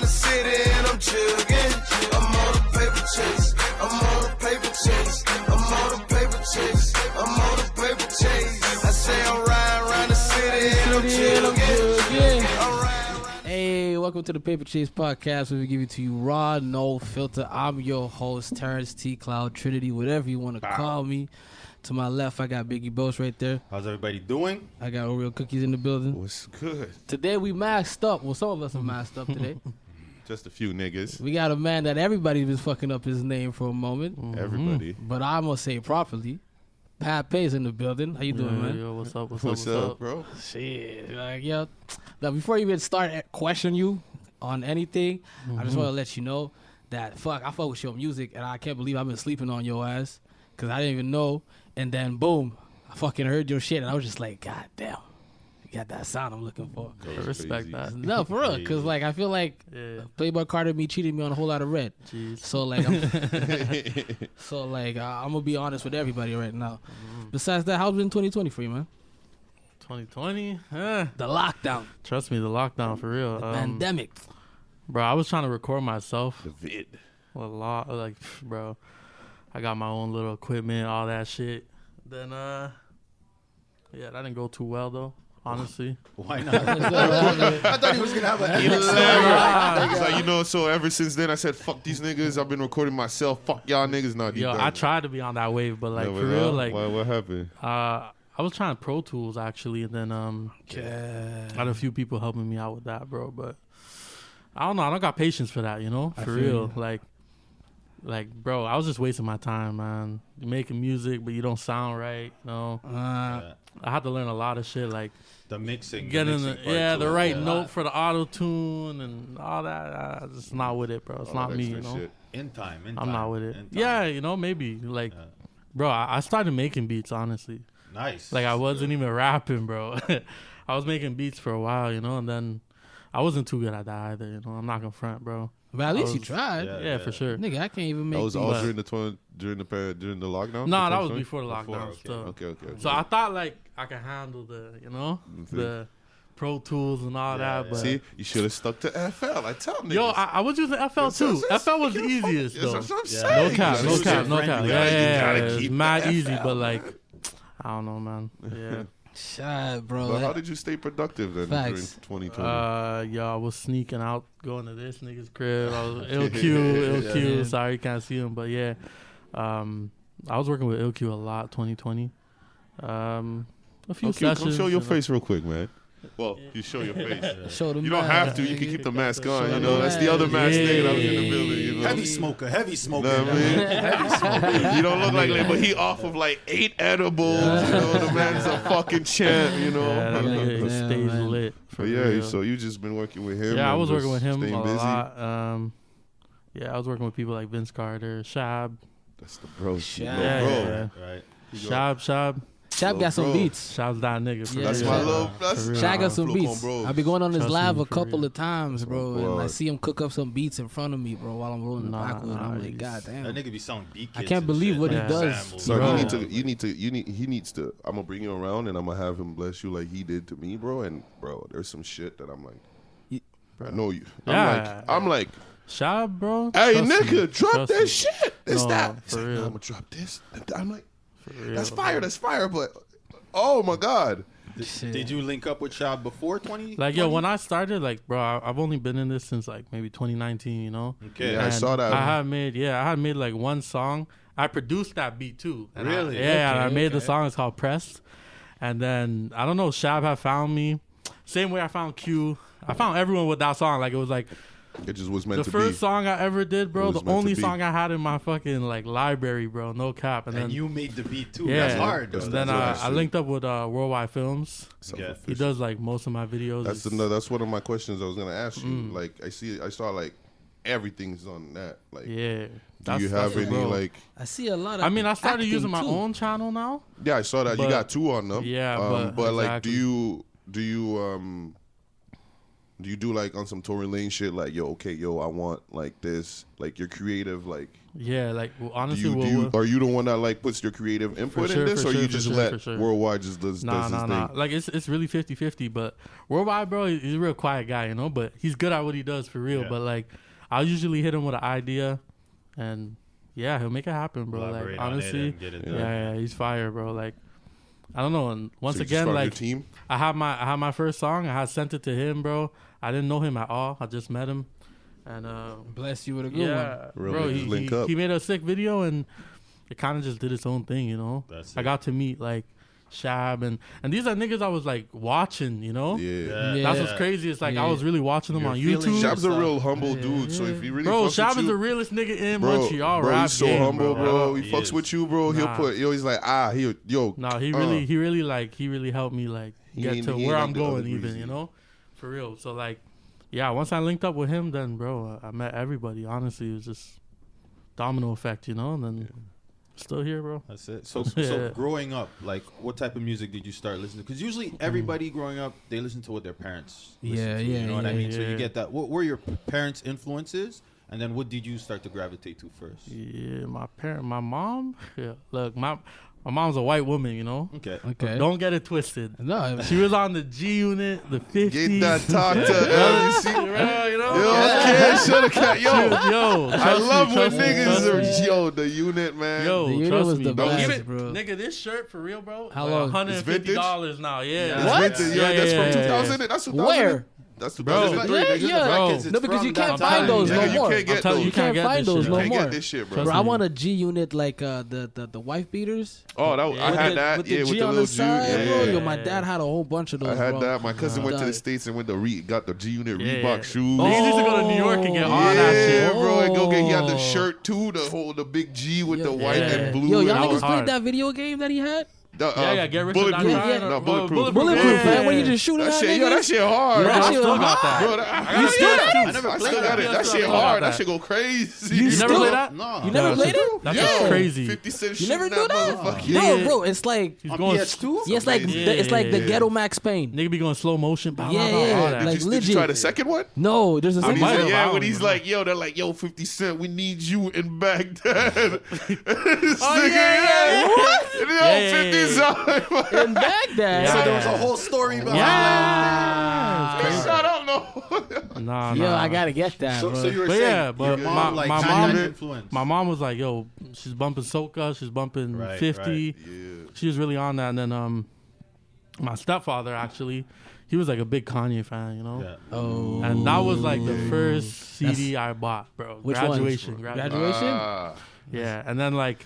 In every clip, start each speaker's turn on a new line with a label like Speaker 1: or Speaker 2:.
Speaker 1: the city and I'm chugging. I'm on a paper chase. I'm on a paper chase. I'm on a paper chase. I'm on a paper chase. I say I'm riding around the city and I'm chugging. I'm riding around.
Speaker 2: Hey, welcome to the Paper Chase Podcast, where we give it to you raw, no filter. I'm your host, Terrence T. Cloud Trinity, whatever you want to call me. To my left, I got Biggie Boast right there.
Speaker 3: How's everybody doing?
Speaker 2: I got Oreo cookies in the building.
Speaker 3: What's good?
Speaker 2: Today we masked up. Well, some of us are masked up today.
Speaker 3: Just a few niggas.
Speaker 2: We got a man that everybody's been fucking up his name for a moment,
Speaker 3: Mm-hmm. Everybody.
Speaker 2: but I'm gonna say it properly. Pat Pay's in the building. How you doing, man?
Speaker 4: Yo, what's up? What's,
Speaker 3: What's
Speaker 4: up? What's
Speaker 3: up,
Speaker 4: up?
Speaker 3: bro?
Speaker 2: Shit, like yo. Now before you even start a- question you on anything, I just want to let you know that fuck, I fuck with your music, and I can't believe I've been sleeping on your ass because I didn't even know. And then boom, I fucking heard your shit, and I was just like, God damn, you got that sound I'm looking for.
Speaker 4: I respect that.
Speaker 2: No, for real, because like I feel like
Speaker 4: Yeah,
Speaker 2: Playboy Carter me cheated me on a whole lot of red.
Speaker 4: jeez.
Speaker 2: So like, I'm, so like, I I'm gonna be honest with everybody right now. Besides that, how's been 2020 for you, man?
Speaker 4: 2020. Eh.
Speaker 2: The lockdown,
Speaker 4: Trust me, the lockdown for real.
Speaker 2: the
Speaker 4: Um,
Speaker 2: pandemic.
Speaker 4: bro, I was trying to record myself
Speaker 3: The vid.
Speaker 4: a lot. Like, pff, bro, I got my own little equipment, all that shit. Then, uh, yeah, that didn't go too well though. Honestly,
Speaker 3: Why not?
Speaker 5: I thought he was gonna have an
Speaker 3: Elaborate. so, you know, so ever since then, I said, fuck these niggas. I've been recording myself. Fuck y'all niggas. Nah,
Speaker 4: yo, I tried to be on that wave, but like for real, like,
Speaker 3: What, what happened?
Speaker 4: uh, I was trying Pro Tools actually, and then um, I had a few people helping me out with that, bro. But I don't know. I don't got patience for that, you know, for
Speaker 2: feel
Speaker 4: real. Like, like, bro, I was just wasting my time, man. You're making music, but you don't sound right. You know,
Speaker 2: Uh,
Speaker 4: I had to learn a lot of shit, like
Speaker 6: The mixing.
Speaker 4: getting
Speaker 6: the
Speaker 4: the,
Speaker 6: mixing part
Speaker 4: yeah
Speaker 6: to
Speaker 4: the
Speaker 6: it.
Speaker 4: right
Speaker 6: Yeah.
Speaker 4: note for the auto tune and all that. Uh, it's not with it, bro. It's not
Speaker 3: That
Speaker 4: me,
Speaker 3: extra
Speaker 4: you know.
Speaker 3: shit.
Speaker 6: In time. In time.
Speaker 4: I'm not with it.
Speaker 6: in time.
Speaker 4: Yeah, you know, maybe like,
Speaker 6: Yeah.
Speaker 4: bro, I, I started making beats honestly.
Speaker 6: Nice.
Speaker 4: Like I wasn't even rapping, bro. I was making beats for a while, you know, and then I wasn't too good at that either, you know. I'm not gonna front, bro.
Speaker 2: But at least you
Speaker 4: was-
Speaker 2: tried.
Speaker 4: Yeah,
Speaker 6: Yeah,
Speaker 4: for
Speaker 6: yeah.
Speaker 4: sure.
Speaker 2: Nigga, I can't even make
Speaker 3: That was
Speaker 2: these-
Speaker 3: all
Speaker 4: But-
Speaker 3: during the twen- during the par- during the lockdown.
Speaker 4: No, that was
Speaker 3: 2020?
Speaker 4: before the lockdown
Speaker 6: okay.
Speaker 4: stuff.
Speaker 3: Okay, okay. okay.
Speaker 4: So I thought like I could handle the, you know,
Speaker 3: Mhm.
Speaker 4: the Pro Tools and all
Speaker 6: Yeah,
Speaker 4: that.
Speaker 6: yeah.
Speaker 4: But
Speaker 3: See, you should have stuck to FL. I tell niggas.
Speaker 4: yo, I, I was using FL
Speaker 3: That's what I'm
Speaker 4: too.
Speaker 3: saying.
Speaker 4: FL was the
Speaker 3: That's what
Speaker 4: easiest
Speaker 3: That's
Speaker 4: though.
Speaker 3: what I'm
Speaker 4: No
Speaker 3: saying.
Speaker 4: cap, no
Speaker 3: User
Speaker 4: cap, no cap.
Speaker 3: friendly.
Speaker 4: Yeah, yeah,
Speaker 3: You
Speaker 4: yeah.
Speaker 3: gotta
Speaker 4: It's
Speaker 3: keep
Speaker 4: mad
Speaker 3: the
Speaker 4: easy,
Speaker 3: FL.
Speaker 4: but like, I don't know, man. Yeah.
Speaker 2: Shut, bro.
Speaker 3: But how
Speaker 2: That-
Speaker 3: did you stay productive then
Speaker 2: Facts.
Speaker 3: during 2020?
Speaker 4: Uh, yo, I was sneaking out, going to this nigga's crib. I was LQ, LQ.
Speaker 2: Yeah.
Speaker 4: Sorry, you can't see him, but yeah, um, I was working with LQ a lot, 2020. Um, a few
Speaker 3: okay, come
Speaker 4: sessions.
Speaker 3: show your
Speaker 4: and-
Speaker 3: face real quick, man. Well, you show your face.
Speaker 2: Show them
Speaker 3: You don't
Speaker 2: that.
Speaker 3: have to. You can keep the mask on. You know, that's the
Speaker 2: Yeah.
Speaker 3: other mask
Speaker 4: Yeah.
Speaker 3: nigga that was in the building. You know,
Speaker 5: heavy smoker, heavy smoker.
Speaker 3: Know what I mean? you don't look like that, but he off of like eight edibles. You know, the man's a fucking champ. You know.
Speaker 4: Yeah, that nigga
Speaker 2: Yeah,
Speaker 4: is stays
Speaker 2: man.
Speaker 4: lit.
Speaker 3: But
Speaker 4: For
Speaker 3: yeah,
Speaker 4: real.
Speaker 3: so you just been working with him.
Speaker 4: yeah, I
Speaker 3: and
Speaker 4: was working with
Speaker 3: just
Speaker 4: him
Speaker 3: staying
Speaker 4: a
Speaker 3: busy.
Speaker 4: lot. Um, yeah, I was working with people like Vince Carter, Shab,
Speaker 3: That's the bro. shit,
Speaker 2: Yeah,
Speaker 3: little
Speaker 4: yeah,
Speaker 3: Oh, bro.
Speaker 4: yeah.
Speaker 6: Right.
Speaker 3: You know,
Speaker 4: Shab, Shab,
Speaker 2: Shaq got some
Speaker 3: Bro.
Speaker 2: beats.
Speaker 4: Shab's that nigga. For
Speaker 2: Yeah.
Speaker 3: That's
Speaker 4: real.
Speaker 3: my
Speaker 2: Yeah.
Speaker 3: little.
Speaker 4: For
Speaker 3: That's
Speaker 4: real.
Speaker 2: Shaq got some
Speaker 3: Look on
Speaker 2: beats.
Speaker 3: bros.
Speaker 2: I be going on his
Speaker 4: Trust
Speaker 2: live
Speaker 4: me,
Speaker 2: a
Speaker 4: for
Speaker 2: couple
Speaker 4: real.
Speaker 2: of times, bro, and I
Speaker 3: Word.
Speaker 2: see him cook up some beats in front of me, bro, while I'm rolling
Speaker 4: Nah,
Speaker 2: the backwood. I'm
Speaker 4: nah,
Speaker 2: like,
Speaker 4: he's-
Speaker 2: God damn.
Speaker 6: That nigga be selling beat
Speaker 2: I
Speaker 6: kits
Speaker 2: can't
Speaker 6: and
Speaker 2: believe
Speaker 6: shit,
Speaker 2: what he
Speaker 6: like,
Speaker 2: does.
Speaker 6: samples.
Speaker 3: So
Speaker 4: Bro.
Speaker 3: you need to, you need to, you need, he needs to. I'm gonna bring you around, and I'm gonna have him bless you like he did to me, bro. And bro, there's some shit that I'm like,
Speaker 2: Ye-
Speaker 3: I know you.
Speaker 4: Yeah.
Speaker 3: I'm like,
Speaker 4: Shab, bro.
Speaker 3: I'm like, hey
Speaker 4: trust me,
Speaker 3: nigga, drop
Speaker 4: trust
Speaker 3: that
Speaker 4: me.
Speaker 3: shit. It's
Speaker 4: No,
Speaker 3: that.
Speaker 4: for
Speaker 3: like,
Speaker 4: real.
Speaker 3: I'm gonna drop this. I'm like,
Speaker 4: For real,
Speaker 3: that's
Speaker 4: bro.
Speaker 3: fire. That's fire. But oh my god,
Speaker 2: Shit.
Speaker 6: Did you link up with Shab before 20?
Speaker 4: Like yo, when I started, like bro, I, I've only been in this since like maybe 2019, you know.
Speaker 6: Okay.
Speaker 3: Yeah, I
Speaker 4: And
Speaker 3: saw that.
Speaker 4: I had made yeah, I had made like one song. I produced that beat too. And I-
Speaker 6: Really?
Speaker 4: yeah, and I
Speaker 2: Okay,
Speaker 4: made the
Speaker 2: okay.
Speaker 4: song. It's called Pressed. And then I don't know, Shab had found me. Same way I found Q. I found everyone with that song. Like it was like
Speaker 3: it just was meant
Speaker 4: the
Speaker 3: to
Speaker 4: first
Speaker 3: be.
Speaker 4: song I ever did,
Speaker 3: It
Speaker 4: bro.
Speaker 3: was
Speaker 4: The
Speaker 3: meant to
Speaker 4: only
Speaker 3: be.
Speaker 4: song I had in my fucking like library, bro. No cap. And,
Speaker 6: and
Speaker 4: then
Speaker 6: you made the beat too.
Speaker 4: yeah,
Speaker 6: That's hard. Though.
Speaker 4: And then uh,
Speaker 3: That's
Speaker 4: I
Speaker 3: actually-
Speaker 4: linked up with uh, Worldwide Films.
Speaker 6: Yeah.
Speaker 4: He does like most of my videos.
Speaker 3: That's
Speaker 4: It's-
Speaker 3: another. That's one of my questions I was gonna ask you.
Speaker 4: Mm.
Speaker 3: Like, I see, I saw like everything's on that. Like,
Speaker 4: Yeah.
Speaker 3: do you have any
Speaker 4: bro.
Speaker 3: like?
Speaker 2: I see a lot of.
Speaker 4: I mean, I started
Speaker 2: acting,
Speaker 4: using my
Speaker 2: too.
Speaker 4: own channel now.
Speaker 3: Yeah, I saw that.
Speaker 4: But-
Speaker 3: Um, you got two on them.
Speaker 4: Yeah,
Speaker 3: um,
Speaker 4: but-
Speaker 3: like, do
Speaker 4: exactly.
Speaker 3: you do you um Do you do like on some Tory Lane shit? Like, yo, okay, yo, I want like this. Like, you're creative. Like,
Speaker 4: Yeah, like well,
Speaker 3: do
Speaker 4: honestly,
Speaker 3: you,
Speaker 4: what-
Speaker 3: do you
Speaker 4: what-
Speaker 3: are you the one that like puts your creative input
Speaker 4: sure,
Speaker 3: in this,
Speaker 4: for
Speaker 3: or
Speaker 4: sure,
Speaker 3: you
Speaker 4: for
Speaker 3: just
Speaker 4: sure, for
Speaker 3: let
Speaker 4: sure.
Speaker 3: worldwide just does,
Speaker 4: Nah,
Speaker 3: does
Speaker 4: nah,
Speaker 3: his
Speaker 4: nah.
Speaker 3: thing?
Speaker 4: Like it's it's really 50-50, But worldwide, bro, he's a real quiet guy, you know. But he's good at what he does for real.
Speaker 6: Yeah.
Speaker 4: But like, I'll usually hit him with an idea, and yeah, he'll make it happen, bro.
Speaker 6: Elaborate
Speaker 4: like
Speaker 6: on it
Speaker 4: honestly,
Speaker 6: and get it
Speaker 4: yeah,
Speaker 6: done.
Speaker 4: yeah, he's fire, bro. Like, I don't know. And once
Speaker 3: So you just
Speaker 4: again,
Speaker 3: found your
Speaker 4: like
Speaker 3: team.
Speaker 4: I had my I had my first song. I had sent it to him, bro. I didn't know him at all. I just met him, and uh,
Speaker 2: Bless you with a good one.
Speaker 4: yeah,
Speaker 3: Real
Speaker 4: bro,
Speaker 3: niggas
Speaker 4: he,
Speaker 3: link
Speaker 4: he,
Speaker 3: up.
Speaker 4: he made a sick video and it kind of just did its own thing, you know.
Speaker 6: That's
Speaker 4: I
Speaker 6: it.
Speaker 4: got to meet like Shab and and these are niggas I was like watching, you know.
Speaker 3: Yeah.
Speaker 6: Yeah.
Speaker 4: That's
Speaker 2: Yeah.
Speaker 4: what's crazy. It's like
Speaker 2: Yeah.
Speaker 4: I was really watching them on
Speaker 6: You're feeling
Speaker 4: YouTube.
Speaker 6: Shab-
Speaker 3: Shab's a real humble dude, so if he really fucks
Speaker 4: Bro,
Speaker 3: with
Speaker 4: Shab is
Speaker 3: you-
Speaker 4: the realest nigga in
Speaker 3: bro,
Speaker 4: Montreal
Speaker 3: bro,
Speaker 4: rap
Speaker 3: he's so
Speaker 4: game,
Speaker 3: humble, bro.
Speaker 6: bro.
Speaker 3: He,
Speaker 6: He
Speaker 3: fucks
Speaker 6: is.
Speaker 3: with you, bro. He'll
Speaker 4: Nah.
Speaker 3: put yo. He's like ah, he yo.
Speaker 4: No, he
Speaker 3: uh,
Speaker 4: really, he really like, he really helped me like
Speaker 3: He
Speaker 4: get
Speaker 3: ain't-
Speaker 4: to
Speaker 3: he ain't
Speaker 4: where
Speaker 3: like
Speaker 4: I'm
Speaker 3: the other
Speaker 4: going, even
Speaker 3: Breezy.
Speaker 4: you know, for real. So like, yeah, once I linked up with him, then bro, I I met everybody. Honestly, it was just domino effect, you know, and then still here, bro.
Speaker 6: That's it. So,
Speaker 4: Yeah.
Speaker 6: so growing up, like, what type of music did you start listening to? Because
Speaker 4: Mm.
Speaker 6: usually everybody growing up, they listen to what their parents listen
Speaker 2: Yeah,
Speaker 6: to.
Speaker 2: yeah,
Speaker 6: You know what I
Speaker 2: yeah,
Speaker 6: mean? So
Speaker 4: yeah.
Speaker 6: you get that. What were your parents' influences? And then what did you start to gravitate to first?
Speaker 4: Yeah, my parent, my mom. Yeah, look, my my mom's a white woman, you know.
Speaker 6: Okay.
Speaker 2: Okay.
Speaker 4: Don't get it twisted.
Speaker 2: no,
Speaker 4: She was on the G Unit, the 50s.
Speaker 3: Get that talk to LC.
Speaker 4: Bro, you know?
Speaker 3: Yo, yeah. should have cut.
Speaker 4: Yo,
Speaker 3: Yo,
Speaker 4: yo,
Speaker 3: I
Speaker 4: trust
Speaker 3: love
Speaker 4: me,
Speaker 3: when
Speaker 4: trust me, trust me.
Speaker 3: niggas are yo the unit man.
Speaker 4: Yo,
Speaker 2: The unit
Speaker 4: trust
Speaker 2: was
Speaker 4: me.
Speaker 2: the
Speaker 4: bro.
Speaker 2: best,
Speaker 4: Give it-
Speaker 2: bro.
Speaker 4: Nigga, this shirt for real, bro.
Speaker 2: How
Speaker 4: like
Speaker 2: long?
Speaker 4: $150
Speaker 3: It's vintage?
Speaker 4: now. Yeah.
Speaker 3: It's
Speaker 2: What?
Speaker 3: vintage, yo,
Speaker 4: Yeah,
Speaker 3: that's
Speaker 4: yeah, yeah,
Speaker 3: from
Speaker 4: yeah.
Speaker 3: 2000. That's 2000.
Speaker 2: Where?
Speaker 3: That's
Speaker 4: Bro.
Speaker 3: 2003.
Speaker 2: Yeah, yeah.
Speaker 3: niggas. That's
Speaker 4: Bro.
Speaker 6: It's
Speaker 2: No, because
Speaker 6: from
Speaker 2: you can't
Speaker 6: that
Speaker 2: find
Speaker 6: time.
Speaker 2: those
Speaker 3: Nigga,
Speaker 2: no
Speaker 3: you
Speaker 2: more.
Speaker 3: can't
Speaker 4: I'm
Speaker 3: get
Speaker 4: telling
Speaker 3: those.
Speaker 4: you,
Speaker 2: You can't
Speaker 4: get
Speaker 2: find
Speaker 4: this
Speaker 2: those
Speaker 4: shit.
Speaker 2: no
Speaker 3: Can't
Speaker 2: more.
Speaker 3: get this shit,
Speaker 2: Bro,
Speaker 3: bro.
Speaker 4: Trust
Speaker 2: I
Speaker 4: me.
Speaker 2: want a G unit like uh, the, the the wife beaters.
Speaker 3: Oh, that was, I
Speaker 2: With
Speaker 3: had
Speaker 2: the-
Speaker 3: that.
Speaker 2: With the
Speaker 3: yeah,
Speaker 2: G
Speaker 3: with the
Speaker 2: on
Speaker 3: little
Speaker 2: the
Speaker 3: Jew.
Speaker 2: side, Oh,
Speaker 3: yeah,
Speaker 2: bro.
Speaker 3: yeah,
Speaker 2: Yo,
Speaker 3: yeah.
Speaker 2: my dad had a whole bunch of those.
Speaker 3: I had
Speaker 2: bro.
Speaker 3: that. My cousin went to the
Speaker 2: Dog.
Speaker 3: states and went to re got the G Unit
Speaker 4: Yeah.
Speaker 3: Reebok shoes.
Speaker 2: Oh,
Speaker 4: Niggas used to go to New York and get all that
Speaker 3: Yeah,
Speaker 4: shit.
Speaker 3: bro. And go get he
Speaker 2: Oh.
Speaker 3: had the shirt too, the whole the big G with the white
Speaker 4: yeah.
Speaker 3: and blue.
Speaker 2: Yo,
Speaker 3: and
Speaker 4: that
Speaker 2: y'all
Speaker 4: was
Speaker 2: niggas
Speaker 4: hard.
Speaker 2: played that video game that he had?
Speaker 3: The, uh,
Speaker 4: Yeah, yeah, get rich or die
Speaker 3: bulletproof.
Speaker 4: trying.
Speaker 3: No,
Speaker 4: Well,
Speaker 3: bulletproof.
Speaker 4: Bulletproof,
Speaker 2: Bulletproof,
Speaker 4: Yeah.
Speaker 2: man. When you just shoot it
Speaker 3: That
Speaker 2: at
Speaker 3: shit, yo, that
Speaker 2: niggas?
Speaker 3: shit hard.
Speaker 2: Yo, that
Speaker 4: I
Speaker 2: shit
Speaker 4: still
Speaker 2: was
Speaker 4: got that.
Speaker 3: Bro, that, I,
Speaker 4: You still got
Speaker 6: I never
Speaker 3: I
Speaker 6: played
Speaker 3: still
Speaker 6: that.
Speaker 3: got it. That
Speaker 4: Yeah,
Speaker 3: shit
Speaker 4: I got
Speaker 3: hard.
Speaker 4: that.
Speaker 3: That shit go crazy.
Speaker 2: You
Speaker 4: You never
Speaker 2: Still-
Speaker 4: play that?
Speaker 6: No.
Speaker 2: You never
Speaker 4: that's
Speaker 2: played
Speaker 4: just-
Speaker 2: it?
Speaker 4: that's
Speaker 3: Yo,
Speaker 4: just crazy.
Speaker 3: 50 Cent
Speaker 2: You never
Speaker 3: shooting
Speaker 2: do that?
Speaker 3: that motherfucker.
Speaker 2: No,
Speaker 4: Yeah.
Speaker 2: bro. It's like
Speaker 4: He's
Speaker 6: On
Speaker 4: going.
Speaker 6: PS2?
Speaker 2: yeah, it's like
Speaker 3: Amazing.
Speaker 2: the, it's like the
Speaker 4: Yeah.
Speaker 2: ghetto Max Payne.
Speaker 4: Nigga be going slow motion. Blah,
Speaker 2: Yeah,
Speaker 4: blah, blah,
Speaker 2: yeah,
Speaker 4: all that.
Speaker 2: like-
Speaker 3: Did you, did you try
Speaker 2: legit.
Speaker 3: the second one?
Speaker 2: No, there's a
Speaker 3: When
Speaker 2: second
Speaker 3: he's
Speaker 4: might
Speaker 3: like,
Speaker 4: have.
Speaker 2: one.
Speaker 4: I
Speaker 3: yeah,
Speaker 4: don't
Speaker 3: when he's
Speaker 4: remember.
Speaker 3: like, yo, they're like, yo, 50 Cent, we need you in Baghdad. oh,
Speaker 4: yeah, Oh, yeah,
Speaker 3: Yo,
Speaker 4: Yeah, yeah,
Speaker 3: 50 Cent.
Speaker 2: In Baghdad.
Speaker 4: Yeah.
Speaker 5: So there was a whole story behind
Speaker 4: yeah.
Speaker 3: Yo,
Speaker 4: Crazy.
Speaker 3: I don't know.
Speaker 4: Nah, nah.
Speaker 2: Yo, I gotta get that,
Speaker 5: So,
Speaker 2: bro.
Speaker 5: so you were
Speaker 4: But
Speaker 5: saying
Speaker 4: yeah, but
Speaker 5: your
Speaker 4: my-
Speaker 5: mom, like
Speaker 4: my
Speaker 5: kinda
Speaker 4: mom-
Speaker 5: had an
Speaker 6: influence.
Speaker 4: My mom was like, "Yo, she's bumping soca, she's bumping
Speaker 6: Right,
Speaker 4: 50."
Speaker 3: Yeah.
Speaker 4: She was really on that. And then um, my stepfather actually, he was like a big Kanye fan, you know.
Speaker 6: Yeah.
Speaker 2: oh,
Speaker 4: And that was like the first CD I bought, bro.
Speaker 2: Which one?
Speaker 4: graduation, graduation.
Speaker 2: Graduation?
Speaker 3: Ah.
Speaker 4: Yeah, and then like,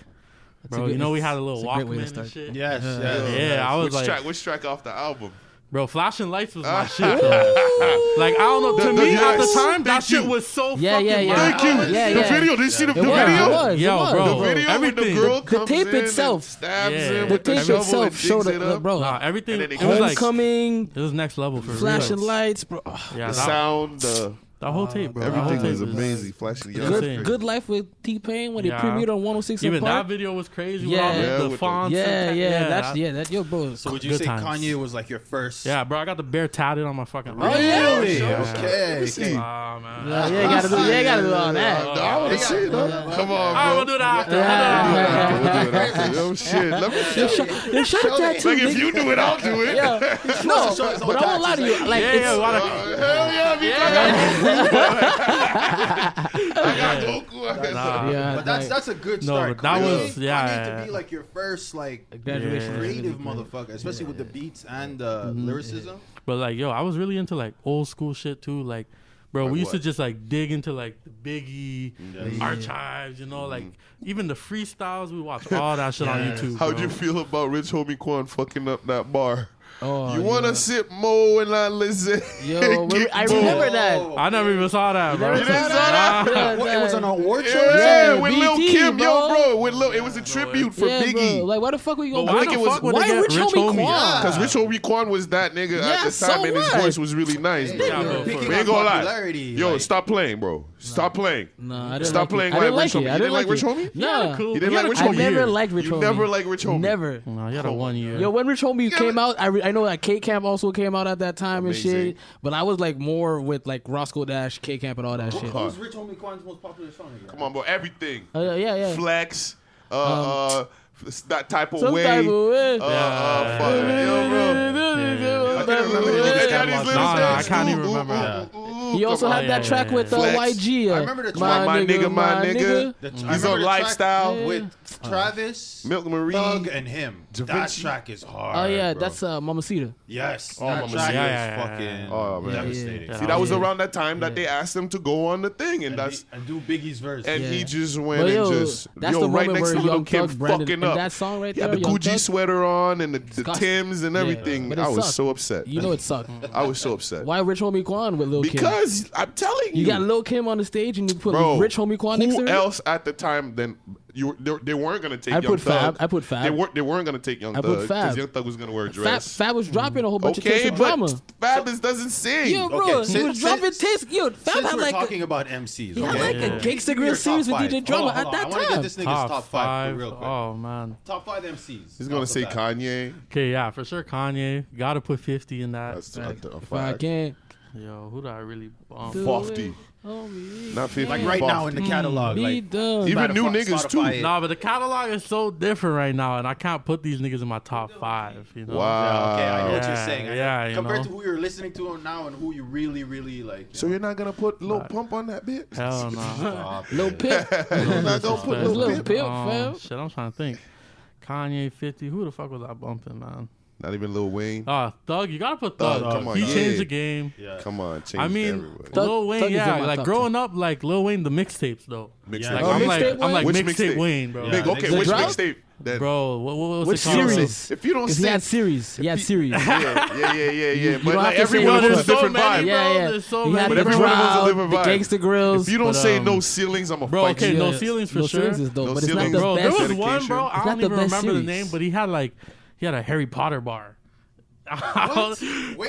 Speaker 2: That's a
Speaker 4: bro,
Speaker 2: good-
Speaker 4: you know we
Speaker 2: it's-
Speaker 4: had a little
Speaker 2: it's great way to
Speaker 4: Walkman
Speaker 2: start.
Speaker 4: and shit.
Speaker 6: Yes, yes.
Speaker 4: yeah, I was
Speaker 3: which
Speaker 4: like,
Speaker 3: track? Which track off the album?
Speaker 4: bro, flashing lights was my shit. Though. Like I don't know. To
Speaker 3: The- the-
Speaker 4: me at the
Speaker 3: yes.
Speaker 4: time,
Speaker 3: Thank
Speaker 4: that shit
Speaker 3: you.
Speaker 4: was so
Speaker 2: Yeah,
Speaker 4: fucking.
Speaker 2: yeah, yeah.
Speaker 4: wild.
Speaker 3: Thank you.
Speaker 2: Yeah,
Speaker 3: the
Speaker 2: yeah.
Speaker 3: video. Did you see the,
Speaker 2: It
Speaker 3: the
Speaker 2: was, it
Speaker 3: video?
Speaker 2: was, it
Speaker 4: Yo,
Speaker 2: was,
Speaker 4: bro.
Speaker 3: The video
Speaker 4: Everything.
Speaker 3: when the girl
Speaker 2: The- the
Speaker 3: comes
Speaker 2: tape
Speaker 3: in and
Speaker 2: itself.
Speaker 3: stabs
Speaker 4: Yeah.
Speaker 3: him
Speaker 4: The
Speaker 3: with
Speaker 2: The
Speaker 3: the
Speaker 2: tape
Speaker 3: shovel
Speaker 2: itself
Speaker 3: and
Speaker 2: showed
Speaker 3: digs
Speaker 2: it,
Speaker 3: it up.
Speaker 2: bro.
Speaker 4: Nah, everything.
Speaker 3: And
Speaker 4: It
Speaker 3: then
Speaker 4: was
Speaker 3: he
Speaker 4: like it
Speaker 2: uh, Homecoming,
Speaker 4: was next level for
Speaker 2: flashing
Speaker 4: real.
Speaker 2: lights, bro.
Speaker 4: Yeah,
Speaker 3: The
Speaker 4: that,
Speaker 3: sound, the
Speaker 4: that whole tape, bro. that whole
Speaker 3: everything
Speaker 4: tape
Speaker 3: was amazing. Flashing the
Speaker 4: Good-
Speaker 3: yellow.
Speaker 4: Insane.
Speaker 2: Good life with T Pain when he
Speaker 4: Yeah.
Speaker 2: premiered on 106 and
Speaker 4: Even that
Speaker 2: Park.
Speaker 4: video was crazy.
Speaker 2: Yeah.
Speaker 4: with
Speaker 3: Yeah,
Speaker 4: all the,
Speaker 3: with
Speaker 4: the
Speaker 3: the-
Speaker 4: fonts.
Speaker 2: Yeah, yeah,
Speaker 4: and
Speaker 2: that's
Speaker 4: that-
Speaker 2: yeah, that yo, bro.
Speaker 6: So would you
Speaker 4: Good
Speaker 6: say
Speaker 4: times.
Speaker 6: Kanye was like your first?
Speaker 4: Yeah, bro, I got the bear tatted on my fucking.
Speaker 5: Oh,
Speaker 4: arm.
Speaker 5: really?
Speaker 4: Yeah.
Speaker 5: Okay.
Speaker 3: See,
Speaker 4: Wow, man.
Speaker 2: Yeah, you gotta do, yeah, you gotta do all
Speaker 3: No,
Speaker 2: that.
Speaker 3: I want to see that. Come
Speaker 4: Alright,
Speaker 3: on,
Speaker 4: we'll
Speaker 3: bro.
Speaker 4: do that after. We'll do
Speaker 3: We'll do
Speaker 4: that
Speaker 3: it
Speaker 4: after.
Speaker 3: after. We'll do it after. Oh shit! Let me
Speaker 2: Yo,
Speaker 3: show
Speaker 2: shut, yo, shut the tattoo,
Speaker 3: Like if
Speaker 2: nigga.
Speaker 3: you do it, I'll do it.
Speaker 2: Yeah. No,
Speaker 5: show his
Speaker 2: but I won't lie to you. Like,
Speaker 4: Yeah,
Speaker 2: it's,
Speaker 4: yeah, we wanna-
Speaker 3: Uh, hell yeah, be I got Goku. I got
Speaker 4: Nah.
Speaker 2: yeah,
Speaker 5: But that's
Speaker 2: like,
Speaker 5: that's a good
Speaker 4: No,
Speaker 5: start.
Speaker 4: but that
Speaker 5: Kanye-
Speaker 4: was- yeah,
Speaker 5: Kanye
Speaker 4: yeah,
Speaker 5: to
Speaker 4: yeah.
Speaker 5: be like your first like
Speaker 2: graduation.
Speaker 4: Yeah.
Speaker 5: creative motherfucker, especially with the beats and the lyricism.
Speaker 4: But like, yo, I was really into like old school shit too. Like, bro,
Speaker 3: Like
Speaker 4: we used to
Speaker 3: what?
Speaker 4: just like dig into like the Biggie archives, you know, like even the freestyles. We watch all that shit on YouTube.
Speaker 3: Mm-hmm. How'd
Speaker 4: bro.
Speaker 3: you feel about Rich Homie Quan fucking up that bar?
Speaker 2: Oh,
Speaker 3: you wanna
Speaker 2: yeah.
Speaker 3: sip more and not listen?
Speaker 2: Yo, we-
Speaker 3: Get
Speaker 2: I
Speaker 3: more.
Speaker 2: remember that.
Speaker 5: Oh,
Speaker 4: I never even saw that, bro.
Speaker 3: You didn't saw that?
Speaker 2: Yeah,
Speaker 5: What, it was an award show.
Speaker 3: Yeah,
Speaker 2: Yeah,
Speaker 3: with Lil
Speaker 2: BT,
Speaker 3: Kim, yo,
Speaker 2: bro.
Speaker 3: bro, with Lil, it was a tribute for
Speaker 2: yeah,
Speaker 3: Biggie.
Speaker 2: Bro, like, why the fuck were you
Speaker 4: But
Speaker 2: going?
Speaker 4: why
Speaker 3: I think
Speaker 4: the
Speaker 3: it was-
Speaker 4: fuck would
Speaker 2: why
Speaker 4: they get
Speaker 2: Rich Homie Quan?
Speaker 3: Because Rich Homie Quan was that nigga
Speaker 2: ah. Yeah,
Speaker 3: at the
Speaker 2: so
Speaker 3: time, and his
Speaker 2: what?
Speaker 3: voice was really nice. Bro.
Speaker 4: Yeah,
Speaker 5: You're
Speaker 4: bro,
Speaker 5: picking
Speaker 4: for-
Speaker 3: We
Speaker 5: up
Speaker 3: ain't gonna lie.
Speaker 5: popularity,
Speaker 3: Yo,
Speaker 5: like-
Speaker 3: stop playing, bro. Stop playing.
Speaker 2: No, I didn't
Speaker 3: Stop
Speaker 2: like
Speaker 3: playing
Speaker 2: it. I didn't
Speaker 3: like
Speaker 2: like it.
Speaker 3: Rich Homie.
Speaker 2: I
Speaker 3: You
Speaker 2: didn't like Rich
Speaker 3: Homie?
Speaker 4: Yeah,
Speaker 2: Nah,
Speaker 4: cool.
Speaker 3: You didn't
Speaker 4: We
Speaker 3: like
Speaker 4: had a
Speaker 3: Rich
Speaker 2: I
Speaker 4: cool
Speaker 3: Homie?
Speaker 4: year.
Speaker 2: never liked Rich
Speaker 3: You
Speaker 2: Homie.
Speaker 3: never like Rich Homie.
Speaker 2: Never.
Speaker 4: No, you had a one year.
Speaker 2: Yo, when Rich Homie came out, I re- I know that K Camp also came out at that time and shit,
Speaker 3: Amazing.
Speaker 2: but I was like more with like Roscoe Dash, K Camp, and all that shit.
Speaker 3: Hard.
Speaker 6: Who's Rich Homie Quan's most popular song? Again?
Speaker 3: Come on, bro. Everything.
Speaker 2: Uh, yeah, yeah. Um,
Speaker 3: Flex. Uh, uh, f- that type of
Speaker 2: Some
Speaker 3: way.
Speaker 2: type of way.
Speaker 3: Uh, uh, fuck. Yo, bro. I can't remember.
Speaker 4: Yeah.
Speaker 3: They got these little
Speaker 4: Nah, nah, I
Speaker 3: things.
Speaker 4: can't
Speaker 3: Ooh,
Speaker 4: even
Speaker 3: ooh,
Speaker 4: remember.
Speaker 3: ooh,
Speaker 4: Yeah.
Speaker 3: ooh, ooh.
Speaker 2: He also
Speaker 3: Come
Speaker 2: had
Speaker 4: on,
Speaker 2: that
Speaker 4: yeah,
Speaker 2: track
Speaker 4: yeah,
Speaker 2: with uh,
Speaker 3: yeah.
Speaker 2: YG. uh,
Speaker 6: I remember the
Speaker 3: on.
Speaker 6: track.
Speaker 3: My, nigga, my nigga.
Speaker 6: The tra- I
Speaker 3: He's
Speaker 6: remember
Speaker 3: on
Speaker 6: the track
Speaker 3: lifestyle.
Speaker 6: with Travis,
Speaker 3: Milk Marie.
Speaker 6: Thug, and him. That
Speaker 3: Vinci.
Speaker 6: track is hard.
Speaker 2: Oh yeah,
Speaker 6: bro.
Speaker 2: that's uh, Mama Cita.
Speaker 6: yes.
Speaker 3: Oh,
Speaker 6: that
Speaker 3: Mama
Speaker 6: track
Speaker 4: Mia. Yeah,
Speaker 6: is
Speaker 4: yeah,
Speaker 6: fucking
Speaker 4: yeah, yeah.
Speaker 3: Oh, man.
Speaker 6: devastating.
Speaker 4: Yeah.
Speaker 3: See, that was
Speaker 2: Yeah.
Speaker 3: around that time that they asked him to go on the thing, and
Speaker 6: And,
Speaker 3: that's
Speaker 6: he, and do Biggie's verse.
Speaker 3: and he
Speaker 2: Yeah.
Speaker 3: just went
Speaker 2: But yo,
Speaker 3: and just
Speaker 2: that's
Speaker 3: yo
Speaker 2: the
Speaker 3: right
Speaker 2: moment
Speaker 3: next
Speaker 2: where
Speaker 3: to little
Speaker 2: Young
Speaker 3: kid
Speaker 2: Thug branded-
Speaker 3: fucking
Speaker 2: and
Speaker 3: up.
Speaker 2: that song right
Speaker 3: he had
Speaker 2: there,
Speaker 3: the
Speaker 2: Young
Speaker 3: Gucci
Speaker 2: Thug?
Speaker 3: sweater on and the, the
Speaker 2: Disgusting.
Speaker 3: Tims and everything.
Speaker 2: but it
Speaker 3: I was
Speaker 2: sucked.
Speaker 3: so upset.
Speaker 2: You know it sucked.
Speaker 3: I was so upset
Speaker 2: Why Rich Homie Quan with Lil Kim?
Speaker 3: because I'm telling you,
Speaker 2: you got Lil Kim on the stage and you put
Speaker 3: bro,
Speaker 2: Rich Homie Quan next to
Speaker 3: Who
Speaker 2: her.
Speaker 3: else at the time? Then you were- they, they weren't gonna take.
Speaker 2: I
Speaker 3: Young
Speaker 2: put Fab.
Speaker 3: Thug.
Speaker 2: I put Fab.
Speaker 3: They weren't. They weren't gonna take Young
Speaker 2: I put
Speaker 3: Thug because
Speaker 2: Fab.
Speaker 3: Young Thug was gonna wear a
Speaker 2: Fab,
Speaker 3: dress.
Speaker 2: Fab was dropping a whole bunch of tapes
Speaker 3: okay,
Speaker 2: of
Speaker 3: but
Speaker 2: drama.
Speaker 3: Fab is, doesn't sing.
Speaker 2: Yo, bro,
Speaker 6: Okay,
Speaker 2: he
Speaker 6: since-
Speaker 2: was dropping
Speaker 6: since-
Speaker 2: tapes. Yo, Fab
Speaker 6: Since
Speaker 2: had
Speaker 6: we're
Speaker 2: like
Speaker 6: talking about MCs,
Speaker 2: he had
Speaker 6: okay?
Speaker 2: like a Cake Cigarette series with DJ Drama at that
Speaker 6: I want to
Speaker 2: time.
Speaker 6: get this nigga's top, five, real quick.
Speaker 4: Oh man.
Speaker 6: Top five MCs.
Speaker 3: He's gonna say Kanye.
Speaker 4: Okay, yeah, for sure. Kanye, gotta put fifty in that.
Speaker 3: That's a, a
Speaker 2: If I
Speaker 3: five.
Speaker 2: can't
Speaker 4: Yo, who do I really? Um,
Speaker 2: do
Speaker 3: Fofty.
Speaker 2: it, homie,
Speaker 3: Not fifty.
Speaker 6: Like right now in
Speaker 2: Mm,
Speaker 6: the catalog,
Speaker 2: be
Speaker 6: like
Speaker 2: done.
Speaker 3: Even
Speaker 6: Spotify-
Speaker 3: new niggas, too.
Speaker 6: Spotify it.
Speaker 4: Nah, but the catalog is so different right now, and I can't put these niggas in my top five. You know?
Speaker 3: Wow.
Speaker 6: Okay, I know what you're
Speaker 4: Yeah,
Speaker 6: saying. I know.
Speaker 4: yeah, you
Speaker 6: Compared
Speaker 4: know.
Speaker 6: to who you're listening to now and who you really, really like.
Speaker 3: So you're not gonna put Lil Pump on that bitch?
Speaker 4: Hell no.
Speaker 2: Lil Pip,
Speaker 3: you're not gonna put Lil
Speaker 2: Lil
Speaker 3: Pimp?
Speaker 2: Pimp,
Speaker 4: Um,
Speaker 2: fam.
Speaker 4: shit, I'm trying to think. Kanye 50. Who the fuck was I bumping, man?
Speaker 3: Not even Lil Wayne.
Speaker 4: Ah, Thug. You gotta put Thug.
Speaker 3: Thug, come on,
Speaker 4: he
Speaker 3: yeah.
Speaker 4: changed the game.
Speaker 3: Come on, change
Speaker 4: I mean,
Speaker 3: everybody.
Speaker 2: Thug-
Speaker 4: Lil Wayne.
Speaker 2: Thug is
Speaker 4: yeah,
Speaker 2: in my
Speaker 4: like
Speaker 2: top
Speaker 4: growing up, like Lil Wayne, the mixtapes though.
Speaker 3: Mixtape.
Speaker 6: Yeah.
Speaker 3: Like,
Speaker 6: Oh,
Speaker 3: I'm like,
Speaker 2: mixtape
Speaker 4: like, I'm like
Speaker 3: Which
Speaker 4: mixtape
Speaker 3: mixtape?
Speaker 4: Wayne, bro.
Speaker 3: big, okay,
Speaker 2: The
Speaker 3: which
Speaker 2: drought?
Speaker 3: mixtape? That-
Speaker 4: Bro, what, what was
Speaker 2: Which
Speaker 4: it called?
Speaker 2: series?
Speaker 3: If you don't
Speaker 2: Because he
Speaker 3: sing-
Speaker 2: had series. He had series.
Speaker 3: yeah, yeah, yeah, yeah, yeah. But
Speaker 2: don't have
Speaker 3: like,
Speaker 2: to say
Speaker 3: everyone
Speaker 2: what
Speaker 3: was a
Speaker 2: it's-
Speaker 3: different
Speaker 4: so
Speaker 3: vibe.
Speaker 4: many-
Speaker 2: Yeah, yeah.
Speaker 4: there's so
Speaker 2: he
Speaker 4: many.
Speaker 2: had
Speaker 4: But
Speaker 2: the
Speaker 3: everyone was a
Speaker 2: Drought,
Speaker 3: different
Speaker 2: the
Speaker 3: vibe.
Speaker 2: Gangsta Grills.
Speaker 3: If you don't
Speaker 4: But,
Speaker 3: say no
Speaker 4: um,
Speaker 3: ceilings, I'm a
Speaker 4: bro,
Speaker 3: fight
Speaker 4: okay,
Speaker 3: you.
Speaker 4: no
Speaker 2: Yeah,
Speaker 4: ceilings for
Speaker 2: no
Speaker 4: sure.
Speaker 2: Ceilings is dope,
Speaker 3: No
Speaker 2: but it's not
Speaker 3: ceilings.
Speaker 2: the
Speaker 4: Bro,
Speaker 2: best.
Speaker 4: there was one, bro.
Speaker 3: Dedication.
Speaker 4: I
Speaker 2: It's
Speaker 4: don't
Speaker 2: not
Speaker 4: even
Speaker 2: the best
Speaker 4: remember
Speaker 2: series.
Speaker 4: the name, but he had like he had a Harry Potter bar.
Speaker 6: Wayne
Speaker 3: I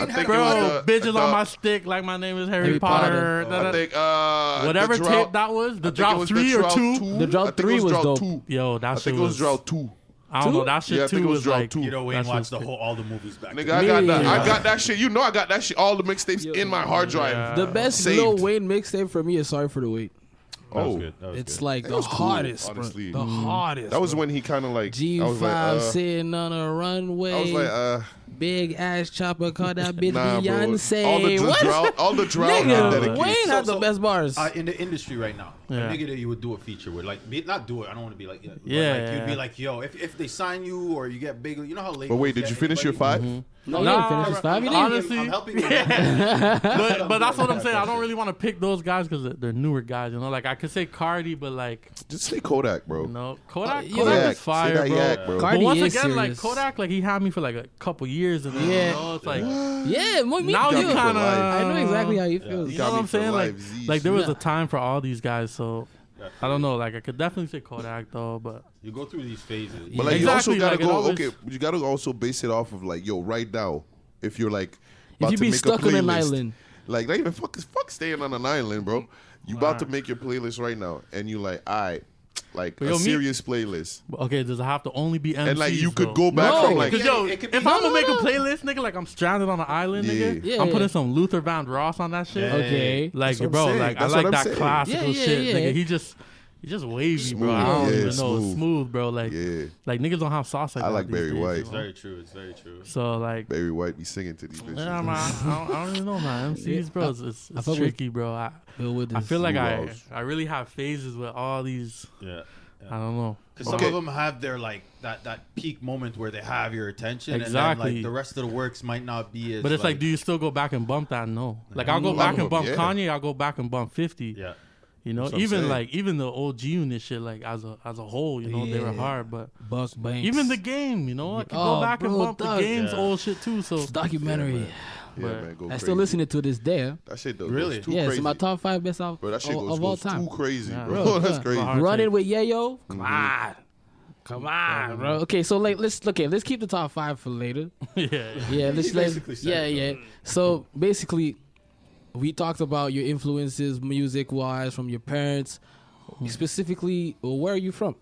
Speaker 6: had
Speaker 3: think
Speaker 6: a
Speaker 3: it was
Speaker 4: Bro,
Speaker 3: a-
Speaker 4: bitches on
Speaker 3: a-
Speaker 4: my stick, like my name is Harry,
Speaker 2: Harry Potter.
Speaker 4: Potter. da, da,
Speaker 3: I think uh,
Speaker 4: Whatever
Speaker 3: the
Speaker 4: tape
Speaker 3: drought,
Speaker 4: that was, the
Speaker 3: I think it
Speaker 4: drought
Speaker 3: was
Speaker 4: three or
Speaker 3: Drought
Speaker 4: two.
Speaker 2: The Drought
Speaker 3: I think it
Speaker 2: three was
Speaker 3: Drought
Speaker 2: dope.
Speaker 3: two.
Speaker 4: Yo, that
Speaker 3: I
Speaker 4: shit
Speaker 3: think it was drought two.
Speaker 4: I don't know.
Speaker 2: Two?
Speaker 4: That shit
Speaker 3: Yeah, I
Speaker 4: too
Speaker 3: think it was
Speaker 4: was,
Speaker 3: Drought
Speaker 4: like
Speaker 3: two.
Speaker 6: You know, Wayne
Speaker 4: That's
Speaker 6: watched
Speaker 4: what's
Speaker 6: the
Speaker 4: good.
Speaker 6: whole all the movies back.
Speaker 3: Nigga,
Speaker 6: then.
Speaker 3: I got that.
Speaker 2: Yeah.
Speaker 3: I got that shit. You know, I got that shit. All the mixtapes in my hard drive.
Speaker 2: The best
Speaker 3: Saved.
Speaker 2: Lil Wayne mixtape for me is Sorry for the Wait.
Speaker 6: That was
Speaker 3: Oh,
Speaker 6: good. That was
Speaker 2: It's
Speaker 6: good.
Speaker 2: like the
Speaker 3: was cool,
Speaker 2: hardest, bro.
Speaker 3: honestly.
Speaker 2: The
Speaker 3: Mm.
Speaker 2: hardest.
Speaker 3: that was
Speaker 2: bro.
Speaker 3: when he kind of like. I was
Speaker 2: G5
Speaker 3: like, uh,
Speaker 2: sitting on a runway.
Speaker 3: I was like, uh,
Speaker 2: big ass chopper called that bitch
Speaker 3: nah, bro.
Speaker 2: Beyonce.
Speaker 3: All the
Speaker 2: what?
Speaker 3: drought, all the drought. had
Speaker 2: Nigga,
Speaker 3: dedication.
Speaker 2: Wayne
Speaker 6: So-
Speaker 2: had the
Speaker 6: so-
Speaker 2: best bars.
Speaker 6: Uh, in the industry right now,
Speaker 4: Yeah.
Speaker 6: a nigga that you would do a feature with, like, be, not do it. I don't want to be like, yeah, but,
Speaker 4: Yeah,
Speaker 6: like,
Speaker 4: yeah,
Speaker 6: you'd be
Speaker 4: yeah.
Speaker 6: like, yo, if, if they sign you or you get big, you know how late.
Speaker 3: But wait, did you finish your 5
Speaker 4: Mm-hmm.
Speaker 2: no,
Speaker 4: Nah,
Speaker 2: he didn't finish his five. He
Speaker 4: I'm
Speaker 2: didn't.
Speaker 4: honest-
Speaker 6: I'm
Speaker 4: Honestly.
Speaker 6: helping you.
Speaker 4: but but that's what I'm
Speaker 6: Yeah,
Speaker 4: saying. I
Speaker 6: that's
Speaker 4: don't
Speaker 6: it.
Speaker 4: really want to pick those guys because they're newer guys. You know, like I could say Cardi, but like
Speaker 3: Just say Kodak, bro.
Speaker 4: no, Kodak.
Speaker 2: Uh, yeah.
Speaker 4: Kodak
Speaker 3: Yak.
Speaker 4: is fire,
Speaker 3: say that
Speaker 4: bro.
Speaker 3: yak, bro.
Speaker 2: Cardi
Speaker 4: But once again,
Speaker 2: is
Speaker 4: like
Speaker 2: serious.
Speaker 4: Kodak, like he had me for like a couple years, and then,
Speaker 2: Yeah.
Speaker 4: you know, it's like
Speaker 2: Yeah, me, me
Speaker 4: now
Speaker 2: too.
Speaker 4: you kind of.
Speaker 2: I know exactly how you feel.
Speaker 4: You
Speaker 3: got
Speaker 4: know what
Speaker 3: me
Speaker 4: I'm
Speaker 3: for
Speaker 4: saying? Like,
Speaker 3: life, Z.
Speaker 4: like there was
Speaker 2: Yeah.
Speaker 4: a time for all these guys, so I don't know. Like, I could definitely say Kodak though, but
Speaker 6: You go through these phases.
Speaker 3: But like
Speaker 4: Exactly,
Speaker 3: you also gotta
Speaker 4: like, it
Speaker 3: go
Speaker 4: always-
Speaker 3: okay. You gotta also base it off of like yo right now. If you're like
Speaker 2: If
Speaker 3: about
Speaker 2: you
Speaker 3: to
Speaker 2: be
Speaker 3: make a
Speaker 2: stuck on an
Speaker 3: playlist,
Speaker 2: island,
Speaker 3: like not even fuck fuck staying on an island, bro. You about to make your playlist right now, and you like I like
Speaker 4: But
Speaker 3: a
Speaker 4: yo, me-
Speaker 3: serious playlist,
Speaker 4: but okay, does it have to only be MCs?
Speaker 3: and like you could
Speaker 4: though?
Speaker 3: go back
Speaker 2: No,
Speaker 3: from like
Speaker 4: Cause
Speaker 6: Yeah,
Speaker 4: yo,
Speaker 6: it
Speaker 4: if
Speaker 6: could
Speaker 4: I'm
Speaker 6: be-
Speaker 4: gonna
Speaker 2: No,
Speaker 4: make
Speaker 2: no,
Speaker 4: a
Speaker 2: no.
Speaker 4: playlist, nigga, like I'm stranded on an island, nigga.
Speaker 2: Yeah. Yeah,
Speaker 4: I'm putting
Speaker 2: yeah.
Speaker 4: some Luther Van Ross on that shit.
Speaker 2: okay.
Speaker 4: Like,
Speaker 3: what I'm
Speaker 4: bro,
Speaker 3: saying.
Speaker 4: like
Speaker 3: That's what
Speaker 4: I like
Speaker 3: I'm
Speaker 4: that
Speaker 3: saying.
Speaker 4: classical
Speaker 2: Yeah, yeah,
Speaker 4: shit,
Speaker 2: yeah.
Speaker 4: nigga. He just, he just wavy, bro. I don't
Speaker 3: Smooth, yeah,
Speaker 4: even know,
Speaker 3: smooth.
Speaker 4: smooth. bro. Like,
Speaker 3: Yeah.
Speaker 4: like niggas don't have sauce like
Speaker 3: I
Speaker 4: that
Speaker 3: like
Speaker 4: these
Speaker 3: Barry
Speaker 4: days,
Speaker 3: White.
Speaker 4: you know?
Speaker 6: It's very true. It's very true.
Speaker 4: So like,
Speaker 3: Barry White be singing to these bitches.
Speaker 4: yeah, man, I, don't, I don't even know, man. MCs, bro, it's, it's, it's
Speaker 2: fuck with-
Speaker 4: tricky, bro. I,
Speaker 2: Bill Withers.
Speaker 4: I feel like I,
Speaker 3: Laws.
Speaker 4: I really have phases with all these.
Speaker 6: Yeah.
Speaker 4: I don't know.
Speaker 6: Because
Speaker 3: Okay.
Speaker 6: some of them have their like that that peak moment where they have your attention, and then
Speaker 4: Exactly.
Speaker 6: like the rest of the works might not be as.
Speaker 4: But it's like, do you still go back and bump that? No. Like I'll go
Speaker 3: Mm.
Speaker 4: back and bump
Speaker 3: Yeah.
Speaker 4: Kanye. I'll go back and bump Fifty.
Speaker 6: yeah,
Speaker 4: You know,
Speaker 3: what I'm
Speaker 4: even
Speaker 3: saying.
Speaker 4: like even the OG unit shit, like as a as a whole, you know, they were
Speaker 2: Yeah.
Speaker 4: hard. But
Speaker 2: Buck Banks.
Speaker 4: even the game, you know, I can go
Speaker 2: Oh,
Speaker 4: back and
Speaker 2: bro,
Speaker 4: bump
Speaker 2: dog.
Speaker 4: the game's
Speaker 6: Yeah.
Speaker 4: old shit too. So
Speaker 2: documentary.
Speaker 3: yeah,
Speaker 4: but
Speaker 3: man, go
Speaker 2: I
Speaker 3: crazy.
Speaker 2: still listen to this day. huh?
Speaker 3: That shit though.
Speaker 6: Really?
Speaker 3: Too
Speaker 2: yeah,
Speaker 3: crazy.
Speaker 2: it's my top five best albums
Speaker 3: Bro, that shit
Speaker 2: of,
Speaker 3: goes,
Speaker 2: of all
Speaker 3: goes
Speaker 2: time.
Speaker 3: too crazy,
Speaker 4: Yeah.
Speaker 3: bro.
Speaker 4: Bro,
Speaker 3: That's
Speaker 2: yeah.
Speaker 3: crazy.
Speaker 4: Hard
Speaker 2: Running
Speaker 4: take.
Speaker 2: with Yayo. Come on. Come on, bro. Okay, so like let's okay, let's keep the top five for later.
Speaker 4: yeah,
Speaker 2: Yeah, let's let's
Speaker 6: basically said
Speaker 2: yeah,
Speaker 6: it,
Speaker 2: yeah. So basically, we talked about your
Speaker 4: Mm-hmm.
Speaker 2: influences, music wise, from your parents. Specifically, where are you from?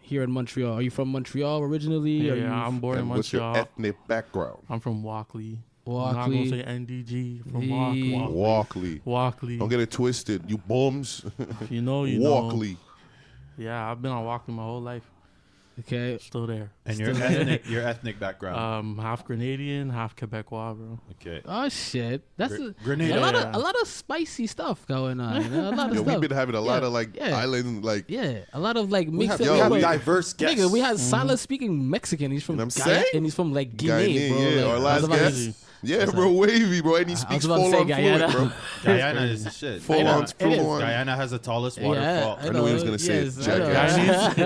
Speaker 2: here in Montreal? Are you from Montreal originally?
Speaker 4: Yeah,
Speaker 2: Are you
Speaker 4: I'm born in
Speaker 3: And what's your
Speaker 4: Montreal.
Speaker 3: ethnic background?
Speaker 4: I'm from Walkley. I'm not
Speaker 2: Walkley.
Speaker 4: gonna say NDG. From
Speaker 2: The-
Speaker 4: Walkley.
Speaker 3: Walkley.
Speaker 4: Walkley.
Speaker 3: Don't get it twisted, you bums.
Speaker 4: If you know, you know.
Speaker 3: Walkley.
Speaker 4: Yeah, I've been on Walkley my whole life.
Speaker 2: Okay.
Speaker 4: Still there.
Speaker 6: And your ethnic, your ethnic background. Uh,
Speaker 4: Um, half Grenadian, half Quebecois, bro.
Speaker 6: okay.
Speaker 2: Oh shit, that's
Speaker 6: Gre-
Speaker 2: a,
Speaker 6: Grenada.
Speaker 2: a lot of
Speaker 4: Yeah.
Speaker 2: a lot of spicy stuff going on. You know? A lot of
Speaker 3: Yo,
Speaker 2: stuff.
Speaker 3: we've been having a lot
Speaker 2: Yeah,
Speaker 3: of like
Speaker 2: yeah.
Speaker 3: island like
Speaker 2: yeah, a lot of like
Speaker 6: We
Speaker 2: mixed
Speaker 6: have,
Speaker 2: up
Speaker 3: yo,
Speaker 6: we have
Speaker 2: people.
Speaker 3: we-
Speaker 6: diverse guests.
Speaker 2: Nigga, we had
Speaker 4: Mm-hmm.
Speaker 2: Silas speaking Mexican. He's from
Speaker 3: You know what I'm
Speaker 2: Guyana,
Speaker 3: saying?
Speaker 2: and he's from like Guinea,
Speaker 3: Guyanese,
Speaker 2: bro.
Speaker 3: yeah,
Speaker 2: Like,
Speaker 3: our
Speaker 2: I was
Speaker 3: last
Speaker 2: about to-
Speaker 3: guest. Yeah, bro, wavy, bro, and he speaks
Speaker 2: about to
Speaker 3: full
Speaker 2: say
Speaker 3: on fluent,
Speaker 2: Guyana.
Speaker 3: bro.
Speaker 6: Guyana is the shit.
Speaker 3: Full
Speaker 2: know,
Speaker 3: on,
Speaker 2: it
Speaker 3: full
Speaker 2: is.
Speaker 3: on.
Speaker 6: Guyana has the tallest
Speaker 2: Yeah,
Speaker 6: waterfall.
Speaker 3: I know he was gonna say it, jackass.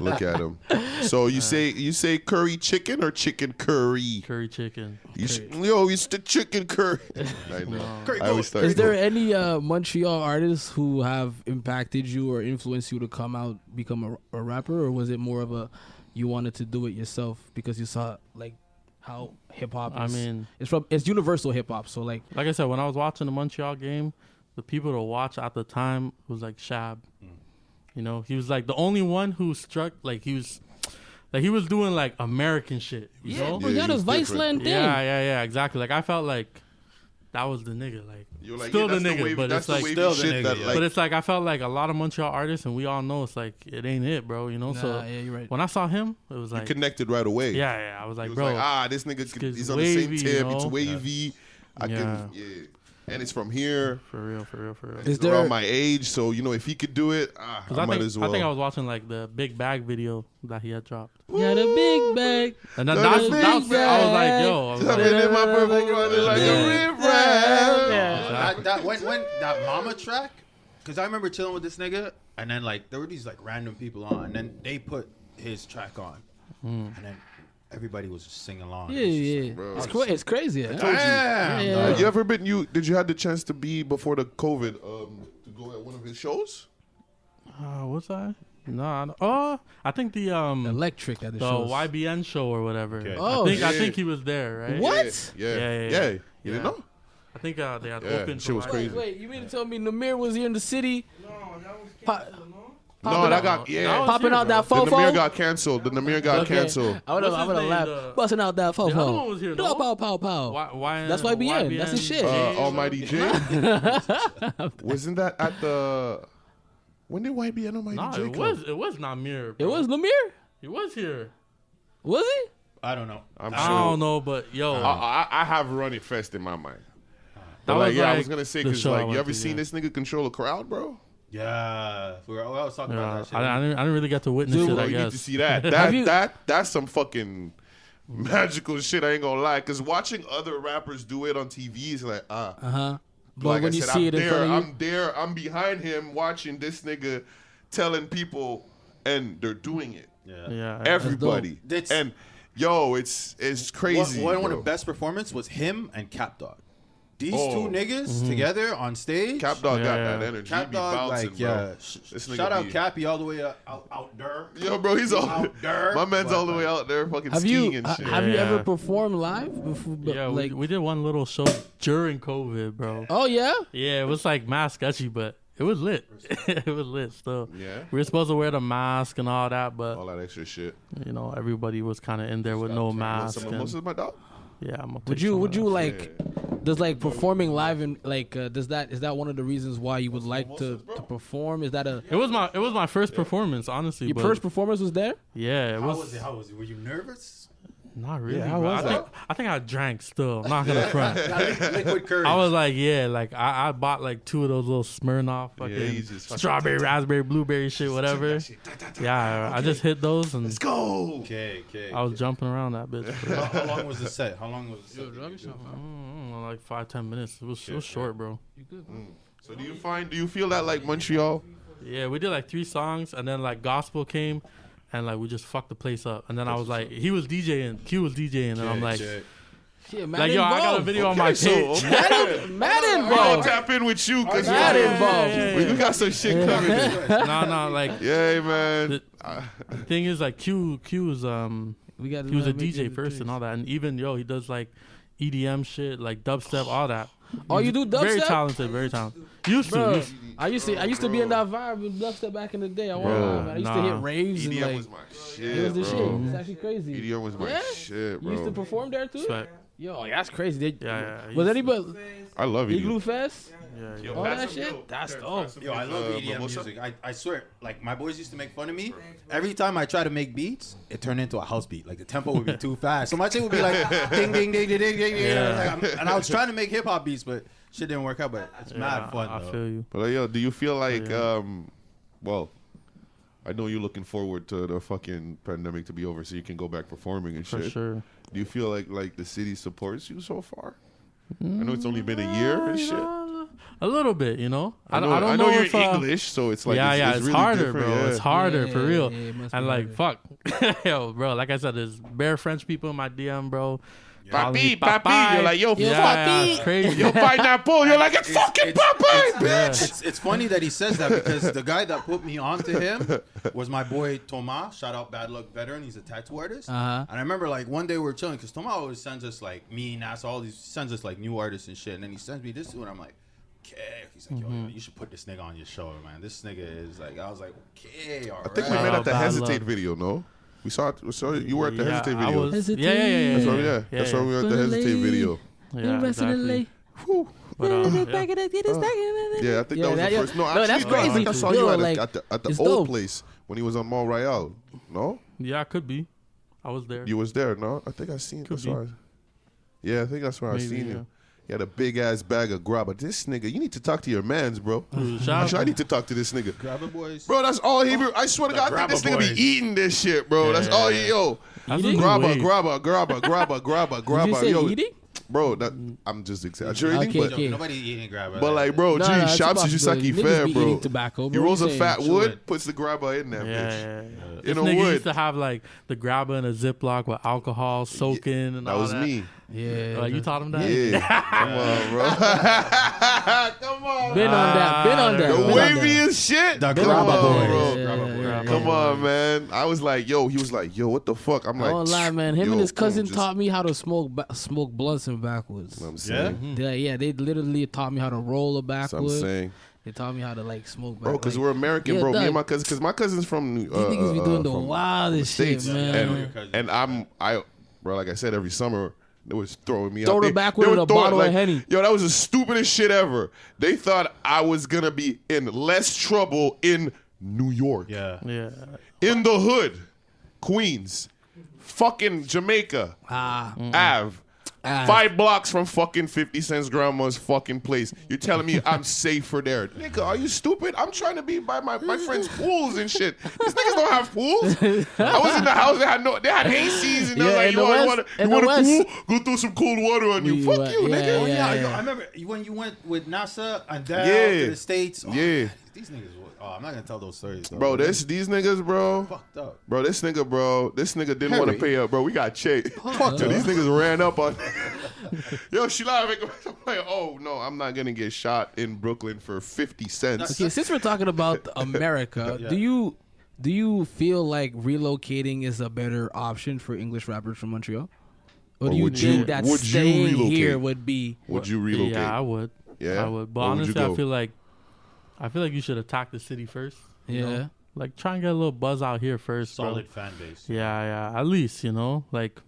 Speaker 3: Look at him. So you say you say curry chicken or chicken curry?
Speaker 4: Curry chicken.
Speaker 3: You sh- yo, it's the chicken curry. I know. I always start.
Speaker 2: Is there any uh, Montreal artists who have impacted you or influenced you to come out become a, a rapper, or was it more of a you wanted to do it yourself because you saw like how hip hop?
Speaker 4: I mean-
Speaker 2: it's from it's universal hip hop, so like
Speaker 4: Like I said, when I was watching the Montreal game, the people to watch at the time was like Shab.
Speaker 3: Mm.
Speaker 4: You know, he was like the only one who struck. Like he was, like he was doing like American shit. You
Speaker 2: yeah,
Speaker 4: know?
Speaker 2: bro,
Speaker 3: Yeah,
Speaker 2: you got a
Speaker 3: he's different.
Speaker 2: Oh, Viceland thing.
Speaker 4: Yeah, yeah, yeah, exactly. Like I felt like that was the nigga. Like,
Speaker 3: You're like,
Speaker 4: still
Speaker 3: yeah,
Speaker 4: the
Speaker 3: that's
Speaker 4: nigga,
Speaker 3: wavy-
Speaker 4: but
Speaker 3: that's
Speaker 4: it's
Speaker 3: the
Speaker 4: like,
Speaker 3: wavy
Speaker 6: Still the
Speaker 3: shit
Speaker 6: nigga,
Speaker 3: that
Speaker 6: yeah.
Speaker 3: like
Speaker 4: but it's like I felt like a lot of Montreal artists, and we all know it's like it ain't it, bro. You know, so
Speaker 2: Nah, yeah, you're right.
Speaker 4: when I saw him, it was like,
Speaker 3: connected right away.
Speaker 4: yeah, yeah. I was
Speaker 3: It
Speaker 4: like,
Speaker 3: was
Speaker 4: bro,
Speaker 3: like, ah, this nigga, could,
Speaker 4: kid's
Speaker 3: he's on the same
Speaker 4: wavy, you
Speaker 3: tip. It's
Speaker 4: know?
Speaker 3: wavy. I can, yeah. And it's from here,
Speaker 4: for real, for real, for real.
Speaker 2: Is
Speaker 3: it's
Speaker 2: there
Speaker 3: around my age, so you know if he could do it, ah, I,
Speaker 4: Cause I,
Speaker 3: might
Speaker 4: think,
Speaker 3: as well.
Speaker 4: I think I was watching like the Big Bag video that he had dropped,
Speaker 2: yeah, the big bag?
Speaker 4: and that,
Speaker 3: The
Speaker 4: that, was-
Speaker 3: Big
Speaker 4: that was, I was like,
Speaker 2: Bag.
Speaker 4: yo, I was
Speaker 3: I've
Speaker 4: like,
Speaker 3: been in my purple running like a rip rap.
Speaker 6: That, that when when that mama track, because I remember chilling with this nigga, and then like there were these like random people on, and then they put his track on, and then everybody was just singing along.
Speaker 2: Yeah,
Speaker 6: It was just
Speaker 2: yeah,
Speaker 6: like,
Speaker 3: bro.
Speaker 2: it's, cra- it's crazy. Yeah.
Speaker 6: Damn.
Speaker 2: Yeah.
Speaker 3: Uh, you ever been? You did you have the chance to be before the COVID um, to go at one of his shows?
Speaker 4: uh, what's that? No, I don't- oh, I think the um
Speaker 2: Electric at the,
Speaker 4: the
Speaker 2: shows.
Speaker 4: YBN show or whatever.
Speaker 6: Okay.
Speaker 2: Oh,
Speaker 4: I think I
Speaker 3: yeah.
Speaker 4: think he was there, right?
Speaker 2: What?
Speaker 3: Yeah, yeah,
Speaker 4: Yeah, yeah,
Speaker 3: yeah.
Speaker 4: yeah.
Speaker 3: You didn't
Speaker 4: Yeah.
Speaker 3: know?
Speaker 4: I think uh, they had
Speaker 3: Yeah,
Speaker 4: opened.
Speaker 3: shit
Speaker 4: for,
Speaker 3: was
Speaker 4: like-
Speaker 3: crazy.
Speaker 2: Wait, wait, you mean to tell me Namir was here in the city? Po-
Speaker 3: No,
Speaker 2: Popping
Speaker 3: that
Speaker 2: out-
Speaker 3: got
Speaker 4: That
Speaker 3: yeah.
Speaker 4: was
Speaker 2: popping
Speaker 4: here,
Speaker 2: out that
Speaker 4: bro.
Speaker 3: The
Speaker 2: fofo.
Speaker 3: Namir got canceled. The Namir got
Speaker 2: Okay.
Speaker 3: canceled.
Speaker 2: I would have,
Speaker 4: What's
Speaker 2: I
Speaker 4: his
Speaker 2: would have
Speaker 4: name,
Speaker 2: laughed.
Speaker 4: the-
Speaker 2: Busting out that fofo.
Speaker 4: The other one was here,
Speaker 2: Pow,
Speaker 4: no?
Speaker 2: pow, pow, pow.
Speaker 4: Why, why,
Speaker 2: That's YBN. That's his shit.
Speaker 3: Uh,
Speaker 4: James.
Speaker 3: Almighty J. Wasn't that at the? When did YBN Almighty
Speaker 4: Nah,
Speaker 3: J
Speaker 4: it
Speaker 3: come?
Speaker 4: was it was not Mir.
Speaker 2: It
Speaker 4: bro.
Speaker 2: was Lemire?
Speaker 4: He was here.
Speaker 2: Was it?
Speaker 6: I don't know.
Speaker 3: I'm
Speaker 4: I
Speaker 3: sure.
Speaker 4: don't know, but yo,
Speaker 3: I, I, I have Run It Fest in my mind.
Speaker 4: that
Speaker 3: But like,
Speaker 4: was
Speaker 3: yeah,
Speaker 4: like
Speaker 3: I was gonna say
Speaker 4: the
Speaker 3: because
Speaker 4: show I
Speaker 3: like, you
Speaker 4: went
Speaker 3: ever
Speaker 4: to,
Speaker 3: seen
Speaker 4: yeah.
Speaker 3: this nigga control a crowd, bro?
Speaker 6: Yeah, we were, we was talking
Speaker 4: Yeah,
Speaker 6: about that shit.
Speaker 4: I, I, didn't, I didn't really get to witness
Speaker 2: Dude,
Speaker 4: it.
Speaker 3: Bro,
Speaker 4: I
Speaker 3: you need
Speaker 4: guess.
Speaker 3: to see that.
Speaker 2: Have
Speaker 3: That
Speaker 2: you-
Speaker 3: that that's some fucking magical shit. I ain't gonna lie, because watching other rappers do it on TV is like
Speaker 2: Uh
Speaker 3: ah.
Speaker 4: Uh-huh.
Speaker 2: huh. But
Speaker 3: like
Speaker 2: when
Speaker 3: I
Speaker 2: you
Speaker 3: said,
Speaker 2: see
Speaker 3: I'm
Speaker 2: it in
Speaker 3: there,
Speaker 2: front of you,
Speaker 3: I'm there, I'm behind him watching this nigga telling people, and they're doing it.
Speaker 6: yeah.
Speaker 4: Yeah,
Speaker 3: Everybody
Speaker 6: That's-
Speaker 3: and yo, it's it's
Speaker 6: One-
Speaker 3: crazy.
Speaker 6: One, one
Speaker 3: bro.
Speaker 6: of the best performance was him and Cap Dog. These
Speaker 3: Oh.
Speaker 6: two niggas together on stage.
Speaker 3: Cap Dog
Speaker 4: Yeah,
Speaker 3: got
Speaker 4: yeah.
Speaker 3: that energy. he
Speaker 6: Cap
Speaker 3: be
Speaker 6: Dog,
Speaker 3: bouncing,
Speaker 6: like
Speaker 3: bro.
Speaker 6: yeah. Sh-
Speaker 3: This nigga
Speaker 6: shout out
Speaker 3: be-
Speaker 6: Cappy all the way up, out out there.
Speaker 3: Yo, bro, he's all
Speaker 6: Out there.
Speaker 3: my man's
Speaker 6: But,
Speaker 3: all the way out there, fucking
Speaker 2: have
Speaker 3: skiing
Speaker 2: you
Speaker 3: and
Speaker 2: uh,
Speaker 3: shit.
Speaker 2: have you
Speaker 4: Yeah.
Speaker 2: ever performed live before? but,
Speaker 4: yeah.
Speaker 2: like,
Speaker 4: we, we did one little show during COVID, bro.
Speaker 2: oh yeah,
Speaker 4: Yeah, it was like mask sketchy, but it was lit. it was lit still.
Speaker 3: Yeah.
Speaker 4: we were supposed to wear the mask and all that, but
Speaker 3: all that extra shit.
Speaker 4: you know everybody was kind of in there with no
Speaker 3: Most
Speaker 4: mask.
Speaker 3: of,
Speaker 4: and-
Speaker 3: most of my dog.
Speaker 4: yeah, I'm gonna
Speaker 2: would
Speaker 4: take
Speaker 2: you
Speaker 4: some of
Speaker 2: would you
Speaker 4: that.
Speaker 2: like? Does like performing live and like uh, does that is that one of the reasons why you would like to, to perform? Is that a
Speaker 4: It was my it was my first performance, honestly.
Speaker 2: your
Speaker 4: but
Speaker 2: first performance was there?
Speaker 4: yeah, it
Speaker 6: How
Speaker 4: was,
Speaker 6: was it? How was it? Were you nervous?
Speaker 4: not really.
Speaker 6: how
Speaker 4: bro.
Speaker 6: was
Speaker 4: I think I think I drank still. I'm not gonna front.
Speaker 6: Liquid courage.
Speaker 4: I was like, yeah, like I, I bought like two of those little Smirnoff fucking
Speaker 3: you just fucking-
Speaker 4: strawberry, raspberry, blueberry shit, whatever. Yeah, I just hit those and
Speaker 3: Go.
Speaker 6: okay, okay.
Speaker 4: I was jumping around that bitch. For,
Speaker 6: how, how long was the set? How long was the set? that you did?
Speaker 4: mm, like five, ten minutes. It was, it was short, bro.
Speaker 3: So do you find do you feel that like Montreal?
Speaker 4: Yeah, we did like three songs and then like gospel came and like we just fucked the place up. And then I was like, he was DJing, Q was DJing, and I'm like,
Speaker 6: Check.
Speaker 2: Yeah, man.
Speaker 4: like yo, I got a
Speaker 2: involved.
Speaker 4: video on my page.
Speaker 3: so
Speaker 2: Mad
Speaker 3: we gonna
Speaker 2: involved.
Speaker 3: tap in with you because
Speaker 2: Mad involved.
Speaker 3: we, we got some shit coming.
Speaker 4: no, no, like
Speaker 3: Yeah, man.
Speaker 4: The- the thing is like Q, Q is um.
Speaker 2: We got.
Speaker 4: he was a DJ first and all that, and even yo, he does like EDM E shit, like dubstep, all that.
Speaker 2: Oh, you do
Speaker 4: Very
Speaker 2: dubstep?
Speaker 4: talented, very talented. Used to.
Speaker 2: Bro,
Speaker 4: used-
Speaker 2: I used to I used to be in that vibe with dubstep back in the day. I, won't
Speaker 3: Bro,
Speaker 2: lie, man. I used to
Speaker 4: nah. E
Speaker 2: hit raves and
Speaker 3: EDM
Speaker 2: like
Speaker 3: E was my shit,
Speaker 2: it was the
Speaker 3: bro.
Speaker 2: shit. It's actually crazy.
Speaker 3: EDM was my
Speaker 2: Yeah?
Speaker 3: shit,
Speaker 2: you
Speaker 3: bro.
Speaker 2: used to perform there too?
Speaker 4: But,
Speaker 2: Yo, that's crazy. They,
Speaker 4: Yeah, yeah, I
Speaker 2: was
Speaker 4: used
Speaker 2: anybody
Speaker 3: I love E
Speaker 2: Igloo
Speaker 3: EDM.
Speaker 2: Fest?
Speaker 4: yeah, yeah.
Speaker 2: All that shit? That's dope.
Speaker 6: Yo, I love
Speaker 3: Uh,
Speaker 6: EDM
Speaker 3: Mimosa?
Speaker 6: music. I, I swear, like my boys used to make fun of me. Every time I try to make beats, it turned into a house beat. Like the tempo would be too fast. So my shit would be like ding ding ding ding ding ding. ding.
Speaker 4: Yeah.
Speaker 6: Like, I'm- and I was trying to make hip hop beats, but shit didn't work out. But it's
Speaker 4: I-
Speaker 6: mad fun
Speaker 4: I
Speaker 6: though.
Speaker 4: feel you.
Speaker 3: But uh, yo, do you feel like,
Speaker 4: Yeah.
Speaker 3: um, well, I know you're looking forward to the fucking pandemic to be over so you can go back performing and
Speaker 4: For
Speaker 3: shit.
Speaker 4: sure.
Speaker 3: Do you feel like like the city supports you so far? I know it's only been a year and shit.
Speaker 4: A little bit, you know. I,
Speaker 3: I know,
Speaker 4: don't- I don't know,
Speaker 3: you're
Speaker 4: if, uh,
Speaker 3: English, so it's like
Speaker 4: yeah,
Speaker 3: it's,
Speaker 4: yeah,
Speaker 3: it's,
Speaker 4: it's,
Speaker 3: really
Speaker 4: harder,
Speaker 3: different,
Speaker 4: bro.
Speaker 3: yeah.
Speaker 4: It's harder for
Speaker 2: Yeah,
Speaker 4: real.
Speaker 2: yeah, it must
Speaker 4: and
Speaker 2: be
Speaker 4: like, fuck, yo, bro. Like I said, there's bare French people in my DM, bro. Calling me
Speaker 3: Papi, papi, you're like yo,
Speaker 4: yeah, yeah, it's
Speaker 3: papi,
Speaker 4: crazy.
Speaker 3: yo, pineapple, you're like it's, fucking papi,
Speaker 4: Yeah.
Speaker 3: bitch.
Speaker 6: It's, it's funny that he says that because the guy that put me onto him was my boy Thomas. Shout out Bad Luck Veteran. He's a tattoo artist.
Speaker 2: Uh-huh.
Speaker 6: And I remember like one day we were chilling because Thomas always sends us like me, Nas, all these sends us like new artists and shit. And then he sends me this dude. And I'm like, okay. He's like, yo,
Speaker 2: Mm-hmm.
Speaker 6: yo, you should put this nigga on your show, man. This nigga is like, I was like, okay, all right.
Speaker 3: I think we met
Speaker 4: Shout
Speaker 3: at the
Speaker 4: out Bad
Speaker 3: hesitate
Speaker 4: Luck.
Speaker 3: video, no? We saw it. We saw it- you were at the
Speaker 4: yeah,
Speaker 3: hesitate
Speaker 4: I
Speaker 3: video.
Speaker 4: was-
Speaker 2: Hesitate.
Speaker 4: yeah, yeah, yeah, yeah,
Speaker 3: that's why,
Speaker 4: yeah,
Speaker 3: we- yeah, that's why we were at the
Speaker 2: Yeah,
Speaker 3: hesitate
Speaker 2: yeah.
Speaker 3: video.
Speaker 4: Yeah, exactly. But, uh, yeah.
Speaker 3: Yeah, I think
Speaker 2: Yeah, that-
Speaker 3: that was the first. No,
Speaker 2: no,
Speaker 3: actually,
Speaker 2: that's
Speaker 3: no, I think
Speaker 2: crazy.
Speaker 3: I saw
Speaker 2: Yo,
Speaker 3: you at,
Speaker 2: like,
Speaker 3: the, at the, at the
Speaker 2: it's
Speaker 3: old
Speaker 2: dope.
Speaker 3: place when he was on Mall Royale. No,
Speaker 4: Yeah, I could be. I was there.
Speaker 3: you was there. No, I think I seen.
Speaker 4: Could
Speaker 3: That's
Speaker 4: be.
Speaker 3: why. I, yeah, I think that's where I
Speaker 4: Maybe,
Speaker 3: seen
Speaker 4: yeah.
Speaker 3: you. He had a big ass bag of grub. But this nigga, you need to talk to your man's, bro.
Speaker 4: shout
Speaker 3: Actually, I
Speaker 4: out.
Speaker 3: need to talk to this nigga,
Speaker 6: Grab it, boys.
Speaker 3: bro. That's all he. Be, I swear to God, I think this nigga
Speaker 6: grabber boys.
Speaker 3: be eating this shit, bro. that's all he yo.
Speaker 4: That's
Speaker 2: Eating?
Speaker 4: the
Speaker 3: Grabba,
Speaker 4: way.
Speaker 3: grabba, grabba, grabba, grabba,
Speaker 2: Did you
Speaker 3: grabba.
Speaker 2: say
Speaker 3: Yo,
Speaker 2: eating?
Speaker 3: bro, that, I'm just exaggerating,
Speaker 2: Okay,
Speaker 3: but
Speaker 2: okay.
Speaker 6: Nobody eating grab it.
Speaker 3: But like, bro,
Speaker 2: No,
Speaker 3: gee,
Speaker 2: no, it's
Speaker 3: shops
Speaker 2: a
Speaker 3: is just
Speaker 2: possibility.
Speaker 3: like
Speaker 2: Niggas
Speaker 3: fair,
Speaker 2: be
Speaker 3: bro.
Speaker 2: eating tobacco,
Speaker 3: He
Speaker 2: bro.
Speaker 3: rolls
Speaker 2: You
Speaker 3: a
Speaker 2: saying?
Speaker 3: fat
Speaker 6: Chill
Speaker 3: wood,
Speaker 6: it.
Speaker 3: puts the grabber in that
Speaker 4: Yeah,
Speaker 3: bitch.
Speaker 4: yeah, yeah.
Speaker 3: You
Speaker 4: This
Speaker 3: know
Speaker 4: nigga
Speaker 3: what?
Speaker 4: used to have like the grabber in a Ziploc with alcohol soaking and
Speaker 3: That
Speaker 4: all
Speaker 3: was me.
Speaker 2: Yeah.
Speaker 4: Uh, you taught him that?
Speaker 3: Yeah, come on, bro. come on.
Speaker 2: Been on that. Been on that. been
Speaker 4: The
Speaker 3: The
Speaker 2: on that.
Speaker 3: waviest shit.
Speaker 6: The
Speaker 3: come on,
Speaker 6: grabber boys.
Speaker 3: bro.
Speaker 2: Yeah,
Speaker 6: Grabber boy.
Speaker 2: yeah, yeah.
Speaker 3: Come on, man. I was like, yo. He was like, yo, what the fuck? I'm
Speaker 2: I
Speaker 3: like,
Speaker 2: won't lie, man. Him
Speaker 3: yo,
Speaker 2: and his cousin
Speaker 3: boom, just-
Speaker 2: taught me how to smoke ba- smoke blunts and backwards.
Speaker 3: I'm
Speaker 6: Yeah?
Speaker 3: saying.
Speaker 2: They- yeah, they literally taught me how to roll a
Speaker 3: That's what I'm
Speaker 2: backwood.
Speaker 3: saying,
Speaker 2: They taught me how to like smoke.
Speaker 3: bro,
Speaker 2: back-
Speaker 3: because
Speaker 2: like,
Speaker 3: we're American,
Speaker 2: Yeah,
Speaker 3: bro. Me
Speaker 2: dog.
Speaker 3: and my cousin, because my cousin's from New.
Speaker 2: these
Speaker 3: uh,
Speaker 2: niggas be
Speaker 3: uh,
Speaker 2: doing the
Speaker 3: from-
Speaker 2: wildest shit,
Speaker 3: States.
Speaker 2: man.
Speaker 3: And, and I'm I bro, like I said, every summer they was throwing me
Speaker 2: Throw
Speaker 3: out.
Speaker 2: the
Speaker 3: They-
Speaker 2: backward
Speaker 3: they
Speaker 2: with
Speaker 3: were
Speaker 2: a
Speaker 3: throwing,
Speaker 2: bottle of Henny.
Speaker 3: Yo, that was the stupidest shit ever. They thought I was gonna be in less trouble in New York.
Speaker 6: Yeah.
Speaker 4: Yeah.
Speaker 3: In the hood. Queens. Fucking Jamaica.
Speaker 2: ah,
Speaker 3: Ave.
Speaker 2: Ave.
Speaker 3: Five blocks from fucking 50 Cent's grandma's fucking place. You're telling me I'm safer there. Nigga, are you stupid? I'm trying to be by my, my friend's pools and shit. These niggas don't have pools. I was in the house, they had no they had hay season. They
Speaker 2: Yeah,
Speaker 3: was like,
Speaker 2: in
Speaker 3: you
Speaker 2: the
Speaker 3: want, you
Speaker 2: West-
Speaker 3: want,
Speaker 2: in
Speaker 3: you
Speaker 2: the
Speaker 3: want a
Speaker 2: West-
Speaker 3: pool? Go throw some cold water on you.
Speaker 2: We
Speaker 3: Fuck
Speaker 2: were-
Speaker 3: you,
Speaker 2: yeah,
Speaker 3: nigga.
Speaker 6: Oh yeah,
Speaker 2: yeah.
Speaker 6: yo, I remember when you went with NASA and down
Speaker 3: Yeah.
Speaker 6: to the states. Oh,
Speaker 3: Yeah.
Speaker 6: these niggas. were- Oh, I'm not gonna tell those stories, though.
Speaker 3: Bro, this these niggas, bro.
Speaker 6: fucked up.
Speaker 3: Bro, this nigga, bro, this nigga didn't want to
Speaker 6: Harry.
Speaker 3: pay up, bro. We got checked. Fuck, yo, these niggas ran up on. yo, she lied. I'm like, oh no, I'm not gonna get shot in Brooklyn for fifty cents.
Speaker 2: okay. Since we're talking about America, do you do you feel like relocating is a better option for English rappers from Montreal? Or do you
Speaker 3: would
Speaker 2: think
Speaker 3: you-
Speaker 2: that
Speaker 3: would you
Speaker 2: staying
Speaker 3: relocate?
Speaker 2: here would be?
Speaker 3: Would you relocate?
Speaker 4: Yeah, I would.
Speaker 3: Yeah?
Speaker 4: I would. But
Speaker 3: Where would you
Speaker 4: honestly,
Speaker 3: go?
Speaker 4: I feel like I feel like you should attack the city first. you
Speaker 2: Yeah.
Speaker 4: know? Like try and get a little buzz out here first. bro.
Speaker 6: Solid fan base.
Speaker 4: Yeah, yeah. At least, you know, like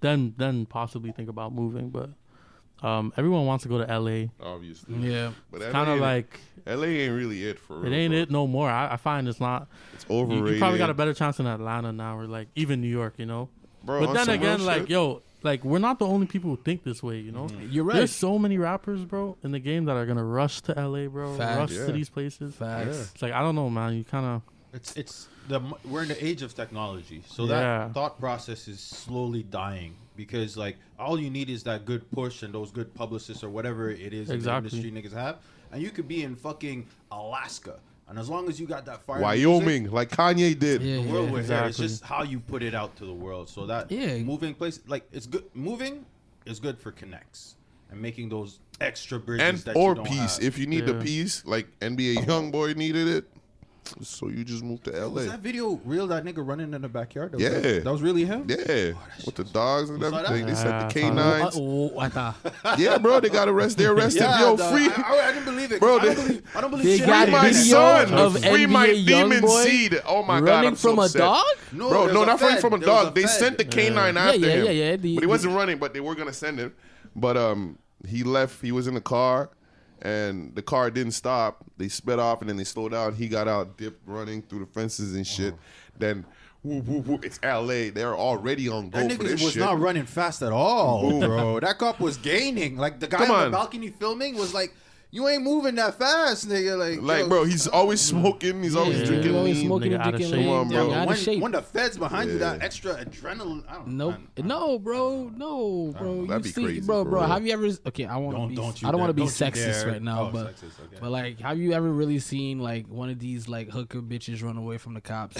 Speaker 4: then then possibly think about moving, but um everyone wants to go to LA.
Speaker 3: Obviously,
Speaker 2: Yeah.
Speaker 3: But
Speaker 4: Kind of like
Speaker 3: LA ain't really it for real.
Speaker 4: it ain't
Speaker 3: bro.
Speaker 4: it no more. I, I find it's not.
Speaker 3: It's
Speaker 4: You,
Speaker 3: overrated.
Speaker 4: you probably got a better chance in Atlanta now, or like even New York, you know.
Speaker 3: Bro,
Speaker 4: but
Speaker 3: on
Speaker 4: then
Speaker 3: some real
Speaker 4: again, like
Speaker 3: shit. Mm-hmm.
Speaker 4: yo, like we're not the only people who think this way, you know.
Speaker 2: You're right.
Speaker 4: There's so many rappers, bro, in the game that are gonna rush to LA, bro.
Speaker 2: Facts.
Speaker 4: Rush
Speaker 3: Yeah.
Speaker 4: to these places.
Speaker 2: Facts.
Speaker 4: It's like I don't know, man. You kind of
Speaker 6: It's it's the m- we're in the age of technology, so
Speaker 4: Yeah.
Speaker 6: that thought process is slowly dying because like all you need is that good push and those good publicists or whatever it is in the
Speaker 4: Exactly.
Speaker 6: industry niggas have, and you could be in fucking Alaska, and as long as you got that fire, music,
Speaker 3: Wyoming, like Kanye did.
Speaker 2: Yeah.
Speaker 6: the world would hear. It's
Speaker 4: exactly.
Speaker 6: just how you put it out to the world. So that
Speaker 2: Yeah.
Speaker 6: moving place, like it's good. Moving is good for connects and making those extra bridges
Speaker 3: And
Speaker 6: that
Speaker 3: or
Speaker 6: you don't
Speaker 3: peace.
Speaker 6: have.
Speaker 3: If you need the
Speaker 4: Yeah.
Speaker 3: peace, like NBA YoungBoy needed it. So you just moved to LA.
Speaker 6: Was that video real? That nigga running in the backyard. That was-
Speaker 3: Yeah.
Speaker 6: that was really him.
Speaker 4: Oh,
Speaker 3: Yeah, with the dogs and
Speaker 6: saw that?
Speaker 3: everything. They
Speaker 4: Nah,
Speaker 3: sent the
Speaker 4: I saw
Speaker 2: Uh,
Speaker 4: that.
Speaker 3: canines.
Speaker 2: oh, Wata.
Speaker 3: Yeah, bro, they got arrested. They arrested
Speaker 6: Yeah,
Speaker 3: yo
Speaker 6: dog.
Speaker 3: free.
Speaker 6: I, I, I didn't believe it.
Speaker 3: Bro,
Speaker 6: I don't
Speaker 3: they-
Speaker 6: believe, I don't believe
Speaker 2: They
Speaker 6: shit.
Speaker 2: got
Speaker 3: Free my
Speaker 2: video
Speaker 3: son,
Speaker 2: of
Speaker 3: free my
Speaker 2: NBA
Speaker 3: demon
Speaker 2: Youngboy
Speaker 3: seed. Oh my god,
Speaker 2: running
Speaker 3: I'm so
Speaker 2: from a
Speaker 3: upset.
Speaker 2: dog.
Speaker 6: No,
Speaker 3: bro,
Speaker 6: there
Speaker 3: no,
Speaker 6: was
Speaker 3: not running
Speaker 6: fed.
Speaker 3: from a
Speaker 6: There was
Speaker 3: dog. they
Speaker 6: fed.
Speaker 3: sent the canine after
Speaker 2: yeah,
Speaker 3: him.
Speaker 2: yeah, yeah, the-
Speaker 3: but he wasn't running. But they were gonna send him. But um, he left. He was in the car, and the car didn't stop. They sped off, and then they slowed down. He got out, dipped, running through the fences and shit.
Speaker 6: Uh-huh.
Speaker 3: Then. Whoop, whoop, whoop. It's LA. They're already on go
Speaker 6: That
Speaker 3: for
Speaker 6: nigga
Speaker 3: this
Speaker 6: was
Speaker 3: shit.
Speaker 6: not running fast at all, bro. That cop was gaining. Like the guy
Speaker 3: Come
Speaker 6: on. the
Speaker 3: on.
Speaker 6: balcony filming was like, "You ain't moving that fast, nigga." Like,
Speaker 3: Like,
Speaker 6: yo,
Speaker 3: bro, he's always smoking. He's always
Speaker 4: Yeah.
Speaker 3: drinking.
Speaker 2: You always
Speaker 3: lean.
Speaker 2: smoking
Speaker 4: Nigga
Speaker 2: and
Speaker 4: outta
Speaker 2: drinking
Speaker 4: shape.
Speaker 2: lean.
Speaker 3: Come on,
Speaker 2: You're
Speaker 3: bro.
Speaker 2: out
Speaker 6: when,
Speaker 2: of shape.
Speaker 6: when the feds behind you, that extra adrenaline. I don't,
Speaker 2: Nope.
Speaker 6: I,
Speaker 2: no, bro. No, bro.
Speaker 3: That'd
Speaker 2: you
Speaker 3: be
Speaker 2: see,
Speaker 3: crazy,
Speaker 2: bro,
Speaker 3: for
Speaker 2: bro.
Speaker 3: real.
Speaker 2: Have you ever? Okay, I want to
Speaker 6: Don't-
Speaker 2: be.
Speaker 6: don't you
Speaker 2: I don't want to
Speaker 6: dare.
Speaker 2: be
Speaker 6: Don't you
Speaker 2: sexist
Speaker 6: dare.
Speaker 2: right now,
Speaker 6: Oh,
Speaker 2: but
Speaker 6: sexist, okay.
Speaker 2: but like, have you ever really seen like one of these like hooker bitches run away from the cops?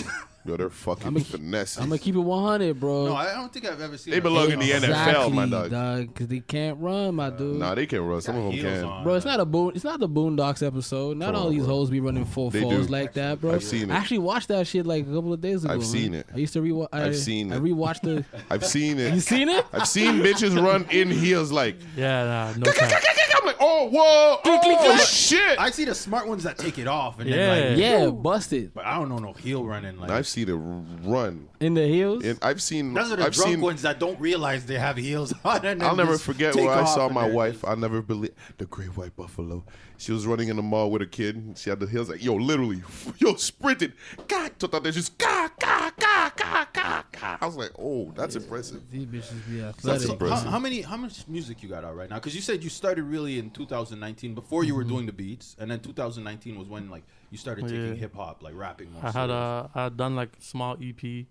Speaker 3: Yo, they're fucking
Speaker 2: I'ma-
Speaker 3: finesse.
Speaker 2: I'm gonna keep it 100, bro.
Speaker 6: no, I don't think I've ever seen.
Speaker 3: They
Speaker 6: a-
Speaker 3: belong in the NFL, my dog.
Speaker 2: Because they can't run, my dude.
Speaker 3: Nah, they can run. Some of them
Speaker 6: Heels
Speaker 3: can.
Speaker 6: on.
Speaker 2: Bro, it's not a boon. It's not the Boondocks episode. Not
Speaker 3: Come
Speaker 2: all
Speaker 3: on,
Speaker 2: these
Speaker 3: bro.
Speaker 2: hoes be running full
Speaker 3: They
Speaker 2: fours
Speaker 3: do.
Speaker 2: like that, bro.
Speaker 3: I've seen it.
Speaker 2: I actually watched that shit like a couple of days ago.
Speaker 3: I've
Speaker 2: man.
Speaker 3: seen it.
Speaker 2: I used to rewatch.
Speaker 3: I've seen
Speaker 2: I
Speaker 3: it.
Speaker 2: rewatched the.
Speaker 3: I've seen it.
Speaker 2: You seen it?
Speaker 3: I've seen bitches run in heels like.
Speaker 4: Yeah, nah, no cap.
Speaker 3: I'm like, oh, whoa, oh shit.
Speaker 6: I see the smart ones that take it off, and
Speaker 4: Yeah.
Speaker 6: then like,
Speaker 2: Yeah, busted
Speaker 6: but I don't know no heel running. Like
Speaker 3: I've seen it run.
Speaker 2: in the heels.
Speaker 3: And I've seen.
Speaker 6: those are the
Speaker 3: I've
Speaker 6: drunk
Speaker 3: seen.
Speaker 6: ones that don't realize they have heels on. And then
Speaker 3: I'll never
Speaker 6: just
Speaker 3: forget
Speaker 6: take
Speaker 3: where I
Speaker 6: off
Speaker 3: saw
Speaker 6: and
Speaker 3: my
Speaker 6: they're
Speaker 3: wife. I'll never believe the great white buffalo. She was running in the mall with a kid. She had the heels like, yo, literally, yo, sprinted. God, thought that just God, God, God, God, God, God. I was like, oh, that's impressive.
Speaker 2: These bitches be
Speaker 3: That's
Speaker 2: athletic.
Speaker 6: So how,
Speaker 3: impressive.
Speaker 6: how many how much music you got out right now? Because you said you started really in 2019 before
Speaker 4: Mm-hmm.
Speaker 6: you were doing the beats, and then 2019 was when like you started taking
Speaker 4: Oh, Yeah.
Speaker 6: hip hop like rapping. More
Speaker 4: I had
Speaker 6: serious.
Speaker 4: a I had done like small EP.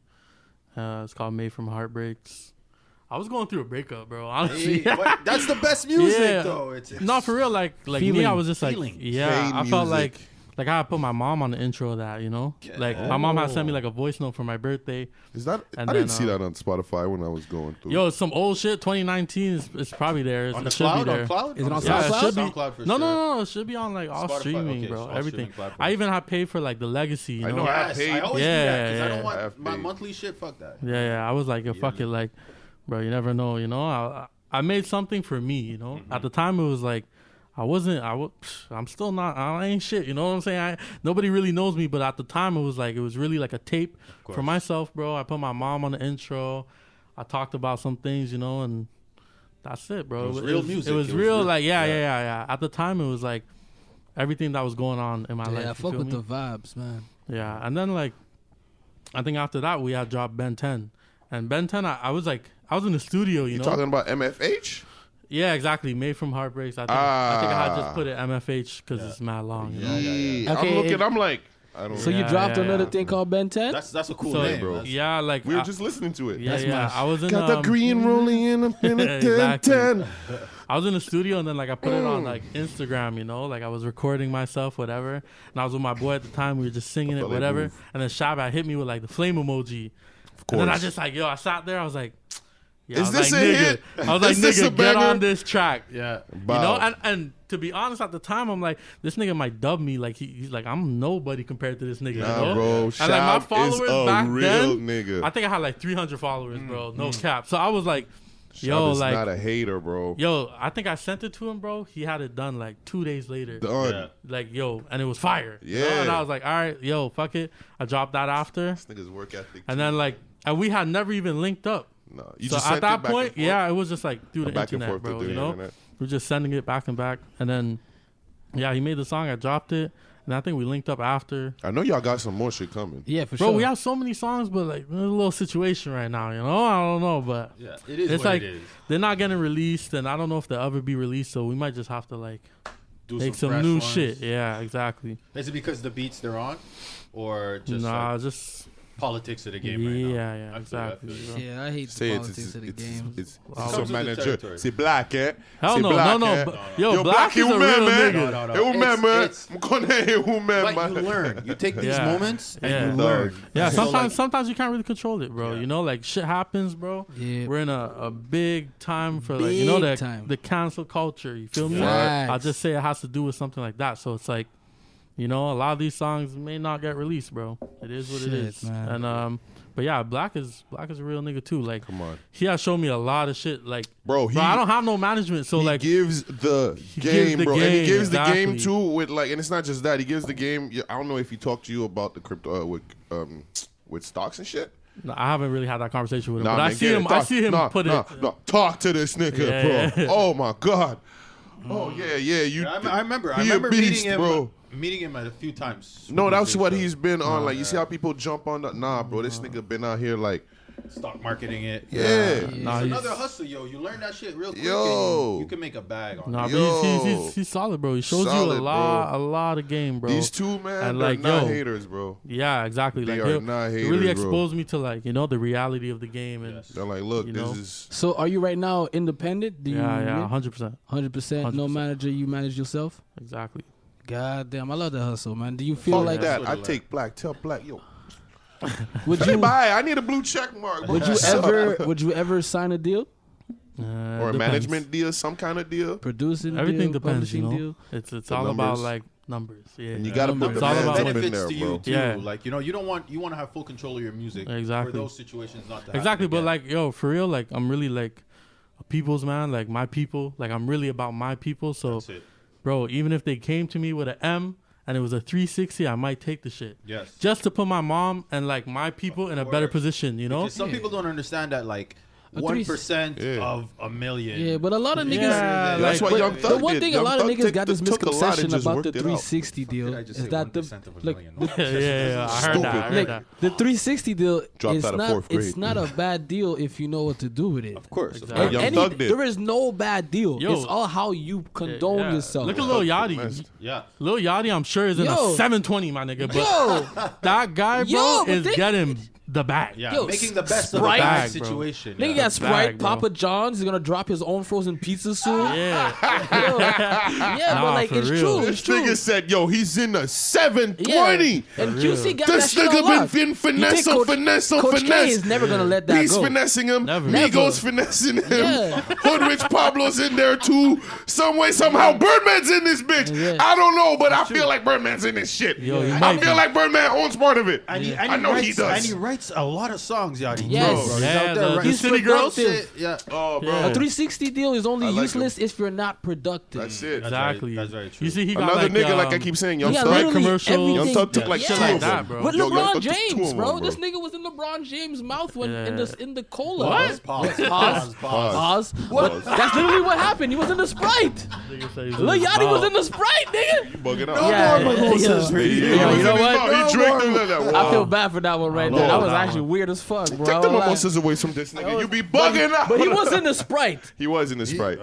Speaker 4: Uh, it's called Made from Heartbreaks. I was going through a breakup, bro. Honestly,
Speaker 6: Hey, but that's the best music
Speaker 4: yeah.
Speaker 6: though. It's, it's
Speaker 4: Not for real. Like like me,
Speaker 2: Feeling.
Speaker 4: I was just like
Speaker 6: Feeling.
Speaker 4: yeah.
Speaker 3: Pain
Speaker 4: I felt
Speaker 3: music.
Speaker 4: like like I had put my mom on the intro of that. You know, like my mom had sent me like a voice note for my birthday.
Speaker 3: Is that?
Speaker 4: And
Speaker 3: I
Speaker 4: then,
Speaker 3: didn't see
Speaker 4: uh,
Speaker 3: that on Spotify when I was going through.
Speaker 4: Yo, it's some old shit. 2019 is it's probably there. It's,
Speaker 6: on
Speaker 4: it
Speaker 6: the
Speaker 4: should
Speaker 6: cloud.
Speaker 4: be there.
Speaker 6: On cloud.
Speaker 2: Is it on
Speaker 4: Yeah, it
Speaker 2: SoundCloud?
Speaker 4: should be.
Speaker 6: SoundCloud for
Speaker 4: no,
Speaker 6: sure.
Speaker 4: no, no, no. It should be on like all
Speaker 6: Spotify,
Speaker 4: streaming,
Speaker 6: okay,
Speaker 4: bro.
Speaker 6: all
Speaker 4: Everything.
Speaker 6: streaming platforms.
Speaker 4: I even had paid for like the legacy. You
Speaker 3: I
Speaker 4: know.
Speaker 3: know,
Speaker 6: Yes, I always
Speaker 4: Yeah,
Speaker 6: do that because
Speaker 4: yeah,
Speaker 6: I don't want
Speaker 3: I've
Speaker 6: my
Speaker 3: paid.
Speaker 6: monthly shit. Fuck that.
Speaker 4: Yeah, yeah. I was like, yo, fuck it, like, bro, you never know, you know. I I I made something for me, you know. At the time, it was like, I wasn't, I was, I'm still not, I ain't shit, you know what I'm saying? I, nobody really knows me, but at the time, it was like, it was really like a tape for myself, bro. I put my mom on the intro. I talked about some things, you know, and that's it, bro. It
Speaker 6: was real music.
Speaker 4: It was, real, like, yeah, yeah, yeah, yeah. At the time, it was like everything that was going on in my life.
Speaker 2: yeah,
Speaker 4: you
Speaker 2: fuck
Speaker 4: feel
Speaker 2: with
Speaker 4: me?
Speaker 2: the vibes, man.
Speaker 4: Yeah, and then like, I think after that we had dropped Ben 10, and Ben 10, I, I was like, I was in the studio, you
Speaker 3: you
Speaker 4: know.
Speaker 3: talking about MFH?
Speaker 4: yeah, exactly. Made from Heartbreaks. I think, I think I had just put it MFH because it's mad long. You know?
Speaker 3: Ah. Yeah.
Speaker 2: Okay,
Speaker 3: I'm looking.
Speaker 2: it-
Speaker 3: I'm like, I don't.
Speaker 2: So
Speaker 3: know.
Speaker 2: you
Speaker 4: Yeah,
Speaker 2: dropped
Speaker 4: yeah,
Speaker 2: another
Speaker 4: yeah.
Speaker 2: thing called Ben 10?
Speaker 6: That's that's a cool
Speaker 4: So,
Speaker 6: name,
Speaker 3: bro.
Speaker 6: That's-
Speaker 4: yeah, like
Speaker 3: we were
Speaker 4: I-
Speaker 3: just listening to it.
Speaker 4: uh, yeah,
Speaker 2: that's
Speaker 4: yeah.
Speaker 2: my-
Speaker 4: I was in
Speaker 3: Got the
Speaker 4: um,
Speaker 3: green rolling in up in a
Speaker 4: Exactly.
Speaker 3: 10.
Speaker 4: I was in the studio and then like I put it
Speaker 3: Mm.
Speaker 4: on like Instagram, you know, like I was recording myself, whatever. And I was with my boy at the time, we were just singing it,
Speaker 3: felt like
Speaker 4: whatever.
Speaker 3: move.
Speaker 4: And then Shabbat hit me with like the flame emoji. And then I
Speaker 3: course.
Speaker 4: just like, yo, I sat there, I was like,
Speaker 3: Is
Speaker 4: yeah, I was
Speaker 3: this
Speaker 4: like,
Speaker 3: a
Speaker 4: nigga.
Speaker 3: hit?
Speaker 4: I was like,
Speaker 3: Is this a
Speaker 4: nigga, get
Speaker 3: banger?
Speaker 4: on this track.
Speaker 6: yeah.
Speaker 3: Bow.
Speaker 4: You know, and, and to be honest, at the time, I'm like, this nigga might dub me. Like, he, he's like, I'm nobody compared to this nigga. you
Speaker 3: Nah,
Speaker 4: know?
Speaker 3: bro.
Speaker 4: And like my
Speaker 3: Shab
Speaker 4: followers
Speaker 3: is a
Speaker 4: back
Speaker 3: real
Speaker 4: then,
Speaker 3: nigga.
Speaker 4: I think I had like 300 followers, bro. No cap. So I was like, yo,
Speaker 3: Shab is
Speaker 4: like,
Speaker 3: not a hater, bro.
Speaker 4: Yo, I think I sent it to him, bro. He had it done like two days later.
Speaker 3: Done.
Speaker 6: Yeah.
Speaker 4: Like, yo, and it was fire. you know?
Speaker 3: Yeah.
Speaker 4: And I was like, all right, yo, fuck it. I dropped that after.
Speaker 3: This nigga's work ethic.
Speaker 4: And then, like, and we had never even linked up.
Speaker 3: no, you
Speaker 4: so
Speaker 3: just
Speaker 4: at
Speaker 3: sent it
Speaker 4: that
Speaker 3: back
Speaker 4: point,
Speaker 3: and forth?
Speaker 4: yeah, it was just like through the
Speaker 3: Back and
Speaker 4: internet,
Speaker 3: forth
Speaker 4: bro.
Speaker 3: through
Speaker 4: You
Speaker 3: the
Speaker 4: know,
Speaker 3: internet.
Speaker 4: we're just sending it back and back. And then, yeah, he made the song. I dropped it. And I think we linked up after.
Speaker 3: I know y'all got some more shit coming.
Speaker 2: yeah, for
Speaker 4: Bro,
Speaker 2: sure.
Speaker 4: we have so many songs, but like, there's a little situation right now, you know? I don't know, but
Speaker 6: Yeah, it is
Speaker 4: it's
Speaker 6: what
Speaker 4: like
Speaker 6: it is.
Speaker 4: they're not getting released, and I don't know if they'll ever be released, so we might just have to like
Speaker 6: Do
Speaker 4: make some,
Speaker 6: fresh
Speaker 4: new
Speaker 6: ones.
Speaker 4: shit. Yeah, exactly.
Speaker 6: Is it because the beats they're on, or just
Speaker 4: nah,
Speaker 6: like,
Speaker 4: just
Speaker 6: politics of the game? right now?
Speaker 4: yeah, yeah,
Speaker 6: I feel you, I
Speaker 4: exactly.
Speaker 6: feel you.
Speaker 4: bro.
Speaker 2: yeah, I hate
Speaker 3: Say
Speaker 2: the
Speaker 3: it's
Speaker 2: politics
Speaker 3: it's
Speaker 2: of the
Speaker 3: it's,
Speaker 2: game.
Speaker 3: it's, it's,
Speaker 4: Wow.
Speaker 3: your
Speaker 6: Comes with the
Speaker 3: manager.
Speaker 6: territory.
Speaker 3: C'est black, eh?
Speaker 4: Hell
Speaker 3: C'est
Speaker 4: no,
Speaker 3: black,
Speaker 4: no, no,
Speaker 3: eh?
Speaker 4: but- Yo, Black, is a real nigga.
Speaker 6: No,
Speaker 3: Eh,
Speaker 6: no, no.
Speaker 3: who man,
Speaker 6: It's-
Speaker 3: man?
Speaker 6: it's-
Speaker 3: I'm gonna hear who man,
Speaker 6: But you
Speaker 3: man.
Speaker 6: learn. You take these
Speaker 4: Yeah.
Speaker 6: moments and
Speaker 4: Yeah.
Speaker 6: you
Speaker 3: Dog.
Speaker 6: learn.
Speaker 4: Yeah,
Speaker 6: So,
Speaker 4: sometimes
Speaker 6: like,
Speaker 4: sometimes you can't really control it, bro.
Speaker 6: Yeah.
Speaker 4: You know, like shit happens, bro.
Speaker 2: Yeah.
Speaker 4: We're in a, a big time for like you know
Speaker 2: Big
Speaker 4: the
Speaker 2: time.
Speaker 4: the cancel culture. You feel me?
Speaker 2: Facts.
Speaker 4: I'll just say it has to do with something like that. So it's like You know, a lot of these songs may not get released, bro. It is what
Speaker 2: Shit,
Speaker 4: it is.
Speaker 2: man.
Speaker 4: And um, but yeah, Black is Black is a real nigga too. Like,
Speaker 3: Come on.
Speaker 4: he has shown me a lot of shit. Like,
Speaker 3: Bro, he-
Speaker 4: I don't have no management, so
Speaker 3: he
Speaker 4: like,
Speaker 3: gives the
Speaker 4: gives
Speaker 3: game,
Speaker 4: the
Speaker 3: bro, and he
Speaker 4: game,
Speaker 3: gives the game
Speaker 4: exactly.
Speaker 3: too with like, and it's not just that he gives the game. yeah, I don't know if he talked to you about the crypto uh, with um with stocks and shit.
Speaker 4: No, I haven't really had that conversation with him,
Speaker 3: Nah,
Speaker 4: but I
Speaker 3: man,
Speaker 4: see
Speaker 3: get it.
Speaker 4: him. I
Speaker 3: Talk-
Speaker 4: see him
Speaker 3: nah,
Speaker 4: put
Speaker 3: nah,
Speaker 4: it.
Speaker 3: nah. Talk to this nigga,
Speaker 4: Yeah,
Speaker 3: bro.
Speaker 4: yeah.
Speaker 3: Oh my god. Oh yeah, yeah. You.
Speaker 6: I, I remember. I
Speaker 3: he a
Speaker 6: remember
Speaker 3: beast,
Speaker 6: meeting him. uh,
Speaker 3: bro.
Speaker 6: Meeting him at a few times.
Speaker 3: No,
Speaker 6: with
Speaker 3: that's
Speaker 6: his,
Speaker 3: what
Speaker 6: uh,
Speaker 3: he's been on. Like, you see how people jump on the nah, bro. This nigga been out here like,
Speaker 6: uh, stock marketing it.
Speaker 3: yeah,
Speaker 4: Nah,
Speaker 6: It's
Speaker 4: he's-
Speaker 6: another hustle, yo. You learn that shit real quick.
Speaker 3: Yo.
Speaker 6: and you can make a bag on
Speaker 4: Nah,
Speaker 6: it.
Speaker 4: but he's, he's,
Speaker 3: Yo.
Speaker 4: he's, he's solid, bro. He shows you
Speaker 3: Solid,
Speaker 4: a lot, a lot of game, bro.
Speaker 3: these two man,
Speaker 4: And,
Speaker 3: they're
Speaker 4: like,
Speaker 3: not
Speaker 4: yo.
Speaker 3: haters, bro.
Speaker 4: yeah, exactly.
Speaker 3: They
Speaker 4: like,
Speaker 3: are
Speaker 4: he'll-
Speaker 3: not
Speaker 4: he
Speaker 3: haters,
Speaker 4: really
Speaker 3: bro.
Speaker 4: exposed me to like you know the reality of the game and
Speaker 3: They're like, look,
Speaker 4: You
Speaker 3: this
Speaker 4: know?
Speaker 3: is
Speaker 2: So are you right now independent? Do you
Speaker 4: yeah,
Speaker 3: Mm-hmm.
Speaker 4: yeah, hundred percent,
Speaker 2: hundred percent? No
Speaker 4: 100%.
Speaker 2: manager, you manage yourself.
Speaker 4: exactly.
Speaker 2: God damn, I love the hustle, man. Do you feel
Speaker 3: fuck
Speaker 2: like
Speaker 3: that. I take black, tell black, yo,
Speaker 2: would
Speaker 3: hey,
Speaker 2: you
Speaker 3: bye. I need a blue check mark. bro.
Speaker 2: would you
Speaker 3: What's up?
Speaker 2: ever would you ever sign a deal?
Speaker 4: Uh,
Speaker 3: or a
Speaker 4: depends.
Speaker 3: management deal, some kind of deal?
Speaker 2: Producing
Speaker 4: Everything
Speaker 2: deal,
Speaker 4: depends, you
Speaker 2: publishing
Speaker 4: know.
Speaker 2: deal.
Speaker 4: It's it's
Speaker 3: The
Speaker 4: all
Speaker 3: numbers.
Speaker 4: about like numbers. Yeah,
Speaker 3: And you gotta put
Speaker 4: It's
Speaker 3: the
Speaker 4: all
Speaker 3: man's
Speaker 4: about
Speaker 3: up
Speaker 4: what-
Speaker 3: in
Speaker 6: benefits
Speaker 3: there,
Speaker 6: to you
Speaker 3: bro.
Speaker 6: too.
Speaker 4: Yeah.
Speaker 6: Like you know, you don't want you want to have full control of your music.
Speaker 4: Exactly.
Speaker 6: For those situations not to happen
Speaker 4: exactly. But
Speaker 6: again.
Speaker 4: like, yo, for real, like I'm really like a people's man. Like my people. Like I'm really about my people. So,
Speaker 6: That's it.
Speaker 4: bro, even if they came to me with an M and it was a 360, I might take the shit.
Speaker 6: Yes.
Speaker 4: Just to put my mom and like my people in a better
Speaker 6: course.
Speaker 4: position. You know.
Speaker 6: Because some people don't understand that like
Speaker 2: Oh, A
Speaker 6: one percent
Speaker 3: Yeah.
Speaker 6: of a million.
Speaker 2: Yeah, but a lot of niggas.
Speaker 4: Yeah,
Speaker 3: That's
Speaker 4: Like,
Speaker 3: why
Speaker 2: but
Speaker 3: Young Thug
Speaker 2: the one
Speaker 3: did.
Speaker 2: thing
Speaker 3: Young
Speaker 2: a lot of
Speaker 3: Thug
Speaker 2: niggas
Speaker 3: took-
Speaker 2: got this
Speaker 3: took a lot and
Speaker 2: misconception
Speaker 3: just
Speaker 2: about
Speaker 3: worked
Speaker 2: the
Speaker 3: it out.
Speaker 2: 360
Speaker 6: Did
Speaker 2: deal
Speaker 6: I just say
Speaker 2: is that the
Speaker 6: 1% of a
Speaker 2: look,
Speaker 6: million?
Speaker 4: yeah, yeah, yeah. I heard that. I heard
Speaker 3: Stupid.
Speaker 4: that.
Speaker 2: Like the 360 deal
Speaker 3: Dropped
Speaker 2: is
Speaker 3: out of
Speaker 2: not
Speaker 3: fourth
Speaker 2: it's
Speaker 3: grade.
Speaker 2: not a bad deal if you know what to do with it.
Speaker 6: Of course.
Speaker 4: Exactly.
Speaker 2: And
Speaker 3: Young
Speaker 2: any-
Speaker 3: Thug did.
Speaker 2: there is no bad deal.
Speaker 4: Yo.
Speaker 2: it's all how you
Speaker 4: Yeah,
Speaker 2: condone
Speaker 4: yeah.
Speaker 2: yourself.
Speaker 4: Look at Lil Yachty.
Speaker 3: messed.
Speaker 6: Yeah.
Speaker 4: Lil Yachty, I'm sure is in
Speaker 2: Yo.
Speaker 4: a 720, my nigga. But
Speaker 2: Yo,
Speaker 4: that guy,
Speaker 2: Yo,
Speaker 4: bro,
Speaker 2: but
Speaker 4: is
Speaker 2: they-
Speaker 4: getting the bag.
Speaker 6: Yeah.
Speaker 2: Yo,
Speaker 6: Making the best
Speaker 2: Sprite.
Speaker 6: of a bad
Speaker 4: Bag, bro.
Speaker 6: situation.
Speaker 2: nigga
Speaker 6: yeah.
Speaker 2: got Sprite,
Speaker 4: bag, bro.
Speaker 2: Papa John's. He's gonna drop his own frozen pizza soon.
Speaker 4: Yeah.
Speaker 2: Yo, yeah, but
Speaker 4: Nah,
Speaker 2: like
Speaker 4: for
Speaker 2: it's
Speaker 4: real.
Speaker 2: true. It's
Speaker 3: This
Speaker 2: true.
Speaker 3: nigga said, yo, he's in the
Speaker 2: Yeah.
Speaker 3: 720.
Speaker 2: And QC got
Speaker 3: This
Speaker 2: that shit
Speaker 3: nigga been
Speaker 2: unlocked.
Speaker 3: fin-
Speaker 2: You
Speaker 3: finesse
Speaker 2: think
Speaker 3: on
Speaker 2: Coach-
Speaker 3: finesse on
Speaker 2: Coach K
Speaker 3: finesse.
Speaker 2: is never gonna let that
Speaker 3: He's
Speaker 2: go.
Speaker 3: finessing him.
Speaker 4: Never.
Speaker 3: Migos finessing him.
Speaker 2: Yeah.
Speaker 3: Hoodrich Pablo's in there too. Some way, somehow, Birdman's in this bitch.
Speaker 2: Yeah.
Speaker 3: I don't know, but I feel like Birdman's in this shit.
Speaker 4: Yo, he
Speaker 3: I
Speaker 4: might
Speaker 3: feel
Speaker 4: be.
Speaker 3: like Birdman owns part of it.
Speaker 6: And he, and
Speaker 3: I
Speaker 6: he
Speaker 3: know
Speaker 6: writes,
Speaker 3: he does.
Speaker 6: And he writes a lot of songs, Yachty.
Speaker 2: Yes.
Speaker 6: Bro, he's
Speaker 4: Yeah,
Speaker 6: out there
Speaker 4: the-
Speaker 6: writing
Speaker 4: the City
Speaker 6: some
Speaker 4: Girls?
Speaker 6: shit. Yeah.
Speaker 3: oh, bro.
Speaker 4: Yeah.
Speaker 2: A 360 deal is only
Speaker 3: I like
Speaker 2: useless if you're not productive.
Speaker 3: That's it.
Speaker 6: very-
Speaker 4: Exactly.
Speaker 6: that's very true.
Speaker 4: You see, he got
Speaker 3: Another
Speaker 4: like,
Speaker 3: nigga,
Speaker 4: um,
Speaker 3: like I keep saying, Young
Speaker 2: Yeah,
Speaker 3: Thug.
Speaker 2: literally
Speaker 4: commercials.
Speaker 2: everything.
Speaker 4: Young
Speaker 3: Thug took like
Speaker 2: Yeah.
Speaker 3: two
Speaker 4: like
Speaker 3: of
Speaker 4: that,
Speaker 3: them.
Speaker 4: bro.
Speaker 2: With
Speaker 3: Yo, Young
Speaker 2: LeBron
Speaker 3: Thug took two
Speaker 2: James,
Speaker 3: of
Speaker 2: bro.
Speaker 3: them,
Speaker 2: This nigga was in LeBron James' mouth when in the in the cola.
Speaker 6: Pause, pause, pause, pause.
Speaker 2: Pause. But that's literally what happened. He was in the Sprite.
Speaker 4: Nigga said he's in
Speaker 2: Lil
Speaker 4: his
Speaker 2: Yachty was
Speaker 4: mouth.
Speaker 2: in the Sprite, nigga.
Speaker 3: Bugging out.
Speaker 2: Yeah, yeah, yeah.
Speaker 3: Yeah,
Speaker 2: you know
Speaker 3: he
Speaker 2: what?
Speaker 3: drank- He drank them like that. Wow.
Speaker 2: I feel bad for that one right
Speaker 3: love
Speaker 2: there. That
Speaker 3: that
Speaker 2: was
Speaker 4: one.
Speaker 2: actually weird as fuck, bro. I
Speaker 3: Take the
Speaker 2: won't lie.
Speaker 3: mimosas away from this nigga. you be
Speaker 2: But he-
Speaker 3: bugging out.
Speaker 2: But he was in the Sprite.
Speaker 3: He was in the sprite.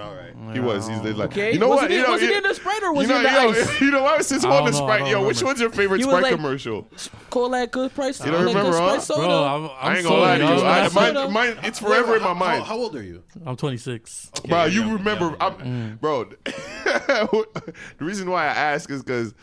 Speaker 3: He, was. He's like,
Speaker 2: Okay.
Speaker 3: you know
Speaker 2: was
Speaker 3: what?
Speaker 2: He,
Speaker 3: you know,
Speaker 2: was he
Speaker 3: you-
Speaker 2: in the Sprite or was
Speaker 3: you know,
Speaker 2: he in the
Speaker 3: yo,
Speaker 2: ice?
Speaker 3: you know what? Since
Speaker 4: I
Speaker 3: on the
Speaker 4: don't know, I
Speaker 3: sprite,
Speaker 4: don't
Speaker 3: yo, which
Speaker 4: remember.
Speaker 3: one's your favorite
Speaker 2: He was
Speaker 3: sprite
Speaker 2: like-
Speaker 3: commercial?
Speaker 2: Cola at good price.
Speaker 3: You don't
Speaker 2: Cola at good
Speaker 3: remember, huh?
Speaker 2: Sprite soda.
Speaker 4: Bro, I'm, I'm
Speaker 3: I ain't
Speaker 4: so
Speaker 3: gonna lie to you.
Speaker 4: young.
Speaker 3: I,
Speaker 2: That's soda.
Speaker 3: mine, mine, it's forever in my
Speaker 6: How-
Speaker 3: mind.
Speaker 6: How old are you?
Speaker 4: I'm 26.
Speaker 3: bro,
Speaker 6: yeah,
Speaker 3: you
Speaker 6: yeah,
Speaker 3: remember,
Speaker 6: yeah,
Speaker 3: I'm, bro. the reason why I ask is because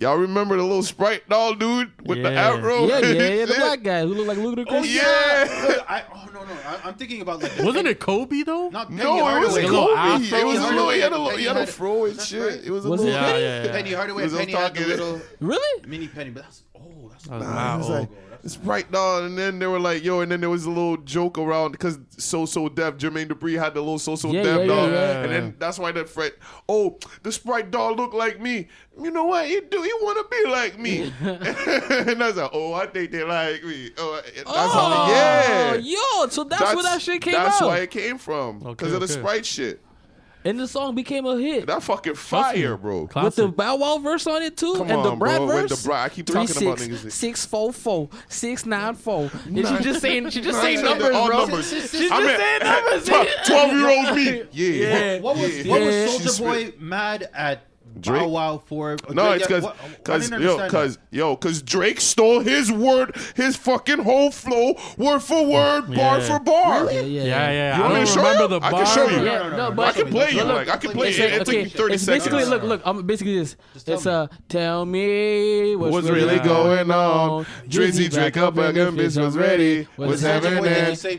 Speaker 3: y'all remember the little sprite doll dude with the
Speaker 4: Yeah.
Speaker 3: afro.
Speaker 2: Yeah,
Speaker 3: and
Speaker 2: yeah, yeah. The
Speaker 3: shit?
Speaker 2: black guy who looked like Ludacris.
Speaker 3: Oh, Yeah.
Speaker 6: Look, I, oh no no, I, I'm thinking about like
Speaker 4: Wasn't it Kobe though?
Speaker 6: not Penny
Speaker 3: No, it was
Speaker 6: Hardaway.
Speaker 4: a little
Speaker 3: Kobe.
Speaker 4: afro.
Speaker 3: It was a little. He had a little.
Speaker 6: Penny
Speaker 3: He had a
Speaker 6: had it.
Speaker 3: fro and
Speaker 6: That's
Speaker 3: shit.
Speaker 6: right.
Speaker 3: It was a
Speaker 2: Was
Speaker 3: little.
Speaker 2: it
Speaker 4: yeah,
Speaker 2: Penny?
Speaker 4: yeah, yeah.
Speaker 6: Penny Hardaway.
Speaker 3: Was
Speaker 6: Penny
Speaker 3: all
Speaker 6: had the
Speaker 3: talking.
Speaker 6: little
Speaker 2: Really?
Speaker 6: mini Penny, but that's oh that's
Speaker 4: That was
Speaker 3: Nah,
Speaker 4: wild.
Speaker 3: he was like, it's right now. And then they were like, yo, and then there was a little joke around because So So Def, Jermaine Dupri had the little So So
Speaker 2: Yeah,
Speaker 3: Def
Speaker 2: yeah,
Speaker 3: dog.
Speaker 2: yeah, yeah.
Speaker 3: And then that's why that Fred, oh, the Sprite dog look like me. You know what? He do. He want to be like me. and I was like, oh, I think they like me. Oh, I- that's how, yeah.
Speaker 2: yo! So that's, where that shit came
Speaker 3: That's
Speaker 2: out,
Speaker 3: why it came from. Because
Speaker 4: Okay,
Speaker 3: of the
Speaker 4: okay.
Speaker 3: Sprite shit.
Speaker 2: and the song became a hit
Speaker 3: That fucking fire, bro.
Speaker 4: Classic.
Speaker 2: with the Bow Wow verse on it too,
Speaker 3: Come
Speaker 2: and the
Speaker 3: on,
Speaker 2: Brad
Speaker 3: bro, with
Speaker 2: verse.
Speaker 3: the Brad- I keep talking about
Speaker 2: six,
Speaker 3: niggas.
Speaker 2: Six four four, six nine four. And she
Speaker 3: Nine-
Speaker 2: just saying, she just
Speaker 3: Nine-
Speaker 2: saying
Speaker 3: nine-
Speaker 2: numbers,
Speaker 3: all
Speaker 2: bro.
Speaker 3: numbers.
Speaker 2: She's just
Speaker 3: I mean,
Speaker 2: saying numbers.
Speaker 3: 12 year old me. Yeah.
Speaker 6: What was
Speaker 3: Yeah.
Speaker 6: what
Speaker 2: Yeah.
Speaker 6: was
Speaker 3: She
Speaker 6: Soldier Boy
Speaker 3: spit-
Speaker 6: mad at
Speaker 3: Drake?
Speaker 6: Bow Wow for?
Speaker 3: No,
Speaker 6: Drake-
Speaker 3: it's because
Speaker 6: what- I
Speaker 3: because
Speaker 6: didn't
Speaker 3: yo
Speaker 6: understand that.
Speaker 3: because yo because Drake stole his word, his fucking whole flow, word for word, bar
Speaker 4: Yeah.
Speaker 3: for bar.
Speaker 2: Yeah, yeah,
Speaker 4: Yeah, yeah.
Speaker 3: You
Speaker 4: I
Speaker 3: want me
Speaker 4: don't
Speaker 3: to show
Speaker 4: remember
Speaker 3: you?
Speaker 4: the
Speaker 3: I
Speaker 4: bar.
Speaker 3: can show you.
Speaker 2: Yeah,
Speaker 6: no, no,
Speaker 2: no,
Speaker 6: no.
Speaker 2: but
Speaker 3: I can play you
Speaker 2: Look,
Speaker 3: like I can play.
Speaker 2: it's
Speaker 3: It,
Speaker 2: like-
Speaker 3: it took
Speaker 2: okay,
Speaker 3: me thirty
Speaker 2: it's
Speaker 3: seconds.
Speaker 2: Basically, look, look. I'm basically this.
Speaker 6: tell
Speaker 2: It's
Speaker 6: me.
Speaker 2: uh, tell me what's,
Speaker 3: What's really going on?
Speaker 2: Drizzy
Speaker 3: Drizzy Drake up
Speaker 2: and
Speaker 3: again, bitch was ready. What's happening?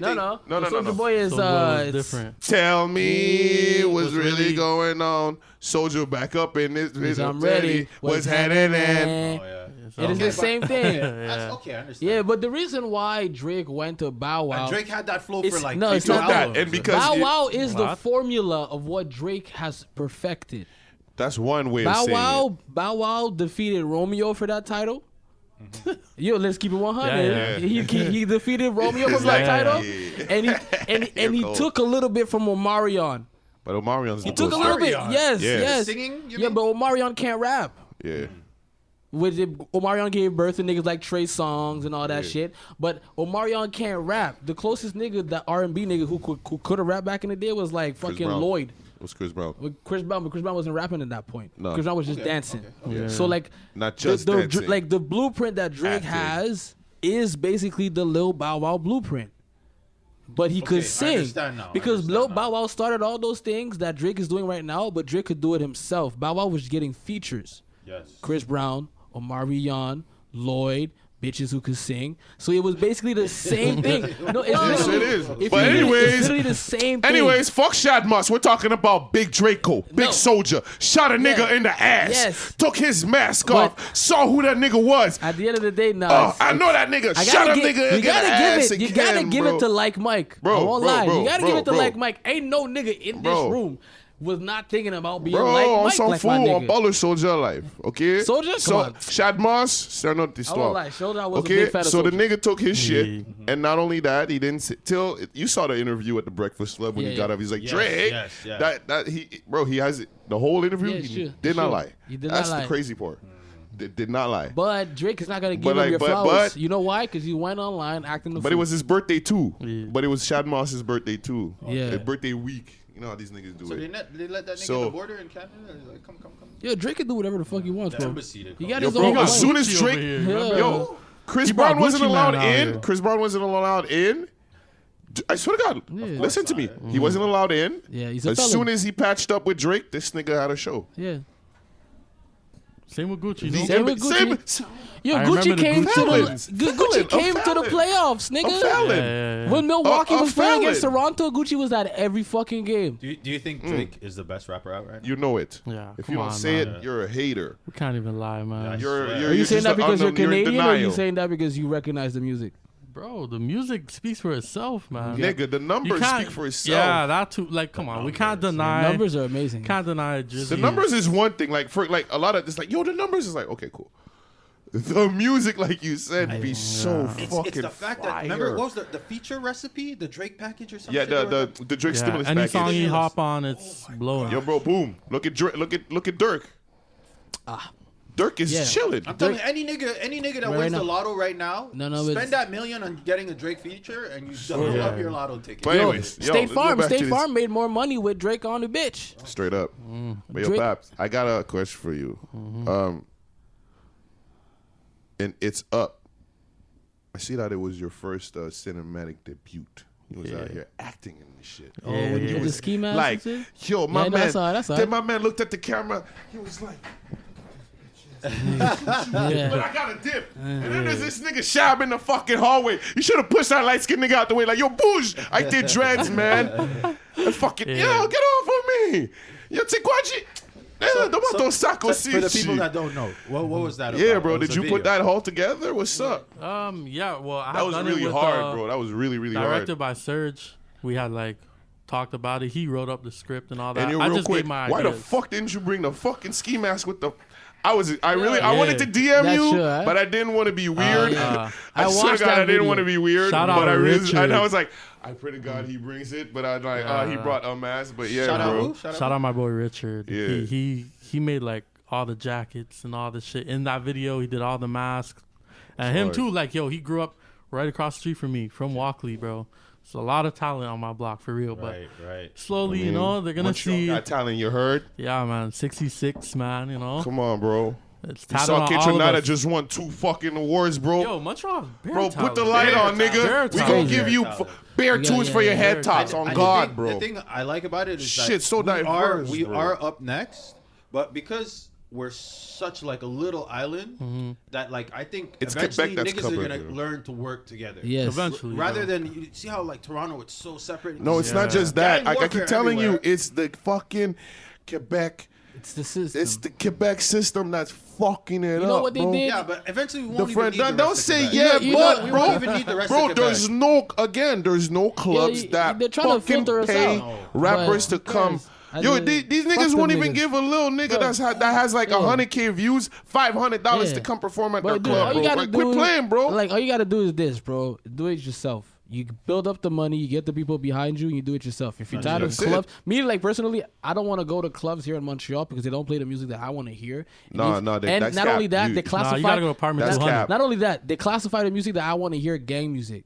Speaker 2: No, no,
Speaker 3: No, no, no,
Speaker 2: Soldier
Speaker 3: no.
Speaker 2: Boy is
Speaker 4: Soulja Boy
Speaker 2: uh,
Speaker 4: was
Speaker 2: it's-
Speaker 4: different.
Speaker 3: Tell me what's really going on. Soldier back up in this. this
Speaker 2: I'm ready.
Speaker 3: What's happening?
Speaker 6: Oh, yeah.
Speaker 2: It is the same thing.
Speaker 6: That's okay. I understand.
Speaker 2: Yeah, but the reason why Drake went to Bow Wow,
Speaker 6: And Drake had that flow
Speaker 2: It's-
Speaker 6: for like
Speaker 2: no,
Speaker 6: two
Speaker 2: it's not that.
Speaker 6: albums.
Speaker 3: And because
Speaker 2: Bow
Speaker 3: it-
Speaker 2: Wow is the
Speaker 4: What?
Speaker 2: formula of what Drake has perfected.
Speaker 3: that's one way
Speaker 2: Bow
Speaker 3: of saying it.
Speaker 2: Wow, Bow Wow defeated Romeo for that title. Yo, let's keep it 100.
Speaker 4: Yeah,
Speaker 2: He, he, he defeated Romeo for that
Speaker 4: Yeah.
Speaker 2: title, and he and, and he
Speaker 3: Cold.
Speaker 2: took a little bit from Omarion.
Speaker 3: But Omarion's the
Speaker 2: Took a
Speaker 3: most-
Speaker 2: little bit,
Speaker 6: Omarion?
Speaker 2: yes,
Speaker 3: Yeah.
Speaker 2: yes.
Speaker 6: Singing, you
Speaker 2: yeah,
Speaker 6: mean?
Speaker 2: but Omarion can't rap.
Speaker 3: Yeah.
Speaker 2: Which if Omarion gave birth to niggas like Trey Songs and all that shit. But Omarion can't rap. The closest nigga, that R and B nigga who could who could have rapped back in the day was like fucking
Speaker 3: Brown.
Speaker 2: Lloyd.
Speaker 3: What's Chris Brown?
Speaker 2: With Chris Brown, but Chris Brown wasn't rapping at that point.
Speaker 3: No.
Speaker 2: Chris Brown was just dancing. So like,
Speaker 3: Not
Speaker 2: the-
Speaker 3: just
Speaker 2: the, dr-
Speaker 3: dancing.
Speaker 2: like the blueprint that Drake
Speaker 3: Acting.
Speaker 2: has is basically the Lil Bow Wow blueprint. But he
Speaker 6: I
Speaker 2: could sing
Speaker 6: understand now, I
Speaker 2: because
Speaker 6: understand
Speaker 2: Lil
Speaker 6: now.
Speaker 2: Bow Wow started all those things that Drake is doing right now, but Drake could do it himself. Bow Wow was getting features.
Speaker 6: Yes.
Speaker 2: Chris Brown, Omarion, Lloyd, bitches who could sing. So it was basically the same thing. No, it's
Speaker 3: Yes,
Speaker 2: literally-
Speaker 3: it is.
Speaker 2: if you
Speaker 3: But
Speaker 2: really-
Speaker 3: anyways-
Speaker 2: it's literally the same thing.
Speaker 3: Anyways, fuck Shad Moss. We're talking about Big Draco, Big
Speaker 2: No.
Speaker 3: Soldier. Shot a nigga
Speaker 2: Yeah.
Speaker 3: in the ass.
Speaker 2: Yes.
Speaker 3: Took his mask
Speaker 2: But-
Speaker 3: off. Saw who that nigga was.
Speaker 2: at the end of the day, now
Speaker 3: Oh, I know that nigga.
Speaker 2: I
Speaker 3: Shot a
Speaker 2: gotta
Speaker 3: nigga
Speaker 2: give,
Speaker 3: in
Speaker 2: you
Speaker 3: the
Speaker 2: gotta give
Speaker 3: ass
Speaker 2: it. You
Speaker 3: again,
Speaker 2: gotta give
Speaker 3: bro.
Speaker 2: it to like Mike.
Speaker 3: Bro,
Speaker 2: I won't
Speaker 3: bro,
Speaker 2: lie.
Speaker 3: bro,
Speaker 2: you gotta
Speaker 3: bro,
Speaker 2: give it to
Speaker 3: bro.
Speaker 2: like Mike. Ain't no nigga in this
Speaker 3: Bro.
Speaker 2: room was not thinking about being
Speaker 3: Bro,
Speaker 2: like
Speaker 3: on
Speaker 2: Mike
Speaker 3: some
Speaker 2: like
Speaker 3: fool
Speaker 2: my
Speaker 3: on
Speaker 2: nigga.
Speaker 3: baller soldier life, okay?
Speaker 2: Soldier? Come
Speaker 3: so
Speaker 2: on.
Speaker 3: Shad Moss, stand up this
Speaker 2: I won't lie, Soldier was a
Speaker 3: okay,
Speaker 2: big fan of
Speaker 3: so the
Speaker 2: Soldier.
Speaker 3: nigga took his shit,
Speaker 4: Yeah.
Speaker 3: and not only that, he didn't sit, till you saw the interview at the Breakfast Club when
Speaker 2: Yeah,
Speaker 3: he got
Speaker 2: yeah.
Speaker 3: up. He's like
Speaker 6: Yes,
Speaker 3: Drake,
Speaker 6: yes, yes.
Speaker 3: that that he bro, he has it the whole interview.
Speaker 2: Yeah,
Speaker 3: he
Speaker 2: sure,
Speaker 3: did not
Speaker 2: sure.
Speaker 3: lie.
Speaker 2: He did not
Speaker 3: That's
Speaker 2: lie.
Speaker 3: the crazy part.
Speaker 4: Mm.
Speaker 3: Did, did not lie. But,
Speaker 2: But Drake is not gonna give
Speaker 3: But
Speaker 2: him
Speaker 3: like,
Speaker 2: your
Speaker 3: but-
Speaker 2: flowers.
Speaker 3: but-
Speaker 2: you know why? Because you went online acting the
Speaker 3: it
Speaker 2: fool.
Speaker 3: was his birthday too.
Speaker 4: Yeah.
Speaker 3: But it was Shad Moss's birthday too.
Speaker 2: Yeah.
Speaker 3: his birthday week. You know how these niggas do
Speaker 6: So they,
Speaker 3: it.
Speaker 6: let, they let that nigga
Speaker 3: So-
Speaker 6: in the border in Canada. They're Like, come, come, come.
Speaker 2: Yo, Drake can do whatever the fuck he wants,
Speaker 6: The
Speaker 2: bro.
Speaker 6: embassy. they
Speaker 2: He
Speaker 6: call
Speaker 2: got
Speaker 6: it.
Speaker 3: Yo,
Speaker 2: his
Speaker 3: bro,
Speaker 2: own
Speaker 3: as soon
Speaker 2: lane.
Speaker 3: as
Speaker 4: Gucci
Speaker 3: Drake,
Speaker 4: over here, remember?
Speaker 3: yo, Chris
Speaker 4: brought
Speaker 3: Brown wasn't
Speaker 4: Gucci Man
Speaker 3: allowed
Speaker 4: out
Speaker 3: in.
Speaker 4: here.
Speaker 3: Chris Brown wasn't allowed in. D- I swear to God, listen to me. He wasn't allowed in.
Speaker 2: Mm-hmm. Yeah, he's a
Speaker 3: As
Speaker 2: felon.
Speaker 3: soon as he patched up with Drake, this nigga had a show.
Speaker 2: yeah.
Speaker 4: Same with Gucci.
Speaker 3: The-
Speaker 4: no?
Speaker 2: Same with Gucci. Yo, Gucci
Speaker 4: I remember the
Speaker 2: came
Speaker 4: Gucci
Speaker 2: to
Speaker 3: Felons.
Speaker 2: the Gu- Gucci
Speaker 3: Felon. A
Speaker 2: came to the
Speaker 3: felon.
Speaker 2: playoffs,
Speaker 3: a
Speaker 2: nigga.
Speaker 3: felon.
Speaker 4: Yeah, yeah, yeah.
Speaker 2: When Milwaukee
Speaker 3: A- a
Speaker 2: was playing against
Speaker 3: felon.
Speaker 2: Toronto, Gucci was at every fucking game.
Speaker 6: Do you, do you
Speaker 3: Mm.
Speaker 6: think Drake is the best rapper out right now?
Speaker 3: You know it.
Speaker 4: Yeah,
Speaker 3: if
Speaker 4: come
Speaker 3: you don't
Speaker 4: on,
Speaker 3: say
Speaker 4: man.
Speaker 3: it, you're a hater.
Speaker 4: we can't even lie, man.
Speaker 6: Yeah,
Speaker 3: You're,
Speaker 6: Are
Speaker 3: you're,
Speaker 6: you
Speaker 2: Are you
Speaker 3: you're
Speaker 2: saying
Speaker 3: just
Speaker 2: that because
Speaker 3: an
Speaker 2: you're
Speaker 3: unknown- in
Speaker 2: Canadian, or are you
Speaker 3: denial.
Speaker 2: saying that because you recognize the music?
Speaker 4: Bro, the music speaks for itself, man.
Speaker 3: Nigga, the
Speaker 4: You
Speaker 3: numbers
Speaker 4: can't-
Speaker 3: speak for itself.
Speaker 4: Yeah, that too. Like, come on, we can't deny
Speaker 2: Numbers are amazing.
Speaker 4: Can't deny Drizzy.
Speaker 3: The numbers is one thing. Like for like a lot of this, like yo, the numbers is like okay, cool. The music, like you said, be so
Speaker 6: It's,
Speaker 3: fucking
Speaker 6: it's the fact
Speaker 3: fire.
Speaker 6: that remember what was the, the feature recipe, the Drake package or something?
Speaker 3: yeah, the the, the Drake
Speaker 4: Yeah,
Speaker 3: stimulus
Speaker 4: any
Speaker 3: package.
Speaker 4: song you hop on, it's blowing.
Speaker 3: Yo, bro, boom. Look at Drake. Look at look at Dirk. Dirk is
Speaker 2: Ah. Yeah.
Speaker 3: chilling.
Speaker 6: I'm telling you, any nigga, any nigga that
Speaker 2: Right
Speaker 6: wins
Speaker 2: now.
Speaker 6: the lotto right now,
Speaker 2: No, no, but-
Speaker 6: spend that million on getting a Drake feature, and you double
Speaker 4: Yeah.
Speaker 6: up your lotto ticket.
Speaker 3: But anyways, yo,
Speaker 2: State
Speaker 3: let's go
Speaker 2: Farm,
Speaker 3: back to
Speaker 2: State
Speaker 3: this.
Speaker 2: Farm made more money with Drake on the bitch.
Speaker 3: Straight up. But yo,
Speaker 2: Mm. Drake- Mm-hmm.
Speaker 3: Paps, I got a question for you. Um, and it's up. I see that it was your first uh, cinematic debut. You was out here acting in this shit.
Speaker 2: Oh, when you did the ski mask,
Speaker 3: like,
Speaker 2: and shit?
Speaker 3: yo, my
Speaker 2: Yeah,
Speaker 3: man.
Speaker 2: no, that's all right, that's all
Speaker 3: then my man looked at the camera. He was like, but
Speaker 2: yeah.
Speaker 3: I got a dip. And then there's this nigga shab in the fucking hallway. You should have pushed that light skinned nigga out the way. Like, yo, boosh, I did dreads, man. And fucking, yo, get off of me. Yo, Tikwaji. So, the
Speaker 6: So-
Speaker 3: so, saco
Speaker 6: so- for the people
Speaker 3: shit.
Speaker 6: that don't know, what, what was that?
Speaker 3: Yeah,
Speaker 6: about?
Speaker 3: bro,
Speaker 6: It was
Speaker 3: did
Speaker 6: a
Speaker 3: you put
Speaker 6: video.
Speaker 3: that all together? What's up?
Speaker 4: Um, yeah. Well, I
Speaker 3: That was
Speaker 4: done it
Speaker 3: really
Speaker 4: with,
Speaker 3: hard,
Speaker 4: uh,
Speaker 3: bro. That was really, really
Speaker 4: directed
Speaker 3: hard.
Speaker 4: by Serge. We had like talked about it. He wrote up the script and all that.
Speaker 3: And then
Speaker 4: I
Speaker 3: real
Speaker 4: just
Speaker 3: quick,
Speaker 4: gave my
Speaker 3: why the
Speaker 4: ideas.
Speaker 3: fuck didn't you bring the fucking ski mask with the? I was, I really, I
Speaker 4: Yeah.
Speaker 3: wanted to DM
Speaker 2: That's
Speaker 3: you,
Speaker 2: true, huh?
Speaker 3: but I didn't want to be weird.
Speaker 4: yeah.
Speaker 3: I,
Speaker 2: I
Speaker 3: swear to
Speaker 2: watched
Speaker 3: God,
Speaker 2: that
Speaker 3: I didn't
Speaker 2: video.
Speaker 3: want to be weird.
Speaker 4: Shout
Speaker 3: but
Speaker 4: out
Speaker 3: I really-
Speaker 4: Richard.
Speaker 3: and I was like, I pray to God he brings it, but I like, uh, he brought a mask, but yeah,
Speaker 6: Shout out,
Speaker 3: bro.
Speaker 6: who? Shout out,
Speaker 4: Shout out my boy Richard.
Speaker 3: Yeah.
Speaker 4: He he he made like all the jackets and all the shit in that video. He did all the masks. And him
Speaker 3: hard.
Speaker 4: too, like yo, he grew up right across the street from me from Walkley, bro. So a lot of talent on my block for real.
Speaker 6: Right, right.
Speaker 4: But slowly, you know, they're gonna
Speaker 3: Once y'all
Speaker 4: see
Speaker 3: got talent, you heard.
Speaker 4: Yeah man, sixty six man, you know.
Speaker 3: Come on, bro.
Speaker 4: It's
Speaker 3: You
Speaker 4: talent
Speaker 3: saw
Speaker 4: on all of
Speaker 3: Kitchenada
Speaker 4: us.
Speaker 3: just won two fucking awards, bro.
Speaker 4: Yo, Montreal. bare
Speaker 3: bro, put the
Speaker 4: talent.
Speaker 3: light
Speaker 4: Bare
Speaker 3: on,
Speaker 4: talent. Bare
Speaker 3: nigga. We gonna
Speaker 4: talent.
Speaker 3: give you
Speaker 6: Bare
Speaker 3: f-
Speaker 6: talent.
Speaker 3: bare
Speaker 2: Yeah,
Speaker 3: tunes
Speaker 2: yeah,
Speaker 3: for your
Speaker 2: yeah.
Speaker 3: head
Speaker 4: Bare
Speaker 3: tops
Speaker 4: talent.
Speaker 3: on
Speaker 6: And the
Speaker 3: God,
Speaker 6: thing,
Speaker 3: bro.
Speaker 6: The thing I like about it is
Speaker 3: Shit,
Speaker 6: that
Speaker 3: so
Speaker 6: we are
Speaker 3: diverse,
Speaker 6: we
Speaker 3: bro.
Speaker 6: are up next, but because we're such like a little island that like I think
Speaker 3: It's
Speaker 6: eventually
Speaker 3: Quebec
Speaker 6: niggas
Speaker 3: that's
Speaker 6: are
Speaker 3: covered,
Speaker 6: gonna
Speaker 3: yeah.
Speaker 6: learn to work together.
Speaker 2: Yes.
Speaker 4: Eventually.
Speaker 6: Rather
Speaker 4: yeah.
Speaker 6: than you see how like Toronto it's so separate.
Speaker 3: No, it's not
Speaker 4: Yeah.
Speaker 3: just that.
Speaker 6: Gang
Speaker 3: Like I
Speaker 6: warfare
Speaker 3: keep telling
Speaker 6: everywhere.
Speaker 3: you, it's the fucking Quebec
Speaker 2: It's the system.
Speaker 3: It's the Quebec system that's fucking it
Speaker 2: you know
Speaker 3: up,
Speaker 2: what they
Speaker 3: bro.
Speaker 2: did?
Speaker 6: Yeah, but eventually we
Speaker 3: The
Speaker 6: won't even
Speaker 3: friend,
Speaker 6: need the
Speaker 3: don't,
Speaker 6: rest
Speaker 3: don't say
Speaker 6: of Quebec.
Speaker 3: yeah,
Speaker 2: You know-
Speaker 3: but
Speaker 2: you know-
Speaker 3: bro,
Speaker 6: We don't even need the rest
Speaker 3: bro,
Speaker 6: of Quebec.
Speaker 3: there's no again, there's no clubs
Speaker 2: you-
Speaker 3: that
Speaker 2: they're trying to
Speaker 3: fucking
Speaker 2: filter us
Speaker 3: pay
Speaker 2: out.
Speaker 3: rappers
Speaker 2: But
Speaker 3: to come.
Speaker 2: first, I
Speaker 3: Yo,
Speaker 2: did-
Speaker 3: the- these
Speaker 2: fuck
Speaker 3: niggas
Speaker 2: them
Speaker 3: won't even
Speaker 2: niggas.
Speaker 3: give a little nigga that's ha- that has like
Speaker 2: Yeah.
Speaker 3: hundred k views five hundred dollars
Speaker 2: Yeah.
Speaker 3: to come perform at
Speaker 2: But
Speaker 3: their
Speaker 2: dude,
Speaker 3: club,
Speaker 2: all you
Speaker 3: bro.
Speaker 2: gotta
Speaker 3: Like,
Speaker 2: do,
Speaker 3: quit playing, bro.
Speaker 2: Like all you gotta do is this, bro. Do it yourself. You build up the money, you get the people behind you, and you do it yourself. If you're tired of
Speaker 3: That's it.
Speaker 2: clubs, me like personally, I don't want to go to clubs here in Montreal because they don't play the music that I want to hear. And
Speaker 3: No,
Speaker 2: if-
Speaker 3: no, they-
Speaker 2: and
Speaker 3: that's
Speaker 2: not
Speaker 3: cap.
Speaker 2: only that,
Speaker 3: You-
Speaker 2: they
Speaker 3: Nah, you
Speaker 2: classify.
Speaker 4: gotta go to apartment
Speaker 2: not,
Speaker 3: 200.
Speaker 2: not only that, they classify the music that I want to hear gang music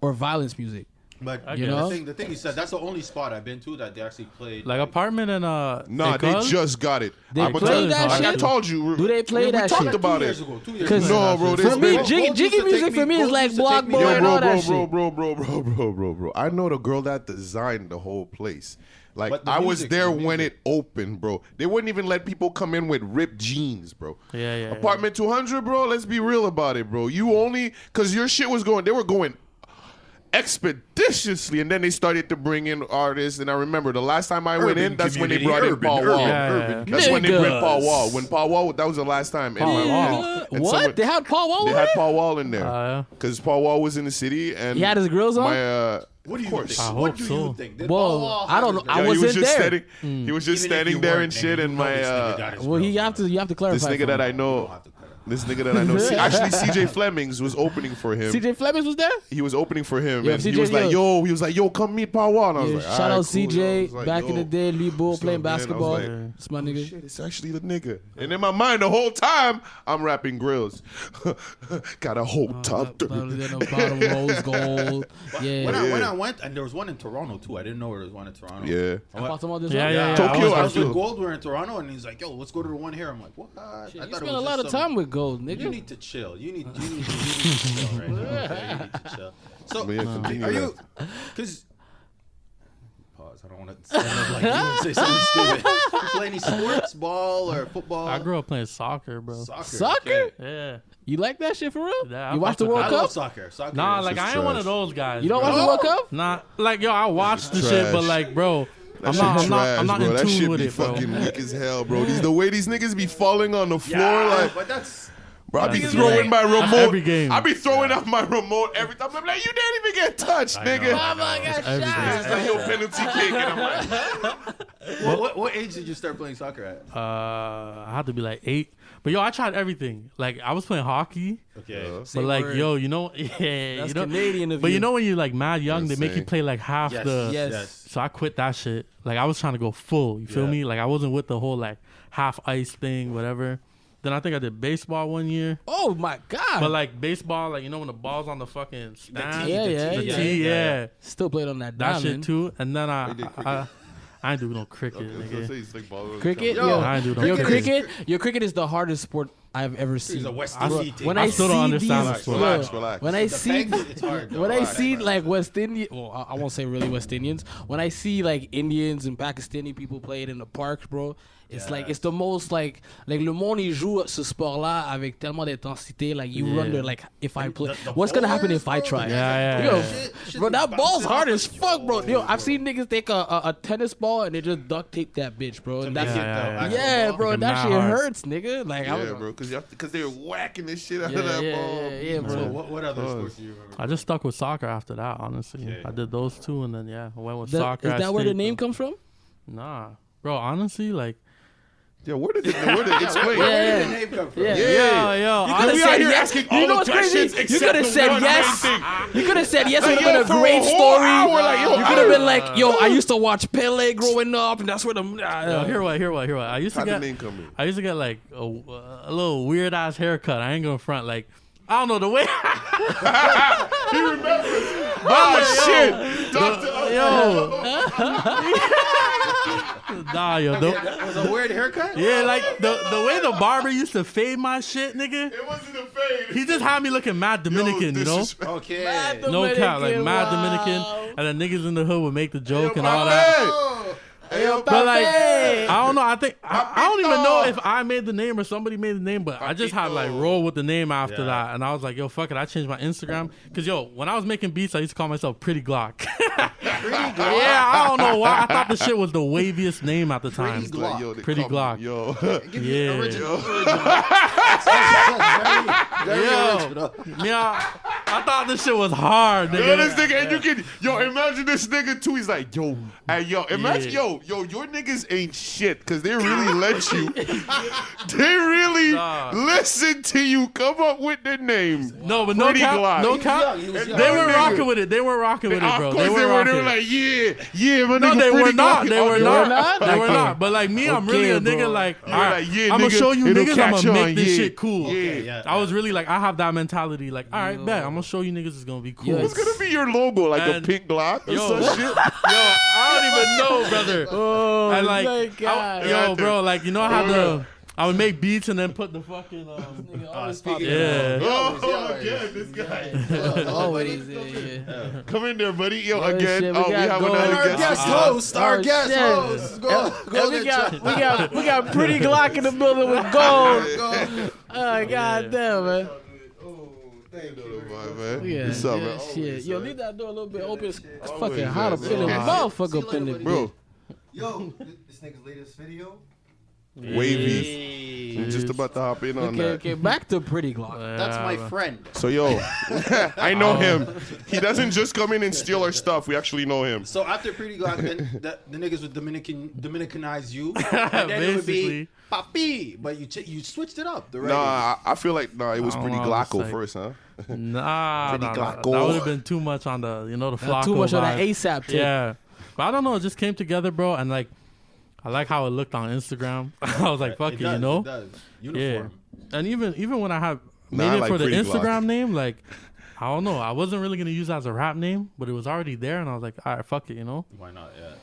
Speaker 2: or violence music.
Speaker 6: But
Speaker 4: You
Speaker 6: the
Speaker 2: know?
Speaker 6: thing, the thing you said, that's the only spot I've been to that they actually played.
Speaker 4: Like apartment and uh.
Speaker 3: nah, they
Speaker 4: École?
Speaker 3: just got it.
Speaker 2: They
Speaker 3: I'ma
Speaker 2: play
Speaker 3: tell you,
Speaker 2: that
Speaker 3: like I
Speaker 2: shit?
Speaker 3: told you,
Speaker 2: Do they play
Speaker 3: we,
Speaker 2: that
Speaker 3: We talked
Speaker 2: shit?
Speaker 3: about
Speaker 6: two
Speaker 3: it.
Speaker 6: years ago, two years
Speaker 2: 'Cause-
Speaker 6: ago.
Speaker 3: No, bro,
Speaker 2: For
Speaker 3: It's
Speaker 2: me,
Speaker 3: been-
Speaker 2: jiggy,
Speaker 6: Both used
Speaker 2: jiggy
Speaker 6: to take
Speaker 2: music
Speaker 6: me-
Speaker 2: for me is
Speaker 6: both
Speaker 2: like
Speaker 6: used to take
Speaker 2: block
Speaker 6: me-
Speaker 2: boy
Speaker 3: Yo,
Speaker 2: and all
Speaker 3: bro,
Speaker 2: that
Speaker 3: bro,
Speaker 2: shit.
Speaker 3: bro, bro, bro, bro, bro, bro, bro, I know the girl that designed the whole place. Like
Speaker 6: But the
Speaker 3: I was
Speaker 6: music,
Speaker 3: there
Speaker 6: the
Speaker 3: when
Speaker 6: music.
Speaker 3: it opened, bro. They wouldn't even let people come in with ripped jeans, bro.
Speaker 4: Yeah, yeah, yeah.
Speaker 3: Apartment 200, bro. Let's be real about it, bro. You only because your shit was going. They were going expeditiously, and then they started to bring in artists. And I remember the last time I went
Speaker 5: Urban
Speaker 3: in, that's when they
Speaker 5: community,
Speaker 3: brought in
Speaker 5: urban,
Speaker 3: Paul
Speaker 5: urban,
Speaker 3: Wall.
Speaker 4: Yeah, yeah, yeah.
Speaker 3: That's when they brought Paul
Speaker 2: Niggas.
Speaker 3: Wall. When Paul Wall, that was the last time. And my-
Speaker 2: Nigga,
Speaker 3: and
Speaker 2: what?
Speaker 3: someone-
Speaker 2: they had Paul Wall.
Speaker 3: they
Speaker 2: on
Speaker 3: had
Speaker 2: it?
Speaker 3: Paul Wall in
Speaker 4: Oh,
Speaker 3: there
Speaker 4: yeah.
Speaker 3: because Paul Wall was in the city and
Speaker 2: He had his grills on?
Speaker 3: My, uh,
Speaker 6: What do you
Speaker 3: of course.
Speaker 6: think?
Speaker 4: I
Speaker 6: what
Speaker 4: hope
Speaker 6: do
Speaker 4: so.
Speaker 6: you think? Did
Speaker 2: Whoa,
Speaker 6: Paul Wall
Speaker 2: I
Speaker 6: have
Speaker 2: don't
Speaker 6: his
Speaker 2: know. I
Speaker 6: girl?
Speaker 3: Yeah, he was
Speaker 2: wasn't
Speaker 3: just
Speaker 2: there. Hmm.
Speaker 3: standing. He was just
Speaker 6: Even if
Speaker 3: standing
Speaker 6: you
Speaker 3: there
Speaker 6: weren't,
Speaker 3: and
Speaker 6: nigga,
Speaker 3: shit.
Speaker 6: you
Speaker 3: And
Speaker 6: know
Speaker 3: my
Speaker 6: this nigga got
Speaker 3: uh,
Speaker 6: his
Speaker 2: Well,
Speaker 6: girl,
Speaker 2: he you have to you have to clarify.
Speaker 3: this nigga
Speaker 2: for
Speaker 3: that
Speaker 2: me.
Speaker 3: I
Speaker 6: don't
Speaker 3: know,
Speaker 6: have to cut it.
Speaker 3: this nigga that I know, C- actually CJ Flemings was opening for him.
Speaker 2: CJ Flemings was there.
Speaker 3: He was opening for him,
Speaker 2: Yo,
Speaker 3: and
Speaker 2: CJ,
Speaker 3: he was like,
Speaker 2: yo.
Speaker 3: "Yo," he was like, "Yo, come meet Paul Wall." And I was
Speaker 2: Yeah,
Speaker 3: like,
Speaker 2: shout out
Speaker 3: "Alright, cool." I
Speaker 2: CJ
Speaker 3: was like,
Speaker 2: back in
Speaker 3: yo,
Speaker 2: the day, Lee Bull
Speaker 3: what's
Speaker 2: playing
Speaker 3: up, man? I was
Speaker 2: basketball.
Speaker 3: like,
Speaker 2: It's my nigga.
Speaker 3: Shit, it's actually the nigga. And in my mind, the whole time, I'm rapping grills. Got a
Speaker 2: Oh,
Speaker 3: whole top
Speaker 2: Up, down,
Speaker 3: three.
Speaker 2: then the bottom, rose gold. Yeah.
Speaker 6: When,
Speaker 2: I,
Speaker 6: I, when
Speaker 3: Yeah.
Speaker 6: I went, and there was one in Toronto too. I didn't know there was one in Toronto.
Speaker 3: Yeah.
Speaker 6: I went-
Speaker 2: talked about this.
Speaker 4: Yeah,
Speaker 2: earlier.
Speaker 4: yeah, yeah.
Speaker 3: Tokyo,
Speaker 4: I was-
Speaker 6: I
Speaker 3: I
Speaker 6: was
Speaker 3: feel-
Speaker 6: with Gold. We're in Toronto, and he's like, "Yo, let's go to the one here." I'm like, "What?" I
Speaker 2: Shit,
Speaker 6: thought
Speaker 2: You
Speaker 6: it
Speaker 2: spent
Speaker 6: was
Speaker 2: a
Speaker 6: just
Speaker 2: lot of
Speaker 6: some-
Speaker 2: time with gold, nigga.
Speaker 6: You need to chill. You need. You need. You need to chill right now. okay? You need to chill. So,
Speaker 3: But yeah, continue
Speaker 6: are you? Because. Pause. I don't want to stand up like you and say something stupid. You play any sports, ball or football?
Speaker 4: I grew up playing soccer, bro.
Speaker 6: soccer.
Speaker 2: Soccer?
Speaker 6: okay.
Speaker 4: Yeah.
Speaker 2: You like that shit for real?
Speaker 4: Yeah, I
Speaker 2: you watch
Speaker 4: fuck
Speaker 2: the
Speaker 4: with
Speaker 2: World
Speaker 6: I
Speaker 4: that.
Speaker 6: love
Speaker 2: Cup?
Speaker 6: soccer. Soccer.
Speaker 4: Nah,
Speaker 6: is
Speaker 4: like
Speaker 3: just
Speaker 4: I ain't one
Speaker 3: trash.
Speaker 4: of those guys.
Speaker 2: You don't
Speaker 4: bro.
Speaker 2: watch the World Cup?
Speaker 4: Nah, like yo, I watched the shit, but
Speaker 3: trash.
Speaker 4: like, bro, I'm
Speaker 3: That
Speaker 4: not,
Speaker 3: shit
Speaker 4: I'm not, I'm
Speaker 3: trash,
Speaker 4: not
Speaker 3: bro.
Speaker 4: in
Speaker 3: That
Speaker 4: tune
Speaker 3: shit
Speaker 4: with
Speaker 3: be
Speaker 4: it, bro.
Speaker 3: fucking weak as hell, bro. These the way these niggas be falling on the floor,
Speaker 6: Yeah,
Speaker 3: like
Speaker 6: but that's
Speaker 3: bro. I be
Speaker 4: That's
Speaker 3: throwing
Speaker 4: great.
Speaker 3: my
Speaker 4: That's
Speaker 3: remote.
Speaker 4: every game.
Speaker 3: I be throwing out my remote every time. I'm like, you didn't even get touched,
Speaker 6: I know,
Speaker 3: nigga.
Speaker 6: I know.
Speaker 4: Every day.
Speaker 3: It's like yo penalty kick, and I'm like,
Speaker 6: What, what, what age did you start playing soccer at?
Speaker 4: Uh, I had to be like eight, but yo, I tried everything. Like I was playing hockey,
Speaker 6: Okay.
Speaker 3: uh,
Speaker 2: Say
Speaker 4: but like
Speaker 2: word.
Speaker 4: yo, you know, yeah,
Speaker 2: That's
Speaker 4: you know,
Speaker 2: Canadian of
Speaker 4: but
Speaker 2: you.
Speaker 4: you know when you're like mad young, they make you
Speaker 3: Insane.
Speaker 4: play like half
Speaker 6: Yes.
Speaker 4: the.
Speaker 2: Yes.
Speaker 6: Yes.
Speaker 4: So I quit that shit. Like I was trying to go full. You feel
Speaker 6: Yeah.
Speaker 4: me? Like I wasn't with the whole like half ice thing, whatever. Then I think I did baseball one year,
Speaker 2: Oh my god!
Speaker 4: but like baseball, like you know when the ball's on the fucking stand,
Speaker 2: yeah, yeah,
Speaker 4: the
Speaker 2: yeah.
Speaker 4: tee, yeah.
Speaker 2: Still played on that
Speaker 4: That
Speaker 2: diamond.
Speaker 4: shit too. And then I,
Speaker 3: did
Speaker 4: I, I, I ain't do no cricket. nigga.
Speaker 2: Cricket,
Speaker 6: Yo,
Speaker 2: yo,
Speaker 4: I do
Speaker 2: yo,
Speaker 4: cricket.
Speaker 2: cricket, your cricket is the hardest sport I've ever seen.
Speaker 6: He's a West
Speaker 4: I-
Speaker 6: Indian.
Speaker 2: when I,
Speaker 6: team.
Speaker 4: I still
Speaker 2: see
Speaker 4: don't understand
Speaker 2: these,
Speaker 4: this sport.
Speaker 2: yo,
Speaker 3: Relax, relax.
Speaker 2: When I
Speaker 6: The
Speaker 2: see
Speaker 6: fact that it's hard, though.
Speaker 2: when I
Speaker 6: Relax,
Speaker 2: see
Speaker 6: bro.
Speaker 2: like West Indian, well, I- I won't say really West Indians. When I see like Indians and Pakistani people play it in the parks, bro, it's like it's the most like like le monde il joue à ce sport-là avec tellement d'intensité. Like you
Speaker 4: Yeah.
Speaker 2: wonder like if I play,
Speaker 6: The
Speaker 2: what's gonna happen
Speaker 6: bowlers,
Speaker 2: if I
Speaker 6: bro,
Speaker 2: try?
Speaker 6: the guys
Speaker 4: Yeah,
Speaker 6: that
Speaker 2: Yo,
Speaker 4: yeah,
Speaker 6: do
Speaker 4: yeah.
Speaker 6: shit- shit
Speaker 2: bro,
Speaker 6: be
Speaker 2: that ball's
Speaker 6: bouncing
Speaker 2: hard
Speaker 6: off
Speaker 2: as
Speaker 6: the-
Speaker 2: fuck, bro. Yo, I've
Speaker 6: Yo.
Speaker 2: seen niggas take a, a, a tennis ball and they just duct tape that bitch, bro. And
Speaker 6: That's
Speaker 2: that's
Speaker 6: it,
Speaker 2: yeah,
Speaker 4: yeah,
Speaker 6: though.
Speaker 4: yeah.
Speaker 6: Actual
Speaker 2: yeah
Speaker 6: ball.
Speaker 2: bro,
Speaker 4: Fucking
Speaker 2: that
Speaker 4: mad
Speaker 2: shit
Speaker 4: hard.
Speaker 2: hurts, nigga. Like, I was,
Speaker 3: Yeah, bro, because because they were whacking the shit out
Speaker 2: Yeah,
Speaker 3: of that
Speaker 2: yeah,
Speaker 3: ball.
Speaker 2: yeah, yeah,
Speaker 6: So
Speaker 2: bro.
Speaker 6: what, what other sports do you remember?
Speaker 4: I just stuck with soccer after that, honestly. I did those two, and then yeah, I went with
Speaker 2: That-
Speaker 4: soccer.
Speaker 2: is
Speaker 4: I
Speaker 2: that where the
Speaker 4: stayed
Speaker 2: name
Speaker 4: with-
Speaker 2: comes from?
Speaker 4: Nah, bro. Honestly, like
Speaker 3: Yeah, where did it, where did it
Speaker 2: Yeah,
Speaker 3: explain?
Speaker 6: Where did the name come from?
Speaker 2: yeah.
Speaker 3: Yeah.
Speaker 4: yeah, yo,
Speaker 2: You could
Speaker 4: honestly,
Speaker 2: have
Speaker 3: we out
Speaker 2: said
Speaker 3: here
Speaker 2: yes.
Speaker 3: asking
Speaker 2: You
Speaker 3: all
Speaker 2: know
Speaker 3: the
Speaker 2: what's crazy?
Speaker 3: questions
Speaker 2: You
Speaker 3: except
Speaker 2: could have
Speaker 3: the
Speaker 2: said
Speaker 3: one
Speaker 2: yes.
Speaker 3: main
Speaker 2: You could have said yes. It would
Speaker 3: Like,
Speaker 2: have
Speaker 3: yo,
Speaker 2: been
Speaker 3: for
Speaker 2: a
Speaker 3: a
Speaker 2: great
Speaker 3: whole
Speaker 2: story.
Speaker 3: hour, like, yo,
Speaker 2: you could have
Speaker 3: I-
Speaker 2: been like, "Yo, I used to watch Pele growing up, and that's where the."
Speaker 4: yo,
Speaker 2: Uh,
Speaker 4: here what, here what, here what. I used to
Speaker 3: How'd the
Speaker 4: get,
Speaker 3: name come in?
Speaker 4: I used to get like a, a little weird ass haircut. I ain't gonna front. Like I don't know the way.
Speaker 3: Oh shit! Doctor,
Speaker 4: yo, nah, yo, the,
Speaker 6: That was a weird haircut?
Speaker 4: yeah, like the the way the barber used to fade my shit, nigga.
Speaker 3: it wasn't a fade.
Speaker 4: He just had me looking mad Dominican, you know.
Speaker 3: Disrespect.
Speaker 6: Okay.
Speaker 4: No cap, like
Speaker 2: Dominican,
Speaker 4: mad
Speaker 2: wow.
Speaker 4: Dominican, and the niggas in the hood would make the joke and all
Speaker 3: Papa.
Speaker 4: that.
Speaker 3: Hey, yo,
Speaker 4: But like,
Speaker 2: Hey.
Speaker 4: I don't know. I think I, I don't even
Speaker 3: Papito.
Speaker 4: know if I made the name or somebody made the name, but I just had like
Speaker 3: Papito.
Speaker 4: roll with the name after
Speaker 6: Yeah.
Speaker 4: that, and I was like, yo, fuck it, I changed my Instagram because yo, when I was making beats, I used to call myself Pretty Glock. Yeah, I don't know why. I thought the shit was the waviest name at the time.
Speaker 5: Pretty Glock.
Speaker 3: they
Speaker 4: Pretty
Speaker 3: call me-
Speaker 4: Glock.
Speaker 3: Yo,
Speaker 4: Yeah.
Speaker 5: Very
Speaker 4: Yo.
Speaker 5: original.
Speaker 4: Yeah, I, I thought this shit was hard, nigga.
Speaker 3: Yo, this nigga, and you can, yo, imagine this nigga too. He's like, yo, and yo, imagine,
Speaker 4: Yeah.
Speaker 3: yo, yo, your niggas ain't shit because they really let you. they really
Speaker 4: Nah.
Speaker 3: listen to you come up with the name.
Speaker 4: No, but no
Speaker 3: Pretty
Speaker 4: cap,
Speaker 3: Glock.
Speaker 4: no
Speaker 3: He
Speaker 4: cap.
Speaker 5: He was young.
Speaker 4: They were
Speaker 3: Nigga.
Speaker 4: rocking with it. They were rocking with it,
Speaker 3: of
Speaker 4: bro.
Speaker 3: course
Speaker 4: They were
Speaker 3: were. They
Speaker 4: rocking.
Speaker 3: were
Speaker 4: it.
Speaker 3: like, yeah, yeah, my
Speaker 4: No,
Speaker 3: nigga,
Speaker 4: they
Speaker 3: Pretty Oh,
Speaker 4: were not.
Speaker 3: Glock.
Speaker 4: They were
Speaker 3: Okay.
Speaker 4: not. They were
Speaker 2: Okay.
Speaker 4: not. But like me, I'm really a
Speaker 2: Okay,
Speaker 4: nigga.
Speaker 2: bro.
Speaker 4: Like,
Speaker 3: You're like, yeah,
Speaker 4: I'm gonna
Speaker 3: nigga,
Speaker 4: show you
Speaker 3: it'll
Speaker 4: niggas. I'm
Speaker 3: catch
Speaker 4: gonna
Speaker 3: on,
Speaker 4: make this
Speaker 3: yeah.
Speaker 4: shit cool.
Speaker 3: Yeah.
Speaker 6: Yeah.
Speaker 4: I was really like, I have that mentality. Like, all right, bet. I'm gonna show you niggas it's gonna be cool.
Speaker 2: Yo.
Speaker 3: What's gonna be your logo? Like
Speaker 4: And-
Speaker 3: a pink Glock or
Speaker 4: Yo.
Speaker 3: some shit?
Speaker 4: Yo, I don't even know, brother.
Speaker 2: Oh,
Speaker 4: I like, I- yo, bro, like you know how the I would make beats and then put the fucking uh, um, yeah.
Speaker 3: Oh,
Speaker 5: yeah,
Speaker 3: yeah, this guy.
Speaker 2: Always, yeah, yeah.
Speaker 3: Come in there, buddy. Yo,
Speaker 2: Yo,
Speaker 3: again.
Speaker 2: shit, we
Speaker 3: oh, we
Speaker 2: gotta
Speaker 3: have
Speaker 2: go.
Speaker 3: another
Speaker 2: And
Speaker 5: Our
Speaker 3: guest.
Speaker 5: guest
Speaker 3: Uh,
Speaker 5: host, our
Speaker 2: Oh,
Speaker 5: guest
Speaker 2: shit.
Speaker 5: host. Go, go
Speaker 2: And we
Speaker 5: there,
Speaker 2: got,
Speaker 5: Chuck.
Speaker 2: we got, we got pretty Glock in the building with gold.
Speaker 5: Go.
Speaker 2: Oh god damn, man.
Speaker 3: my man.
Speaker 2: Yeah,
Speaker 3: What's up,
Speaker 2: yeah,
Speaker 3: man? uh,
Speaker 2: shit. Yo, leave that door a little bit open. It's fucking
Speaker 3: Always,
Speaker 2: hot up
Speaker 3: man.
Speaker 2: in the
Speaker 3: Always.
Speaker 2: motherfucker up in the
Speaker 3: Bro,
Speaker 1: Yo, this nigga's latest video.
Speaker 3: wavies. I'm just about to hop in on
Speaker 2: Okay,
Speaker 3: that.
Speaker 2: okay, back to pretty Glock.
Speaker 5: That's my
Speaker 4: Uh,
Speaker 5: friend.
Speaker 3: So yo, I know him. He doesn't just come in and steal our stuff. We actually know him.
Speaker 5: So after Pretty Glock, then the, the niggas would Dominican Dominicanize you, and then it would be papi. But you ch- you switched it up. The right.
Speaker 3: Nah, I, I feel like nah, it was
Speaker 4: I don't
Speaker 3: pretty
Speaker 4: know, I'm
Speaker 3: glocko
Speaker 4: just
Speaker 3: first, huh?
Speaker 4: Nah, nah,
Speaker 3: Pretty
Speaker 4: nah, that
Speaker 3: Glocko.
Speaker 4: would have been too much on the you know the flock.
Speaker 2: Not too much on that ASAP tape.
Speaker 4: Yeah, but I don't know. It just came together, bro, and like I like how it looked on Instagram. I was like, fuck it,
Speaker 5: does,
Speaker 4: you know.
Speaker 5: does.
Speaker 4: Yeah,
Speaker 5: Uniform.
Speaker 4: and even even when I have
Speaker 3: Nah,
Speaker 4: made
Speaker 3: I
Speaker 4: it
Speaker 3: like
Speaker 4: for the
Speaker 3: Pretty
Speaker 4: Instagram
Speaker 3: Glock.
Speaker 4: name, like I don't know, I wasn't really gonna use it as a rap name, but it was already there, and I was like, all right, fuck it, you know.
Speaker 5: Why not? Yeah.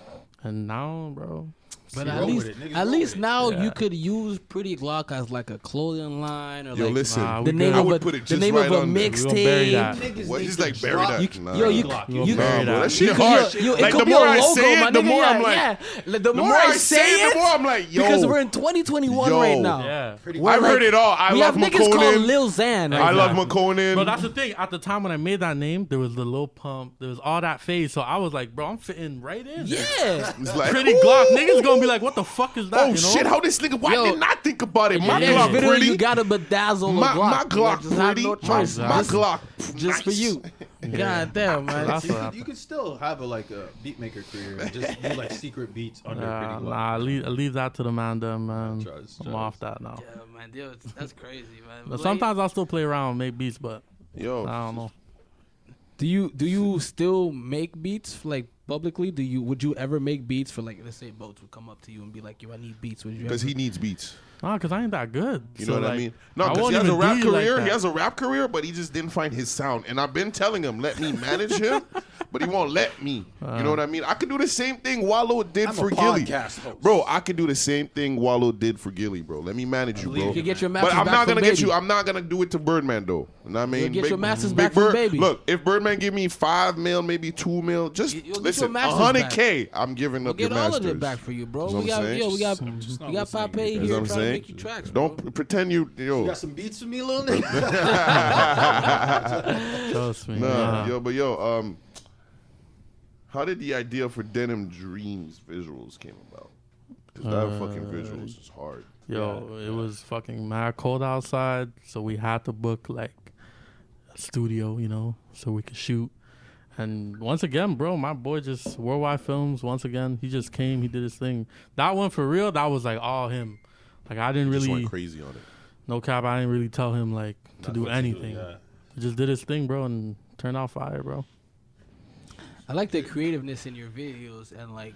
Speaker 4: And now, bro,
Speaker 2: But
Speaker 5: roll
Speaker 2: at least,
Speaker 5: with it, niggas,
Speaker 2: at
Speaker 5: roll
Speaker 2: least
Speaker 5: with it.
Speaker 2: now
Speaker 4: Yeah.
Speaker 2: you could use pretty Glock as like a clothing line or
Speaker 3: Yo,
Speaker 2: like
Speaker 3: listen.
Speaker 4: Nah,
Speaker 2: the
Speaker 4: we
Speaker 2: name
Speaker 4: good. I
Speaker 2: of
Speaker 3: would
Speaker 2: a,
Speaker 3: put it
Speaker 2: the
Speaker 3: just
Speaker 2: name
Speaker 3: right
Speaker 2: of a
Speaker 3: under. We
Speaker 4: we gonna bury that.
Speaker 2: mixtape.
Speaker 5: Niggas
Speaker 3: What?
Speaker 5: need
Speaker 3: He's
Speaker 5: to
Speaker 3: like buried
Speaker 5: drop-
Speaker 3: that. Nah.
Speaker 2: Yo, you,
Speaker 5: Glock,
Speaker 2: you,
Speaker 4: you
Speaker 3: Nah,
Speaker 4: buried
Speaker 3: bro,
Speaker 4: that.
Speaker 3: that shit
Speaker 2: you-
Speaker 3: hard.
Speaker 2: yo, yo, it
Speaker 3: like
Speaker 2: could
Speaker 3: the
Speaker 2: be
Speaker 3: more
Speaker 2: a
Speaker 3: I
Speaker 2: logo,
Speaker 3: say
Speaker 2: my
Speaker 3: it, the
Speaker 2: nigga,
Speaker 3: more
Speaker 2: yeah,
Speaker 3: I'm like,
Speaker 2: yeah. Like, the
Speaker 3: the more I say it, the more I'm like, yo.
Speaker 2: because we're in 2021 right
Speaker 3: Yo.
Speaker 2: now.
Speaker 4: yeah.
Speaker 2: We're like-
Speaker 3: I've heard it all. I
Speaker 2: we
Speaker 3: love
Speaker 2: have niggas called
Speaker 3: McConan.
Speaker 2: Lil Xan.
Speaker 3: I
Speaker 2: Right
Speaker 3: love
Speaker 4: Exactly. But that's
Speaker 3: McConan.
Speaker 4: the thing. At the time when I made that name, there was the Lil Pump, there was all that phase. So I was like, bro, I'm fitting right in. there.
Speaker 2: Yeah.
Speaker 3: It's like,
Speaker 4: Pretty
Speaker 3: ooh,
Speaker 4: Glock. Niggas gonna be like, what the fuck is that?
Speaker 3: Oh
Speaker 4: you know?
Speaker 3: shit! How this nigga? Why
Speaker 2: Yo.
Speaker 3: didn't I think about it? My
Speaker 2: Next
Speaker 3: Glock
Speaker 2: video,
Speaker 3: pretty.
Speaker 2: you gotta bedazzle
Speaker 3: my,
Speaker 2: a Glock.
Speaker 3: my
Speaker 2: Like,
Speaker 3: Glock
Speaker 2: just have
Speaker 3: pretty.
Speaker 2: no
Speaker 3: my
Speaker 2: choice.
Speaker 3: my
Speaker 2: just,
Speaker 3: Glock.
Speaker 2: just for
Speaker 3: nice.
Speaker 2: you. God damn, man.
Speaker 4: That's
Speaker 5: You
Speaker 4: what
Speaker 5: could,
Speaker 4: happened.
Speaker 5: you could still have a like a beat maker career and just do like secret beats under
Speaker 4: Nah,
Speaker 5: Pretty Glock.
Speaker 4: Uh, nah, I leave, I leave that to the man, them, man.
Speaker 5: Trust,
Speaker 4: I'm
Speaker 5: trust.
Speaker 4: off that now.
Speaker 2: Yeah, man, dude, that's crazy, man.
Speaker 4: But sometimes I'll still play around and make beats, but
Speaker 3: Yo,
Speaker 4: I don't know.
Speaker 2: do you do you still make beats like publicly? Do you would you ever make beats for like let's say Boats would come up to you and be like, "Yo, I need beats." Would you?
Speaker 3: because
Speaker 2: ever-
Speaker 3: he needs beats.
Speaker 4: Nah, cause I ain't that good.
Speaker 3: You
Speaker 4: So,
Speaker 3: know what I
Speaker 4: like,
Speaker 3: mean? No, because
Speaker 4: won't
Speaker 3: he has a
Speaker 4: even
Speaker 3: rap
Speaker 4: do you like
Speaker 3: career. he
Speaker 4: that.
Speaker 3: has a rap career, but he just didn't find his sound. And I've been telling him, let me manage him, but he won't let me.
Speaker 4: Uh.
Speaker 3: you know what I mean? I could do the same thing Wallow did
Speaker 5: I'm a
Speaker 3: for Gilly.
Speaker 5: podcast host.
Speaker 3: Bro, I could do the same thing Wallow did for Gilly, bro. Let me manage you,
Speaker 5: believe
Speaker 3: bro.
Speaker 5: you.
Speaker 2: You get your
Speaker 3: but
Speaker 2: masters
Speaker 3: I'm
Speaker 2: back
Speaker 3: not
Speaker 2: from
Speaker 3: gonna get
Speaker 2: Baby.
Speaker 3: you. I'm not gonna do it to Birdman though. You know what I mean?
Speaker 2: You'll get your masters
Speaker 3: Big
Speaker 2: back from
Speaker 3: Bird-
Speaker 2: Baby.
Speaker 3: Look, if Birdman give me five mil, maybe two mil, just
Speaker 2: You- you'll get your
Speaker 3: listen,
Speaker 2: masters
Speaker 3: hundred k. I'm giving
Speaker 2: We'll
Speaker 3: up
Speaker 2: get
Speaker 3: your
Speaker 2: all
Speaker 3: masters.
Speaker 2: of it back for you, bro.
Speaker 3: That's what
Speaker 2: We
Speaker 3: I'm
Speaker 2: got,
Speaker 3: saying.
Speaker 2: yo, we got,
Speaker 5: not
Speaker 2: we got
Speaker 5: listening to you
Speaker 2: Pape
Speaker 5: guys.
Speaker 3: That's
Speaker 2: here
Speaker 3: what I'm
Speaker 2: trying to
Speaker 3: saying.
Speaker 2: make you tracks.
Speaker 3: Don't
Speaker 2: bro.
Speaker 3: p- pretend you yo.
Speaker 5: You got some beats for me, little nigga.
Speaker 4: Trust me.
Speaker 3: Nah,
Speaker 4: nah.
Speaker 3: yo, but yo, um, how did the idea for Denim Dreams visuals came about? Because that fucking visuals is hard.
Speaker 4: Yo, it was fucking mad cold outside, so we had to book like a studio, you know, so we could shoot. And once again, bro, my boy just Worldwide Films. Once again, he just came, he did his thing. That one for real, that was like all him. Like I didn't
Speaker 3: Just
Speaker 4: really,
Speaker 3: went crazy on it.
Speaker 4: no cap, I didn't really tell him like to do anything.
Speaker 5: yeah.
Speaker 4: He just did his thing, bro, and turned out fire, bro.
Speaker 2: I like the creativeness in your videos and like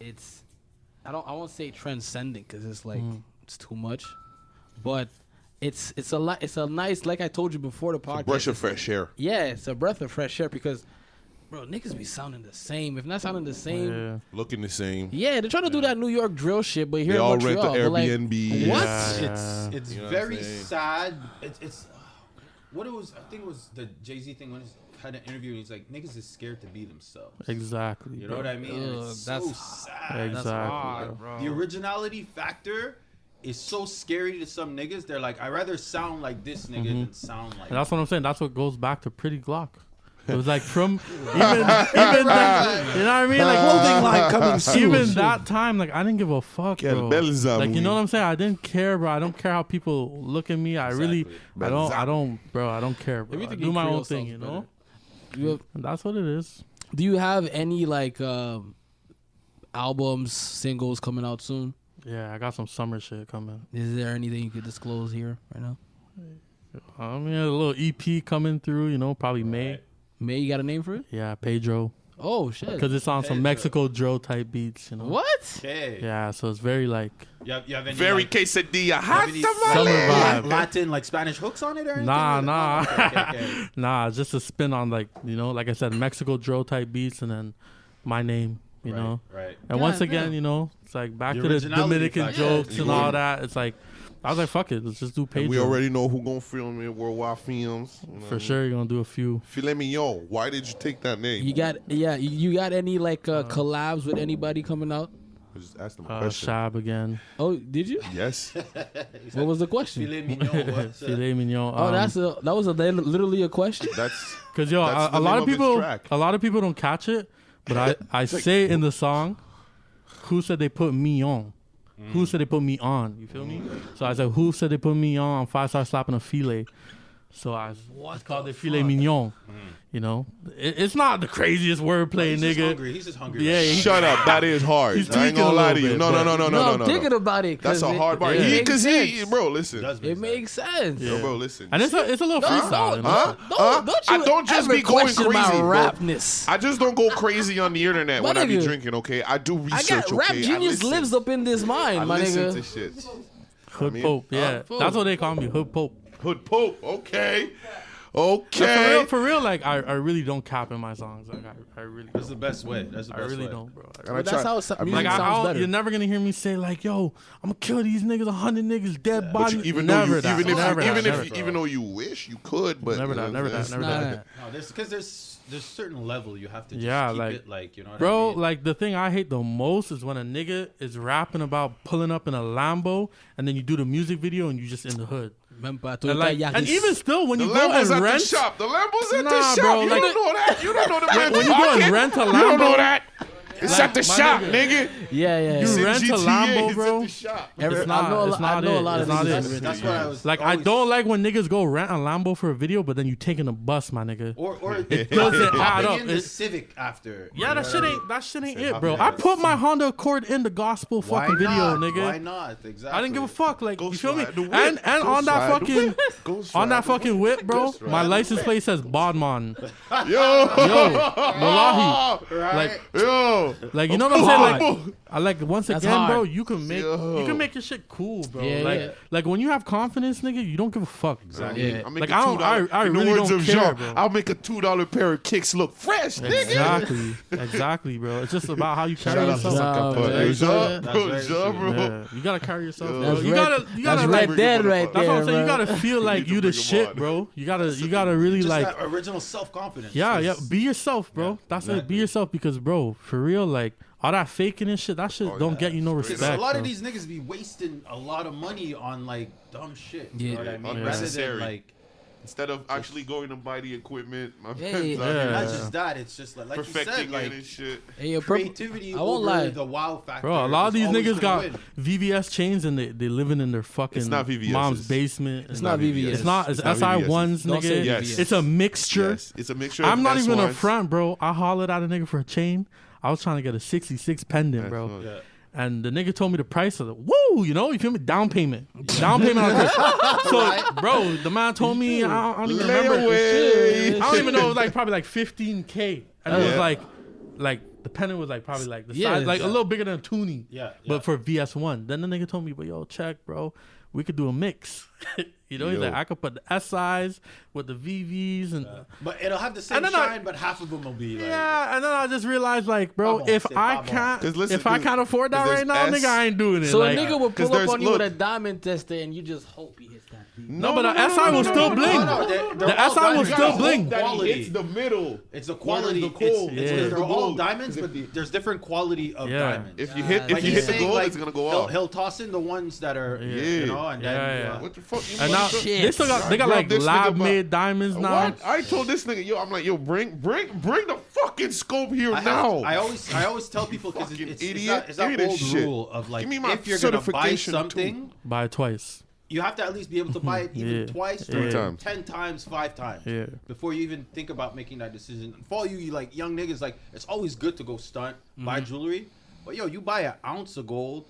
Speaker 2: it's I don't I won't say transcendent because it's like it's too much, but it's it's a lot it's a nice like I told you before the podcast.
Speaker 3: Brush of fresh hair.
Speaker 2: yeah, it's a breath of fresh air because bro niggas be sounding the same if not sounding the same. Yeah.
Speaker 4: Yeah.
Speaker 3: Looking the same.
Speaker 2: they're trying to do that New York drill shit, but here
Speaker 3: They
Speaker 2: in
Speaker 3: all rent
Speaker 2: Montreal,
Speaker 3: the
Speaker 2: but like,
Speaker 3: Airbnb.
Speaker 2: what?
Speaker 4: Yeah.
Speaker 5: It's it's
Speaker 3: You know what I'm
Speaker 5: very
Speaker 3: saying?
Speaker 5: sad. It's it's oh, what it was. I think it was the Jay Z thing when he had an interview. and He's like, niggas is scared to be themselves.
Speaker 4: Exactly.
Speaker 5: You know
Speaker 4: bro.
Speaker 5: what I mean? And
Speaker 2: Ugh,
Speaker 5: it's so
Speaker 2: that's-
Speaker 5: sad.
Speaker 4: Exactly,
Speaker 5: hard,
Speaker 4: bro.
Speaker 5: The originality factor is so scary to some niggas.
Speaker 4: Mm-hmm.
Speaker 5: They're like, I rather sound like this nigga than sound like.
Speaker 4: And that's what I'm saying. That's what goes back to Pretty Glock. It was like from even even that, you know what I mean? Like
Speaker 5: Clothing line coming soon.
Speaker 4: even that time, like I didn't give a fuck,
Speaker 3: Que el
Speaker 4: bro.
Speaker 3: bel zam,
Speaker 4: Like you
Speaker 3: we.
Speaker 4: know what I'm saying? I didn't care, bro. I don't care how people look at me. I really, I don't, I don't, bro. I don't care, bro. I
Speaker 2: Everything
Speaker 4: do
Speaker 2: in
Speaker 4: my
Speaker 2: Creole
Speaker 4: own thing,
Speaker 2: sounds
Speaker 4: you know.
Speaker 2: Do you have,
Speaker 4: That's what it is.
Speaker 2: do you have any like um, albums, singles coming out soon?
Speaker 4: Yeah, I got some summer shit coming.
Speaker 2: Is there anything you could disclose here right now?
Speaker 4: I mean, Um, a little EP coming through, you know, probably May.
Speaker 2: May you got a name for it?
Speaker 4: Yeah, Pedro,
Speaker 2: Oh shit!
Speaker 4: because it's on some Mexico drill type beats, you know.
Speaker 2: What?
Speaker 5: Okay.
Speaker 4: Yeah, so it's very like
Speaker 5: You have, you have any
Speaker 3: Very
Speaker 5: like,
Speaker 3: quesadilla.
Speaker 5: you
Speaker 3: Hot
Speaker 5: have any
Speaker 4: summer
Speaker 3: tamale.
Speaker 5: Latin,
Speaker 4: vibe.
Speaker 5: Latin like Spanish hooks on it or anything? Oh,
Speaker 4: Nah, nah,
Speaker 5: Okay, okay, okay.
Speaker 4: nah. it's Just a spin on like you know, like I said, Mexico drill type beats, and then my name, you know.
Speaker 5: Right.
Speaker 4: And once
Speaker 2: God
Speaker 4: again,
Speaker 2: damn.
Speaker 4: you know, it's like back
Speaker 5: The
Speaker 4: to the
Speaker 5: originality
Speaker 4: Dominican
Speaker 5: factor.
Speaker 4: jokes
Speaker 5: Yeah.
Speaker 4: and all that. It's like I was like, fuck it, let's just do Pedro.
Speaker 3: We already know who gonna film it. Worldwide Films. You know what I
Speaker 4: for
Speaker 3: mean?
Speaker 4: sure you're gonna do a few.
Speaker 3: Filet mignon. Why did you take that name?
Speaker 2: You got yeah. You you got any like uh, collabs with anybody coming out?
Speaker 3: Just ask them a
Speaker 4: Uh,
Speaker 3: question.
Speaker 4: Shab again,
Speaker 2: Oh, did you?
Speaker 3: Yes.
Speaker 2: What was the question?
Speaker 5: Filet mignon. What's uh,
Speaker 4: filet mignon.
Speaker 2: Oh, that's a that was a literally a question.
Speaker 3: That's
Speaker 4: because yo,
Speaker 3: that's
Speaker 4: a,
Speaker 3: the
Speaker 4: a
Speaker 3: name
Speaker 4: lot of
Speaker 3: of his
Speaker 4: people,
Speaker 3: track.
Speaker 4: a lot of people don't catch it, but I I say in the song, who said they put me on?
Speaker 3: Mm.
Speaker 4: Who said they put me on? You feel me? So I said, who said they put me on? Five star slapping a filet. So I what's called the filet mignon.
Speaker 3: Mm.
Speaker 4: You know, it, it's not the craziest wordplay,
Speaker 5: he's just
Speaker 4: nigga.
Speaker 5: hungry. He's just hungry.
Speaker 4: Yeah, he-
Speaker 3: shut up. That is hard.
Speaker 4: He's
Speaker 3: I ain't
Speaker 4: tweaking a
Speaker 3: gonna lie to
Speaker 4: little
Speaker 3: you.
Speaker 4: bit,
Speaker 3: No, no,
Speaker 4: but-
Speaker 3: no, no,
Speaker 2: No,
Speaker 3: no,
Speaker 2: I'm
Speaker 3: no,
Speaker 2: thinking
Speaker 3: no.
Speaker 2: about it.
Speaker 3: That's
Speaker 2: 'cause
Speaker 3: a
Speaker 2: it-
Speaker 3: hard part.
Speaker 2: It,
Speaker 3: He,
Speaker 2: makes
Speaker 3: cause he,
Speaker 2: sense.
Speaker 3: bro, listen.
Speaker 5: Does
Speaker 2: It makes sense.
Speaker 3: Yo, bro, listen.
Speaker 4: And it's a, it's a little freestyle. You know?
Speaker 3: Huh?
Speaker 2: Don't,
Speaker 3: Huh?
Speaker 2: don't
Speaker 3: I
Speaker 2: you
Speaker 3: don't just
Speaker 2: ever
Speaker 3: be going
Speaker 2: question
Speaker 3: crazy,
Speaker 2: my
Speaker 3: bro.
Speaker 2: rapness.
Speaker 3: I just don't go crazy on the internet when I be
Speaker 2: nigga.
Speaker 3: drinking. Okay, I do
Speaker 2: I
Speaker 3: research.
Speaker 2: got
Speaker 3: okay,
Speaker 2: rap
Speaker 3: I
Speaker 2: genius
Speaker 3: listen.
Speaker 2: lives up in this mind,
Speaker 3: I
Speaker 2: my
Speaker 3: listen
Speaker 2: nigga.
Speaker 3: to shit.
Speaker 4: Hood
Speaker 3: mean,
Speaker 4: Pope, yeah.
Speaker 2: Hood Pope.
Speaker 4: That's what they call me, Hood Pope.
Speaker 3: Hood Pope. Okay,
Speaker 4: But for real,
Speaker 3: okay.
Speaker 4: for real, like I, I really don't cap in my songs. Like I, I really
Speaker 5: That's
Speaker 4: don't.
Speaker 5: the best way. That's the
Speaker 4: I
Speaker 5: best
Speaker 4: really
Speaker 5: way.
Speaker 4: don't, bro. Like,
Speaker 3: And I
Speaker 2: that's
Speaker 3: try-
Speaker 2: how it's-
Speaker 3: I mean,
Speaker 2: music
Speaker 4: like, I,
Speaker 2: sounds
Speaker 4: I'll-
Speaker 2: better.
Speaker 4: you're never gonna hear me say like, "Yo, I'm gonna kill these niggas, a hundred niggas, dead
Speaker 3: but
Speaker 4: body."
Speaker 3: you- even though
Speaker 4: never
Speaker 3: you,
Speaker 4: that,
Speaker 3: even if
Speaker 4: never
Speaker 3: you,
Speaker 4: that,
Speaker 3: even
Speaker 4: never
Speaker 3: if
Speaker 4: that.
Speaker 3: you, even though you wish you could, but
Speaker 4: Never that,
Speaker 3: you know
Speaker 4: never
Speaker 3: what I'm
Speaker 4: that,
Speaker 3: saying?
Speaker 4: never
Speaker 2: Nah, nah,
Speaker 4: that.
Speaker 2: nah.
Speaker 5: No, there's because there's there's certain level you have to just
Speaker 4: Yeah,
Speaker 5: keep
Speaker 4: like-
Speaker 5: it like you know what I
Speaker 4: Bro,
Speaker 5: mean?
Speaker 4: like the thing I hate the most is when a nigga is rapping about pulling up in a Lambo, and then you do the music video and you just in the hood.
Speaker 2: Remember, I told
Speaker 4: And,
Speaker 2: you
Speaker 4: like,
Speaker 2: that
Speaker 4: and
Speaker 2: Yaris-
Speaker 4: even still, when
Speaker 3: The
Speaker 4: you go and
Speaker 3: Lambo's at
Speaker 4: rent,
Speaker 3: the shop. The Lambo's at
Speaker 4: Nah,
Speaker 3: the shop.
Speaker 4: bro,
Speaker 3: you
Speaker 4: like-
Speaker 3: don't know that. You don't know the man's
Speaker 4: when you go and
Speaker 3: pocket.
Speaker 4: rent a
Speaker 3: You don't know
Speaker 4: Lambo-
Speaker 3: that. It's
Speaker 4: Like,
Speaker 3: at the
Speaker 4: my
Speaker 3: shop,
Speaker 4: nigga.
Speaker 3: nigga.
Speaker 2: yeah, yeah.
Speaker 4: you
Speaker 3: in
Speaker 4: rent a
Speaker 3: GTA, it's
Speaker 4: Lambo,
Speaker 3: at
Speaker 4: bro.
Speaker 3: the shop.
Speaker 2: Every-
Speaker 4: it's not-
Speaker 2: I know, a lo-
Speaker 4: it's not
Speaker 2: I know a
Speaker 4: it.
Speaker 2: lot
Speaker 4: It's
Speaker 2: of
Speaker 4: not
Speaker 2: these
Speaker 4: it.
Speaker 2: niggas
Speaker 5: that's
Speaker 2: rent
Speaker 5: that's what I was
Speaker 4: Like I
Speaker 5: always-
Speaker 4: don't like when niggas go rent a Lambo for a video, but then you taking a bus, my nigga.
Speaker 5: or or
Speaker 4: It doesn't add up.
Speaker 5: in the
Speaker 4: It-
Speaker 5: Civic after.
Speaker 4: yeah, that shit ain't that shit ain't it, bro.
Speaker 3: hop
Speaker 4: I
Speaker 3: in
Speaker 4: put my Honda Accord in the gospel
Speaker 5: Why
Speaker 4: fucking video,
Speaker 5: not?
Speaker 4: nigga.
Speaker 5: Why not? Exactly.
Speaker 4: I didn't give a fuck. Like
Speaker 3: Go
Speaker 4: you feel me?
Speaker 3: slide the whip.
Speaker 4: And and
Speaker 3: Go
Speaker 4: on that
Speaker 3: slide the
Speaker 4: fucking
Speaker 3: whip. Go slide
Speaker 4: on that
Speaker 3: the
Speaker 4: fucking whip, bro.
Speaker 3: slide
Speaker 4: My
Speaker 3: the
Speaker 4: license plate says Bodman.
Speaker 3: Yo,
Speaker 4: Yo, Malahi. Like
Speaker 3: yo.
Speaker 4: like you know what I'm saying? Like
Speaker 3: Boom.
Speaker 4: I like once
Speaker 2: That's
Speaker 4: again, bro.
Speaker 2: hard.
Speaker 4: You can make
Speaker 3: Yo.
Speaker 4: you can make your shit cool, bro.
Speaker 2: Yeah,
Speaker 4: like
Speaker 2: yeah.
Speaker 4: like when you have confidence, nigga, you don't give a fuck. Exactly.
Speaker 2: Yeah.
Speaker 3: I'll make
Speaker 4: Like,
Speaker 3: a
Speaker 4: I don't- I-
Speaker 3: $2
Speaker 4: I
Speaker 3: in the
Speaker 4: really
Speaker 3: words
Speaker 4: don't
Speaker 3: of
Speaker 4: care,
Speaker 3: Jean,
Speaker 4: bro.
Speaker 3: I'll make a two dollar pair of kicks look fresh, nigga.
Speaker 4: Exactly, exactly, bro. It's just about how you carry
Speaker 3: Shout out to
Speaker 4: yourself.
Speaker 5: That's
Speaker 2: Jean, man.
Speaker 3: Zucker, bro. Jean, bro,
Speaker 5: very
Speaker 3: Jean,
Speaker 5: true.
Speaker 3: bro.
Speaker 4: Yeah, you gotta carry yourself.
Speaker 3: Yo.
Speaker 4: Bro.
Speaker 2: That's
Speaker 4: You
Speaker 2: Red-
Speaker 4: gotta,
Speaker 2: that's
Speaker 4: you gotta
Speaker 2: Red
Speaker 4: like.
Speaker 3: Bring
Speaker 2: Dead
Speaker 3: him up.
Speaker 2: right
Speaker 4: That's what I'm
Speaker 2: there,
Speaker 4: saying. You
Speaker 2: bro.
Speaker 4: gotta feel like
Speaker 3: to
Speaker 4: you the
Speaker 3: bring him
Speaker 4: shit,
Speaker 3: on.
Speaker 4: bro. You gotta, you gotta really
Speaker 5: Just
Speaker 4: like.
Speaker 5: that original self confidence.
Speaker 4: Yeah, yeah. Be yourself, bro. That's it.
Speaker 5: exactly.
Speaker 4: Be yourself because, bro, for real, like all that faking and shit, that shit
Speaker 3: Oh,
Speaker 4: don't get you no respect.
Speaker 5: Because a lot
Speaker 4: bro.
Speaker 5: of these niggas be wasting a lot of money on like dumb shit. You
Speaker 2: Yeah.
Speaker 5: know what I mean? Rather
Speaker 3: Unnecessary.
Speaker 5: than like
Speaker 3: Instead of actually going to buy the equipment, my
Speaker 2: Hey,
Speaker 3: man's out
Speaker 4: yeah.
Speaker 3: here
Speaker 5: not just that, it's just like like you said,
Speaker 3: perfecting it
Speaker 5: like
Speaker 3: and shit.
Speaker 2: Hey, yo, purp-
Speaker 5: creativity
Speaker 2: I won't
Speaker 5: over
Speaker 2: lie.
Speaker 5: the wow factor.
Speaker 4: Bro, a lot of
Speaker 5: is
Speaker 4: these
Speaker 5: always
Speaker 4: niggas got
Speaker 5: gonna win.
Speaker 4: VVS chains and they they living in their fucking
Speaker 3: not VVS,
Speaker 4: mom's
Speaker 3: it's-
Speaker 4: basement. It's
Speaker 2: not VVS.
Speaker 4: It's not. It's,
Speaker 3: It's not
Speaker 4: SI ones,
Speaker 3: VVS.
Speaker 2: Don't say
Speaker 4: nigga.
Speaker 3: VVS.
Speaker 4: It's a mixture.
Speaker 3: Yes, it's a mixture. of
Speaker 4: I'm not even a
Speaker 3: S1s.
Speaker 4: front, bro. I hollered at a nigga for a chain. I was trying to get a 66 pendant, bro.
Speaker 3: S1s.
Speaker 4: And the nigga told me the price of it. Woo, you know, you feel me? Down payment. Down payment on this. So, bro, the man told me, I don't, I don't even remember.
Speaker 3: Layaway.
Speaker 4: I don't even know. It was like probably like 15k, and it was
Speaker 3: Yeah.
Speaker 4: like, like the pennant was like probably like the
Speaker 2: Yeah,
Speaker 4: size, like
Speaker 2: yeah.
Speaker 4: a little bigger than a toonie.
Speaker 5: Yeah, yeah.
Speaker 4: But for VS one, then the nigga told me, but yo, check, bro, we could do a mix. you know, he's
Speaker 3: Yo.
Speaker 4: like, I could put the SIs with the VVs and.
Speaker 5: But it'll have the same
Speaker 4: And then I-
Speaker 5: shine, but half of them will be like
Speaker 4: Yeah, and then I just realized, like, bro,
Speaker 5: Come on,
Speaker 4: if
Speaker 5: say
Speaker 4: I
Speaker 5: come on.
Speaker 4: can't,
Speaker 3: 'Cause listen,
Speaker 4: if I
Speaker 3: 'cause-
Speaker 4: can't afford that
Speaker 3: 'cause
Speaker 4: right now,
Speaker 3: there's
Speaker 4: nigga, I ain't doing it.
Speaker 2: So
Speaker 4: like,
Speaker 2: a nigga would
Speaker 3: 'cause
Speaker 2: pull up
Speaker 3: there's-
Speaker 2: on you
Speaker 3: look.
Speaker 2: with a diamond tester, and you just hope he hits that. beat.
Speaker 4: no, but the SI will still bling.
Speaker 5: no, they're- they're
Speaker 4: The
Speaker 5: all
Speaker 4: SI will
Speaker 5: diamonds.
Speaker 4: still
Speaker 5: Guys,
Speaker 4: bling.
Speaker 5: that- Quality.
Speaker 3: It's the middle.
Speaker 5: It's the quality.
Speaker 3: the
Speaker 5: it's-
Speaker 3: gold?
Speaker 5: It's,
Speaker 4: Yeah.
Speaker 5: they're
Speaker 3: The
Speaker 5: all
Speaker 3: gold.
Speaker 5: diamonds, but there's different quality of
Speaker 4: Yeah.
Speaker 5: diamonds.
Speaker 3: If you hit,
Speaker 2: God.
Speaker 3: if
Speaker 5: Like
Speaker 3: you
Speaker 5: he's
Speaker 3: hit the
Speaker 5: saying,
Speaker 3: goal,
Speaker 5: like,
Speaker 3: it's gonna go
Speaker 5: he'll,
Speaker 3: off.
Speaker 5: he'll toss in the ones that are,
Speaker 3: Yeah.
Speaker 5: you know, and
Speaker 4: Yeah,
Speaker 5: then
Speaker 4: yeah.
Speaker 5: uh,
Speaker 3: What the fuck you.
Speaker 4: And now
Speaker 3: motherfucker.
Speaker 4: they still got they got
Speaker 3: Bro,
Speaker 4: like
Speaker 3: this nigga
Speaker 4: lab
Speaker 3: about-
Speaker 4: made diamonds now.
Speaker 3: What? I told this nigga, yo, I'm like, yo, bring, bring, bring the fucking scope here
Speaker 6: I have-
Speaker 3: now.
Speaker 6: I always I always tell people because
Speaker 3: fucking
Speaker 6: it's,
Speaker 3: idiot.
Speaker 6: it's that,
Speaker 3: Give
Speaker 6: it's
Speaker 3: me
Speaker 6: that
Speaker 3: this
Speaker 6: old
Speaker 3: shit.
Speaker 6: rule of like
Speaker 3: Give me my
Speaker 6: if you're gonna buy
Speaker 3: certification, too.
Speaker 6: something,
Speaker 4: Buy twice.
Speaker 6: you have to at least be able to buy it even
Speaker 4: Yeah.
Speaker 6: twice,
Speaker 4: Three
Speaker 6: or
Speaker 3: times.
Speaker 6: ten times, five times
Speaker 4: Yeah.
Speaker 6: before you even think about making that decision. For all you, you like young niggas, like it's always good to go stunt,
Speaker 4: Mm-hmm.
Speaker 6: buy jewelry, but yo, you buy an ounce of gold,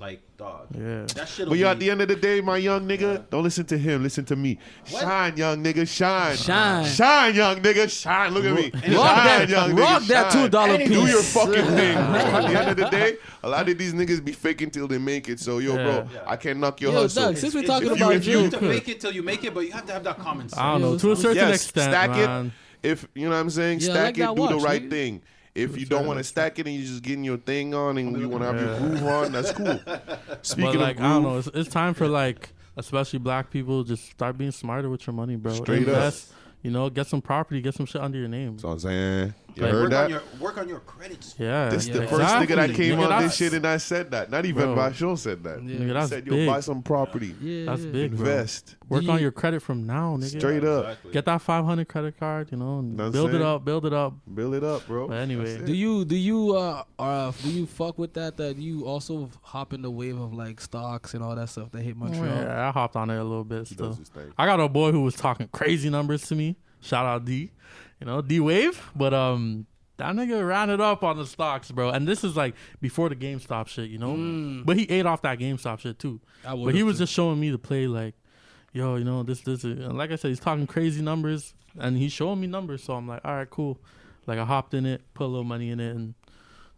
Speaker 6: like dog,
Speaker 4: Yeah.
Speaker 6: that shit.
Speaker 3: But yo, at the end of the day, my young nigga, don't listen to him. Listen to me. Shine, young nigga. Shine.
Speaker 2: Shine.
Speaker 3: Shine, young nigga. Shine. Look at me. Shine,
Speaker 2: Rock that,
Speaker 3: young nigga.
Speaker 2: rock that
Speaker 3: shine.
Speaker 2: two dollar piece.
Speaker 3: Do your fucking thing, bro. At the end of the day, a lot of these niggas be faking till they make it. So yo, bro,
Speaker 4: Yeah.
Speaker 3: I can't knock your
Speaker 2: Yo,
Speaker 3: hustle.
Speaker 2: Doug, since we're
Speaker 6: It's
Speaker 2: talking
Speaker 6: good-
Speaker 2: about
Speaker 6: it's good
Speaker 2: you,
Speaker 6: to make it till you make it, but you have to have that common sense.
Speaker 4: I don't know.
Speaker 2: Yeah,
Speaker 4: To a
Speaker 2: it's-
Speaker 4: certain
Speaker 3: yes,
Speaker 4: extent,
Speaker 3: stack
Speaker 4: man.
Speaker 3: it. If you know what I'm saying,
Speaker 2: Yeah,
Speaker 3: stack
Speaker 2: like
Speaker 3: it.
Speaker 2: that
Speaker 3: Do the
Speaker 2: watch,
Speaker 3: right
Speaker 2: nigga.
Speaker 3: thing. If you don't want to stack it and you're just getting your thing on and you want to have your groove on, that's cool. Speaking
Speaker 4: But like
Speaker 3: of
Speaker 4: I
Speaker 3: groove,
Speaker 4: don't know, it's, it's time for like especially black people just start being smarter with your money, bro.
Speaker 3: Straight up.
Speaker 4: you know, get some property, get some shit under your name.
Speaker 3: that's what I'm saying. You
Speaker 4: Like,
Speaker 3: heard
Speaker 6: Work
Speaker 3: that?
Speaker 6: on your work on your credit score.
Speaker 4: Yeah,
Speaker 3: This
Speaker 4: yeah,
Speaker 3: the first nigga that
Speaker 4: exactly.
Speaker 3: came
Speaker 4: Nigga,
Speaker 3: on this
Speaker 4: that's-
Speaker 3: shit and I said that. Not even
Speaker 4: Bro.
Speaker 3: Basho said that.
Speaker 2: Yeah.
Speaker 4: Nigga,
Speaker 3: He
Speaker 4: that's
Speaker 3: said, yo,
Speaker 4: big.
Speaker 3: buy some property.
Speaker 2: yeah,
Speaker 4: That's
Speaker 2: yeah.
Speaker 4: big, bro.
Speaker 3: Invest.
Speaker 4: Work
Speaker 2: Do
Speaker 4: on
Speaker 2: you-
Speaker 4: your credit from now, nigga.
Speaker 3: Straight up.
Speaker 4: Get that 500 credit card, you know, and
Speaker 3: Know what I'm
Speaker 4: build it
Speaker 3: saying?
Speaker 4: up, build it up.
Speaker 3: Build it up, bro.
Speaker 4: But anyway,
Speaker 2: Do you do you uh, uh do you fuck with that? That you also hop in the wave of like stocks and all that stuff that hit Montreal.
Speaker 4: yeah, I hopped on it a little bit.
Speaker 3: does
Speaker 4: Still.
Speaker 3: his thing.
Speaker 4: I got a boy who was talking crazy numbers to me. Shout out D, you know D Wave, but um. That nigga ran it up on the stocks, bro. And this is like before the GameStop shit, you know?
Speaker 3: Mm.
Speaker 4: But he ate off that GameStop shit too.
Speaker 2: I
Speaker 4: But
Speaker 2: would've
Speaker 4: he was
Speaker 2: too.
Speaker 4: just showing me the play, like, yo, you know, this, this. uh, And like I said, he's talking crazy numbers and he's showing me numbers. So I'm like, all right, cool. Like, I hopped in it, put a little money in it, and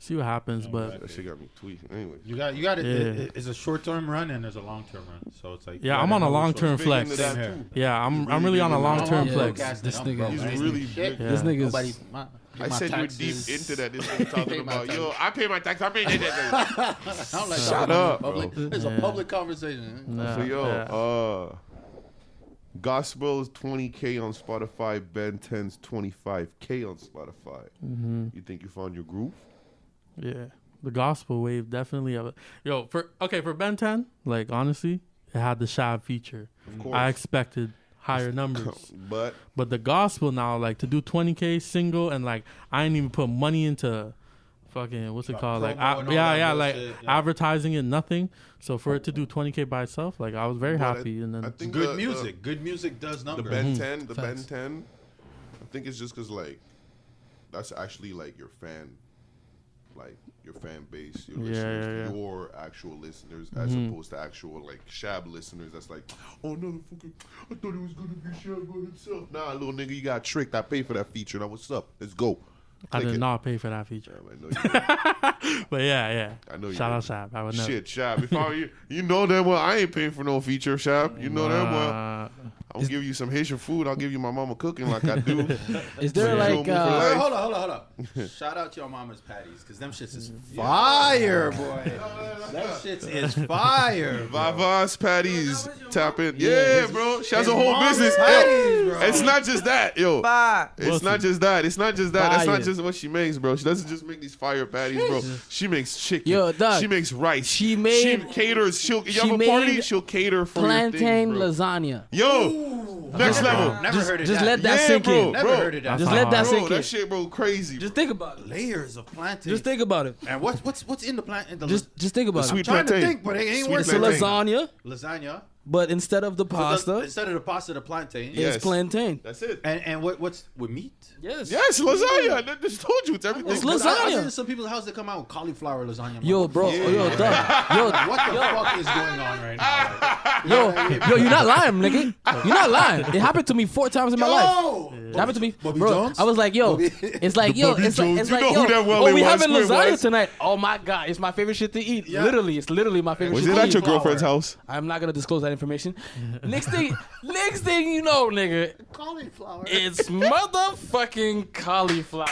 Speaker 4: see what happens. But
Speaker 3: That shit got me tweeting. Anyway.
Speaker 6: You got you got it.
Speaker 4: Yeah.
Speaker 6: it- it- It's a short term run and there's a long term run, so it's like you
Speaker 4: yeah, I'm
Speaker 6: gotta
Speaker 4: on a
Speaker 6: know
Speaker 4: long
Speaker 6: which one.
Speaker 4: term flex.
Speaker 3: Speaking of that,
Speaker 6: Yeah.
Speaker 3: too,
Speaker 4: Yeah, I'm I'm really on a long term
Speaker 6: Yeah.
Speaker 4: flex.
Speaker 6: Guys,
Speaker 2: This
Speaker 6: I'm
Speaker 2: nigga,
Speaker 6: broke.
Speaker 3: he's
Speaker 6: Right.
Speaker 3: really big.
Speaker 4: Yeah.
Speaker 2: this nigga's
Speaker 6: Nobody, my,
Speaker 3: I
Speaker 6: my
Speaker 3: said you were deep
Speaker 6: taxes.
Speaker 3: into that. This nigga talking
Speaker 6: Pay my
Speaker 3: about, yo, I pay my tax. I pay that.
Speaker 6: I don't like
Speaker 3: Shut
Speaker 6: talking in
Speaker 3: up,
Speaker 6: public.
Speaker 3: bro.
Speaker 6: It's
Speaker 4: Yeah.
Speaker 6: a public conversation.
Speaker 4: Nah,
Speaker 3: So, yo,
Speaker 4: yeah.
Speaker 3: uh, Gospel's 20K on Spotify. Ben 10's 25K on Spotify.
Speaker 4: Mm-hmm.
Speaker 3: You think you found your groove?
Speaker 4: Yeah, the gospel wave definitely. Of it. Yo, for okay for Ben 10, like honestly, it had the Shab feature. Of
Speaker 3: course.
Speaker 4: I expected higher numbers,
Speaker 3: But
Speaker 4: but the gospel now, like to do 20k single and like I didn't even put money into. Fucking, what's it called? Like,
Speaker 6: promo
Speaker 4: I,
Speaker 6: and all
Speaker 4: yeah,
Speaker 6: that
Speaker 4: yeah, like
Speaker 6: bullshit, yeah.
Speaker 4: advertising and nothing. So for it to do 20k by itself, like I was very
Speaker 3: Well,
Speaker 4: happy.
Speaker 3: I-
Speaker 4: and then
Speaker 3: I think uh,
Speaker 6: Good
Speaker 3: the- the-
Speaker 6: music. Good music does
Speaker 3: the
Speaker 6: numbers.
Speaker 4: Hmm.
Speaker 3: Ben Ten, the
Speaker 2: Facts.
Speaker 3: Ben Ten. I think it's just because like that's actually like your fan, like your fan base, your
Speaker 4: Yeah,
Speaker 3: listeners,
Speaker 4: yeah, Mm-hmm. yeah.
Speaker 3: your actual listeners, as opposed to actual like Shab listeners. That's like, oh no, the fucking, I thought it was gonna be Shab by himself. Nah, little nigga, you got tricked. I paid for that feature. Now what's up? Let's go.
Speaker 4: I
Speaker 3: Click
Speaker 4: did
Speaker 3: it.
Speaker 4: not pay for that feature.
Speaker 3: Damn, I know you did.
Speaker 4: But yeah, yeah.
Speaker 3: I know you
Speaker 4: Shout out
Speaker 3: did.
Speaker 4: Shab. I would never.
Speaker 3: Shit, Shab. If I were you, you know that well. I ain't paying for no feature, Shab. You know that well.
Speaker 4: Uh,
Speaker 3: I'll give you some Haitian food. I'll give you my mama cooking like I do.
Speaker 2: Is there
Speaker 3: Yeah.
Speaker 2: like uh,
Speaker 6: Hey, hold up, hold up, hold up. Shout out to your mama's patties, cause them shits is fire, boy. Them shits is fire. bro.
Speaker 3: Vavas Patties tap in. Yeah, bro. She has a
Speaker 6: It's
Speaker 3: whole
Speaker 6: Mama's
Speaker 3: business.
Speaker 6: Patties,
Speaker 3: Yo,
Speaker 6: bro.
Speaker 3: It's not just that, yo. It's
Speaker 4: Wilson.
Speaker 3: not just that. It's not just that. That's not
Speaker 2: Fire.
Speaker 3: just what she makes, bro. She doesn't just make these fire patties, bro. She makes chicken.
Speaker 2: Yo, dog.
Speaker 3: She makes rice.
Speaker 2: She made-
Speaker 3: She caters. She'll. You
Speaker 2: she
Speaker 3: have a party.
Speaker 2: made
Speaker 3: She'll cater for
Speaker 2: plantain
Speaker 3: your things,
Speaker 2: lasagna?
Speaker 3: bro. Yo, next level.
Speaker 6: Never heard of
Speaker 2: Just
Speaker 6: that.
Speaker 2: let that
Speaker 3: Yeah,
Speaker 2: sink
Speaker 3: bro.
Speaker 2: in.
Speaker 6: Never
Speaker 3: bro.
Speaker 6: heard of that.
Speaker 2: Just
Speaker 4: That's
Speaker 2: let that
Speaker 4: hard.
Speaker 3: Bro,
Speaker 2: sink in.
Speaker 3: that shit, bro, crazy.
Speaker 2: Just
Speaker 3: bro.
Speaker 2: think about it.
Speaker 6: Layers of plantain.
Speaker 2: Just think about it.
Speaker 6: And what's what's what's in the plantain? The
Speaker 2: Just just think about
Speaker 3: sweet
Speaker 2: it.
Speaker 6: trying to
Speaker 3: plantain.
Speaker 6: think, but it ain't
Speaker 3: Sweet
Speaker 2: It's
Speaker 6: worth
Speaker 2: a
Speaker 6: it.
Speaker 3: plantain.
Speaker 2: lasagna,
Speaker 6: Lasagna.
Speaker 2: but instead of the pasta,
Speaker 6: Instead of the pasta, the plantain.
Speaker 3: Yeah.
Speaker 2: it's
Speaker 3: Yes.
Speaker 2: plantain.
Speaker 3: That's it.
Speaker 6: And and what what's with meat?
Speaker 2: Yes.
Speaker 3: Yes, lasagna. I just told you it's everything.
Speaker 2: It's
Speaker 6: But I- I've
Speaker 2: lasagna.
Speaker 6: been to some people's house that come out with cauliflower lasagna. I'm
Speaker 2: Yo,
Speaker 6: like,
Speaker 2: bro. Yo, Doug.
Speaker 6: What the fuck is going on right now?
Speaker 2: Yo, yo, yo, you're not lying, nigga. You're not lying. It happened to me four times in my life. It happened to me,
Speaker 6: Bobby
Speaker 2: bro.
Speaker 6: Jones?
Speaker 2: I was like, yo,
Speaker 6: Bobby-
Speaker 2: it's like, yo,
Speaker 3: Bobby
Speaker 2: it's like, it's
Speaker 3: Jones. You
Speaker 2: like,
Speaker 3: know
Speaker 2: yo,
Speaker 3: who that well
Speaker 2: oh,
Speaker 3: he
Speaker 2: we
Speaker 3: was,
Speaker 2: having
Speaker 3: Squid
Speaker 2: lasagna
Speaker 3: was.
Speaker 2: tonight. Oh my god, it's my favorite shit to eat.
Speaker 6: Yeah.
Speaker 2: Literally, it's literally my favorite.
Speaker 3: Was
Speaker 2: shit
Speaker 3: it
Speaker 2: to
Speaker 3: at
Speaker 2: eat.
Speaker 3: your girlfriend's house?
Speaker 2: I'm not gonna disclose that information. next thing, next thing you know, nigga,
Speaker 6: Cauliflower.
Speaker 2: it's motherfucking cauliflower.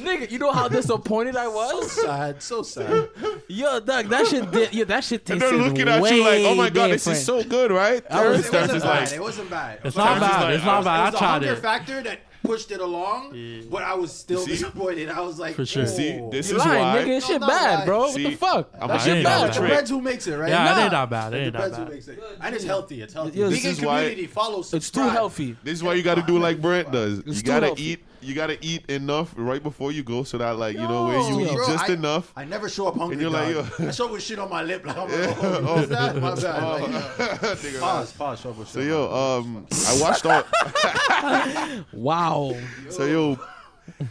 Speaker 2: Nigga, you know how disappointed I was?
Speaker 6: sad, so sad.
Speaker 2: Yo, Doug, that shit did. Yo, that shit
Speaker 3: And
Speaker 2: tasted
Speaker 3: they're looking at you like, oh my god,
Speaker 2: different.
Speaker 3: this is so good, right?
Speaker 2: I was-
Speaker 6: It
Speaker 3: Terrence
Speaker 6: wasn't
Speaker 3: is
Speaker 6: bad.
Speaker 3: like,
Speaker 6: it wasn't bad.
Speaker 4: It's not
Speaker 3: Terrence is
Speaker 4: bad.
Speaker 3: like,
Speaker 4: It's not
Speaker 6: It was
Speaker 4: bad.
Speaker 6: the
Speaker 4: I tried
Speaker 6: hunger
Speaker 4: it.
Speaker 6: factor that
Speaker 5: pushed it along,
Speaker 4: Yeah.
Speaker 5: but I was still
Speaker 3: See?
Speaker 5: disappointed. I was like,
Speaker 4: For sure.
Speaker 3: See,
Speaker 5: "Oh."
Speaker 3: this
Speaker 2: You
Speaker 3: is
Speaker 2: lying,
Speaker 3: why.
Speaker 2: nigga. This
Speaker 5: No,
Speaker 2: shit
Speaker 5: no,
Speaker 2: bad,
Speaker 5: like-
Speaker 2: bro.
Speaker 3: See,
Speaker 2: what the fuck?
Speaker 3: I'm
Speaker 5: That
Speaker 3: not
Speaker 5: shit
Speaker 4: ain't
Speaker 5: bad.
Speaker 4: gonna
Speaker 5: It
Speaker 4: trick.
Speaker 5: depends who makes it, right?
Speaker 4: Yeah,
Speaker 5: Nah.
Speaker 4: it ain't that bad. It ain't that
Speaker 5: depends who
Speaker 4: bad.
Speaker 5: makes it. And it's healthy. It's healthy.
Speaker 2: Yo,
Speaker 5: Vegan
Speaker 2: this
Speaker 3: is why-
Speaker 5: community follows.
Speaker 2: It's too healthy.
Speaker 3: This is why you got to do like Brent does.
Speaker 2: It's
Speaker 3: you
Speaker 2: too
Speaker 3: gotta
Speaker 2: healthy.
Speaker 3: eat. You gotta eat enough right before you go, so that like you know where
Speaker 2: Yo,
Speaker 3: you eat
Speaker 2: bro,
Speaker 3: just
Speaker 5: I,
Speaker 3: enough.
Speaker 5: I never show up hungry.
Speaker 3: you're like,
Speaker 5: dog.
Speaker 3: yo.
Speaker 5: I show up with shit on my lip. Like, I'm like, oh, what's that? My bad. Like,
Speaker 3: Nigga,
Speaker 5: Pause, pause, show up with
Speaker 3: So
Speaker 5: shit.
Speaker 3: yo, um, I watched all.
Speaker 2: Wow.
Speaker 3: so yo,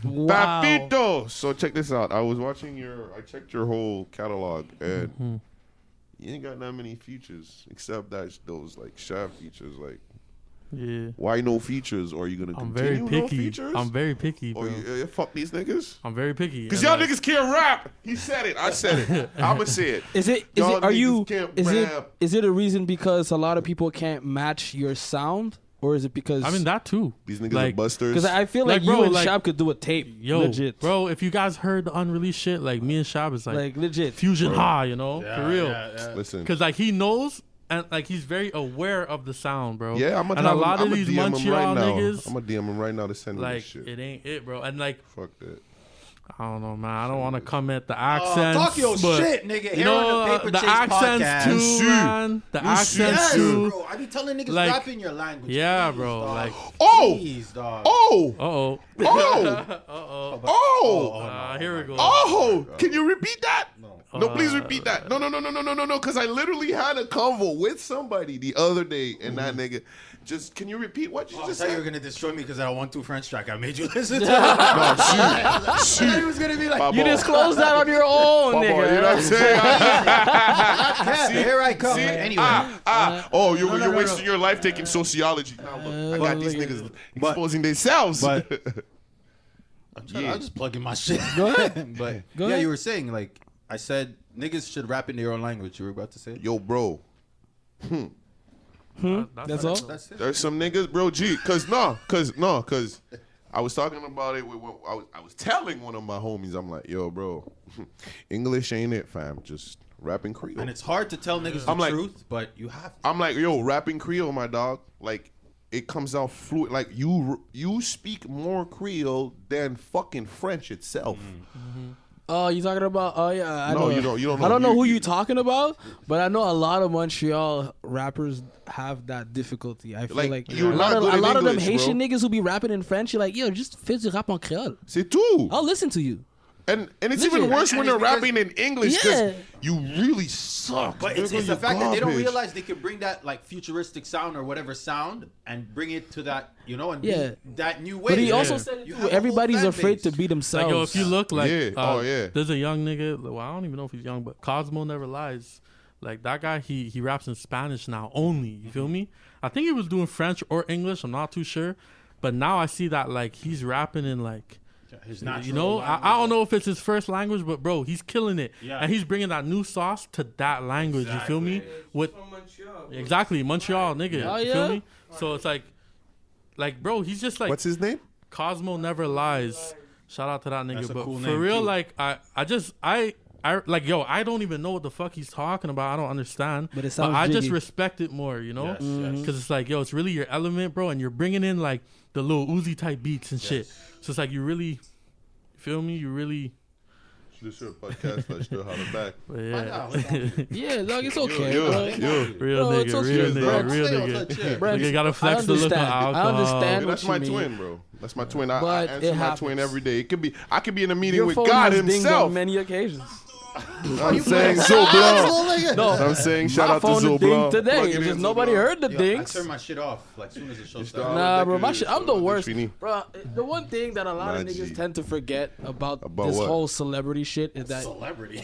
Speaker 2: Wow.
Speaker 3: Papito. So check this out. I was watching your. I checked your whole catalog, and you ain't got that many features except that those like shaft features. Like,
Speaker 4: Yeah.
Speaker 3: why no features? Or are you gonna
Speaker 4: I'm
Speaker 3: continue
Speaker 4: very
Speaker 3: no
Speaker 4: picky.
Speaker 3: features?
Speaker 4: I'm very picky,
Speaker 3: Or
Speaker 4: bro.
Speaker 3: you, you fuck these niggas?
Speaker 4: I'm very picky.
Speaker 3: Oh, Cause
Speaker 4: and,
Speaker 3: y'all
Speaker 4: like,
Speaker 3: niggas can't rap. He said it. I said it. I'ma say it.
Speaker 2: Is it? Is
Speaker 3: Y'all
Speaker 2: it? Are
Speaker 3: niggas
Speaker 2: you?
Speaker 3: can't
Speaker 2: Is it?
Speaker 3: rap.
Speaker 2: Is it a reason because a lot of people can't match your sound, or is it because?
Speaker 4: I mean that too.
Speaker 3: These niggas
Speaker 4: like,
Speaker 3: are busters.
Speaker 2: because I feel like,
Speaker 4: Like, bro,
Speaker 2: you and
Speaker 4: like-
Speaker 2: Shab could do a tape,
Speaker 4: Yo,
Speaker 2: legit,
Speaker 4: bro, if you guys heard the unreleased shit, like me and Shab is like,
Speaker 2: like legit.
Speaker 4: fusion high, you know, for real.
Speaker 3: Listen.
Speaker 4: Cause like he knows and like he's very aware of the sound, bro.
Speaker 3: Yeah, I'm gonna
Speaker 4: and a lot
Speaker 3: I'm
Speaker 4: of these
Speaker 3: DM him
Speaker 4: Montreal
Speaker 3: right now.
Speaker 4: niggas,
Speaker 3: I'm gonna DM him right now to send me this
Speaker 4: like
Speaker 3: shit.
Speaker 4: it ain't it, bro. And like
Speaker 3: Fuck that.
Speaker 4: I don't know, man. I don't want to comment the
Speaker 5: Uh,
Speaker 4: accents.
Speaker 5: talk your
Speaker 4: but,
Speaker 5: shit, nigga.
Speaker 4: You
Speaker 5: Here on the
Speaker 4: know, uh,
Speaker 5: paper
Speaker 4: the
Speaker 5: chase
Speaker 4: accents
Speaker 5: podcast.
Speaker 4: too,
Speaker 3: Monsieur.
Speaker 4: man. The
Speaker 3: Monsieur.
Speaker 4: accents
Speaker 5: Yes,
Speaker 3: Dude.
Speaker 4: too.
Speaker 5: bro. I be telling niggas
Speaker 4: Like-
Speaker 5: rap in your language.
Speaker 4: Yeah,
Speaker 5: please,
Speaker 4: bro.
Speaker 5: dog.
Speaker 4: Like,
Speaker 3: Oh,
Speaker 5: Please, dog.
Speaker 3: oh,
Speaker 4: uh oh,
Speaker 3: oh,
Speaker 4: uh oh.
Speaker 3: oh.
Speaker 4: Uh, here we go.
Speaker 3: Oh, can you repeat that? No. No,
Speaker 4: Uh,
Speaker 3: please repeat that. No, no, no, no, no, no, no, no. Because I literally had a convo with somebody the other day, and that nigga just, can you repeat what you
Speaker 5: Oh, I
Speaker 3: just
Speaker 5: thought you were
Speaker 3: said?
Speaker 5: gonna destroy me because I don't want two French track. I made you listen to it. I thought he was gonna be like,
Speaker 3: My
Speaker 2: You
Speaker 3: ball.
Speaker 2: disclosed that on your own,
Speaker 3: My ball,
Speaker 2: nigga.
Speaker 3: you know what I'm saying?
Speaker 5: "Yeah, here I come." Like, anyway,
Speaker 3: ah, ah. Oh, you're, you're wasting your life taking sociology. Now
Speaker 4: Uh,
Speaker 3: look, I got these
Speaker 2: look at
Speaker 3: niggas
Speaker 5: But-
Speaker 3: exposing themselves.
Speaker 5: but-
Speaker 3: yeah.
Speaker 5: I'm just plugging my shit.
Speaker 2: Go ahead.
Speaker 5: but
Speaker 2: Go
Speaker 5: yeah,
Speaker 2: ahead.
Speaker 5: you were saying like I said, niggas should rap in their own language. You were about to say.
Speaker 3: Yo, bro,
Speaker 2: That's all.
Speaker 5: That's it.
Speaker 3: There's some niggas, bro. G, cause no, cause no, cause I was talking about it with one- I was I was telling one of my homies. I'm like, yo, bro, English ain't it, fam. Just rapping Creole.
Speaker 5: And it's hard to tell niggas the
Speaker 3: I'm like-
Speaker 5: truth, but you have to.
Speaker 3: I'm like, yo, rapping Creole, my dog. Like, it comes out fluid. Like you you speak more Creole than fucking French itself.
Speaker 5: Mm.
Speaker 2: Oh, you talking about? Oh yeah. I
Speaker 3: No,
Speaker 2: know.
Speaker 3: you don't- you don't
Speaker 2: I don't
Speaker 3: know.
Speaker 2: know
Speaker 3: You-
Speaker 2: who you talking about, but I know a lot of Montreal rappers have that difficulty. I feel like,
Speaker 3: Like, you're
Speaker 2: a lot
Speaker 3: not
Speaker 2: of
Speaker 3: good
Speaker 2: a
Speaker 3: in
Speaker 2: lot of them
Speaker 3: English,
Speaker 2: Haitian
Speaker 3: bro.
Speaker 2: niggas who be rapping in French. You're like, yo, just fais du rap en créole.
Speaker 3: C'est tout.
Speaker 2: I'll listen to you.
Speaker 3: And and it's
Speaker 2: Oh. Listen,
Speaker 3: even worse
Speaker 5: and-
Speaker 3: when
Speaker 5: and
Speaker 3: they're
Speaker 5: it's because-
Speaker 3: rapping in English because
Speaker 2: Yeah.
Speaker 3: you really suck.
Speaker 5: But it's,
Speaker 3: nigga,
Speaker 5: it's the
Speaker 3: you
Speaker 5: fact that they don't
Speaker 3: garbage.
Speaker 5: realize they could bring that like futuristic sound or whatever sound and bring it to that you know and be
Speaker 2: Yeah.
Speaker 5: that new way.
Speaker 2: But he
Speaker 5: Yeah.
Speaker 2: also said it
Speaker 5: You
Speaker 2: too,
Speaker 5: have a whole
Speaker 2: everybody's
Speaker 5: fan
Speaker 2: afraid
Speaker 5: base.
Speaker 2: to be themselves.
Speaker 4: Like, yo, if you look like,
Speaker 3: Yeah.
Speaker 4: uh,
Speaker 3: Oh, yeah.
Speaker 4: there's a young nigga. Well, I don't even know if he's young, but Cosmo never lies. Like that guy, he he raps in Spanish now only. You feel
Speaker 5: Mm-hmm.
Speaker 4: me? I think he was doing French or English. I'm not too sure, but now I see that like he's rapping in like.
Speaker 5: His
Speaker 4: you
Speaker 5: natural
Speaker 4: know, I,
Speaker 5: language.
Speaker 4: I don't know if it's his first language, but bro, he's killing it,
Speaker 5: Yeah.
Speaker 4: and he's bringing that new sauce to that language. You feel me? With exactly Montreal, nigga.
Speaker 2: Oh,
Speaker 4: You feel
Speaker 2: yeah?
Speaker 4: me? So it's like, like, bro, he's just like
Speaker 3: What's his name?
Speaker 4: Cosmo never lies. Shout out to that nigga.
Speaker 5: That's a
Speaker 4: but
Speaker 5: cool
Speaker 4: for
Speaker 5: name,
Speaker 4: real,
Speaker 5: too.
Speaker 4: like I, I just I I like yo, I don't even know what the fuck he's talking about. I don't understand.
Speaker 2: But it sounds
Speaker 4: I just
Speaker 2: jiggy.
Speaker 4: respect it more, you know,
Speaker 5: Yes, yes.
Speaker 4: because it's like yo, it's really your element, bro, and you're bringing in like the little Uzi type beats and shit. So it's like you really, you feel me? You really,
Speaker 3: This here podcast, I still have it back.
Speaker 4: but yeah,
Speaker 5: Nah, hold on.
Speaker 2: yeah, dog, it's okay.
Speaker 3: Yo,
Speaker 2: bro.
Speaker 3: yo.
Speaker 4: real
Speaker 2: Bro, it's
Speaker 4: nigga,
Speaker 2: okay,
Speaker 4: real
Speaker 3: bro.
Speaker 4: nigga, real nigga.
Speaker 2: Bro,
Speaker 4: Nigga gotta
Speaker 2: I
Speaker 4: flex the look of
Speaker 2: understand. I
Speaker 4: alcohol.
Speaker 2: understand.
Speaker 3: Yeah, that's my
Speaker 2: what you mean.
Speaker 3: twin, bro. That's my twin. I, I
Speaker 2: But
Speaker 3: answer
Speaker 2: it
Speaker 3: my twin
Speaker 2: happens.
Speaker 3: every day. It could be I could be in a meeting
Speaker 2: Your
Speaker 3: with
Speaker 2: phone
Speaker 3: God
Speaker 2: has dinged on
Speaker 3: himself.
Speaker 2: many occasions.
Speaker 3: I'm saying so blow.
Speaker 2: No,
Speaker 3: I'm saying shout
Speaker 2: my
Speaker 3: out to
Speaker 2: phone
Speaker 3: Zoblo.
Speaker 2: is dinged
Speaker 3: Plug
Speaker 2: today.
Speaker 3: it
Speaker 2: It's
Speaker 3: in,
Speaker 2: just
Speaker 3: Zoblo.
Speaker 2: nobody heard the
Speaker 5: Yo, I
Speaker 2: dings.
Speaker 5: turn my shit off like soon as the show
Speaker 3: dog.
Speaker 5: starts.
Speaker 2: Nah,
Speaker 3: that
Speaker 2: bro, my
Speaker 3: dude
Speaker 2: shit.
Speaker 3: is
Speaker 2: I'm the
Speaker 3: so
Speaker 2: worst,
Speaker 3: fini.
Speaker 2: bro. The one thing that a lot of
Speaker 3: Nah, G.
Speaker 2: niggas tend to forget about,
Speaker 3: About
Speaker 2: this
Speaker 3: what?
Speaker 2: whole celebrity shit is that,
Speaker 5: Celebrity.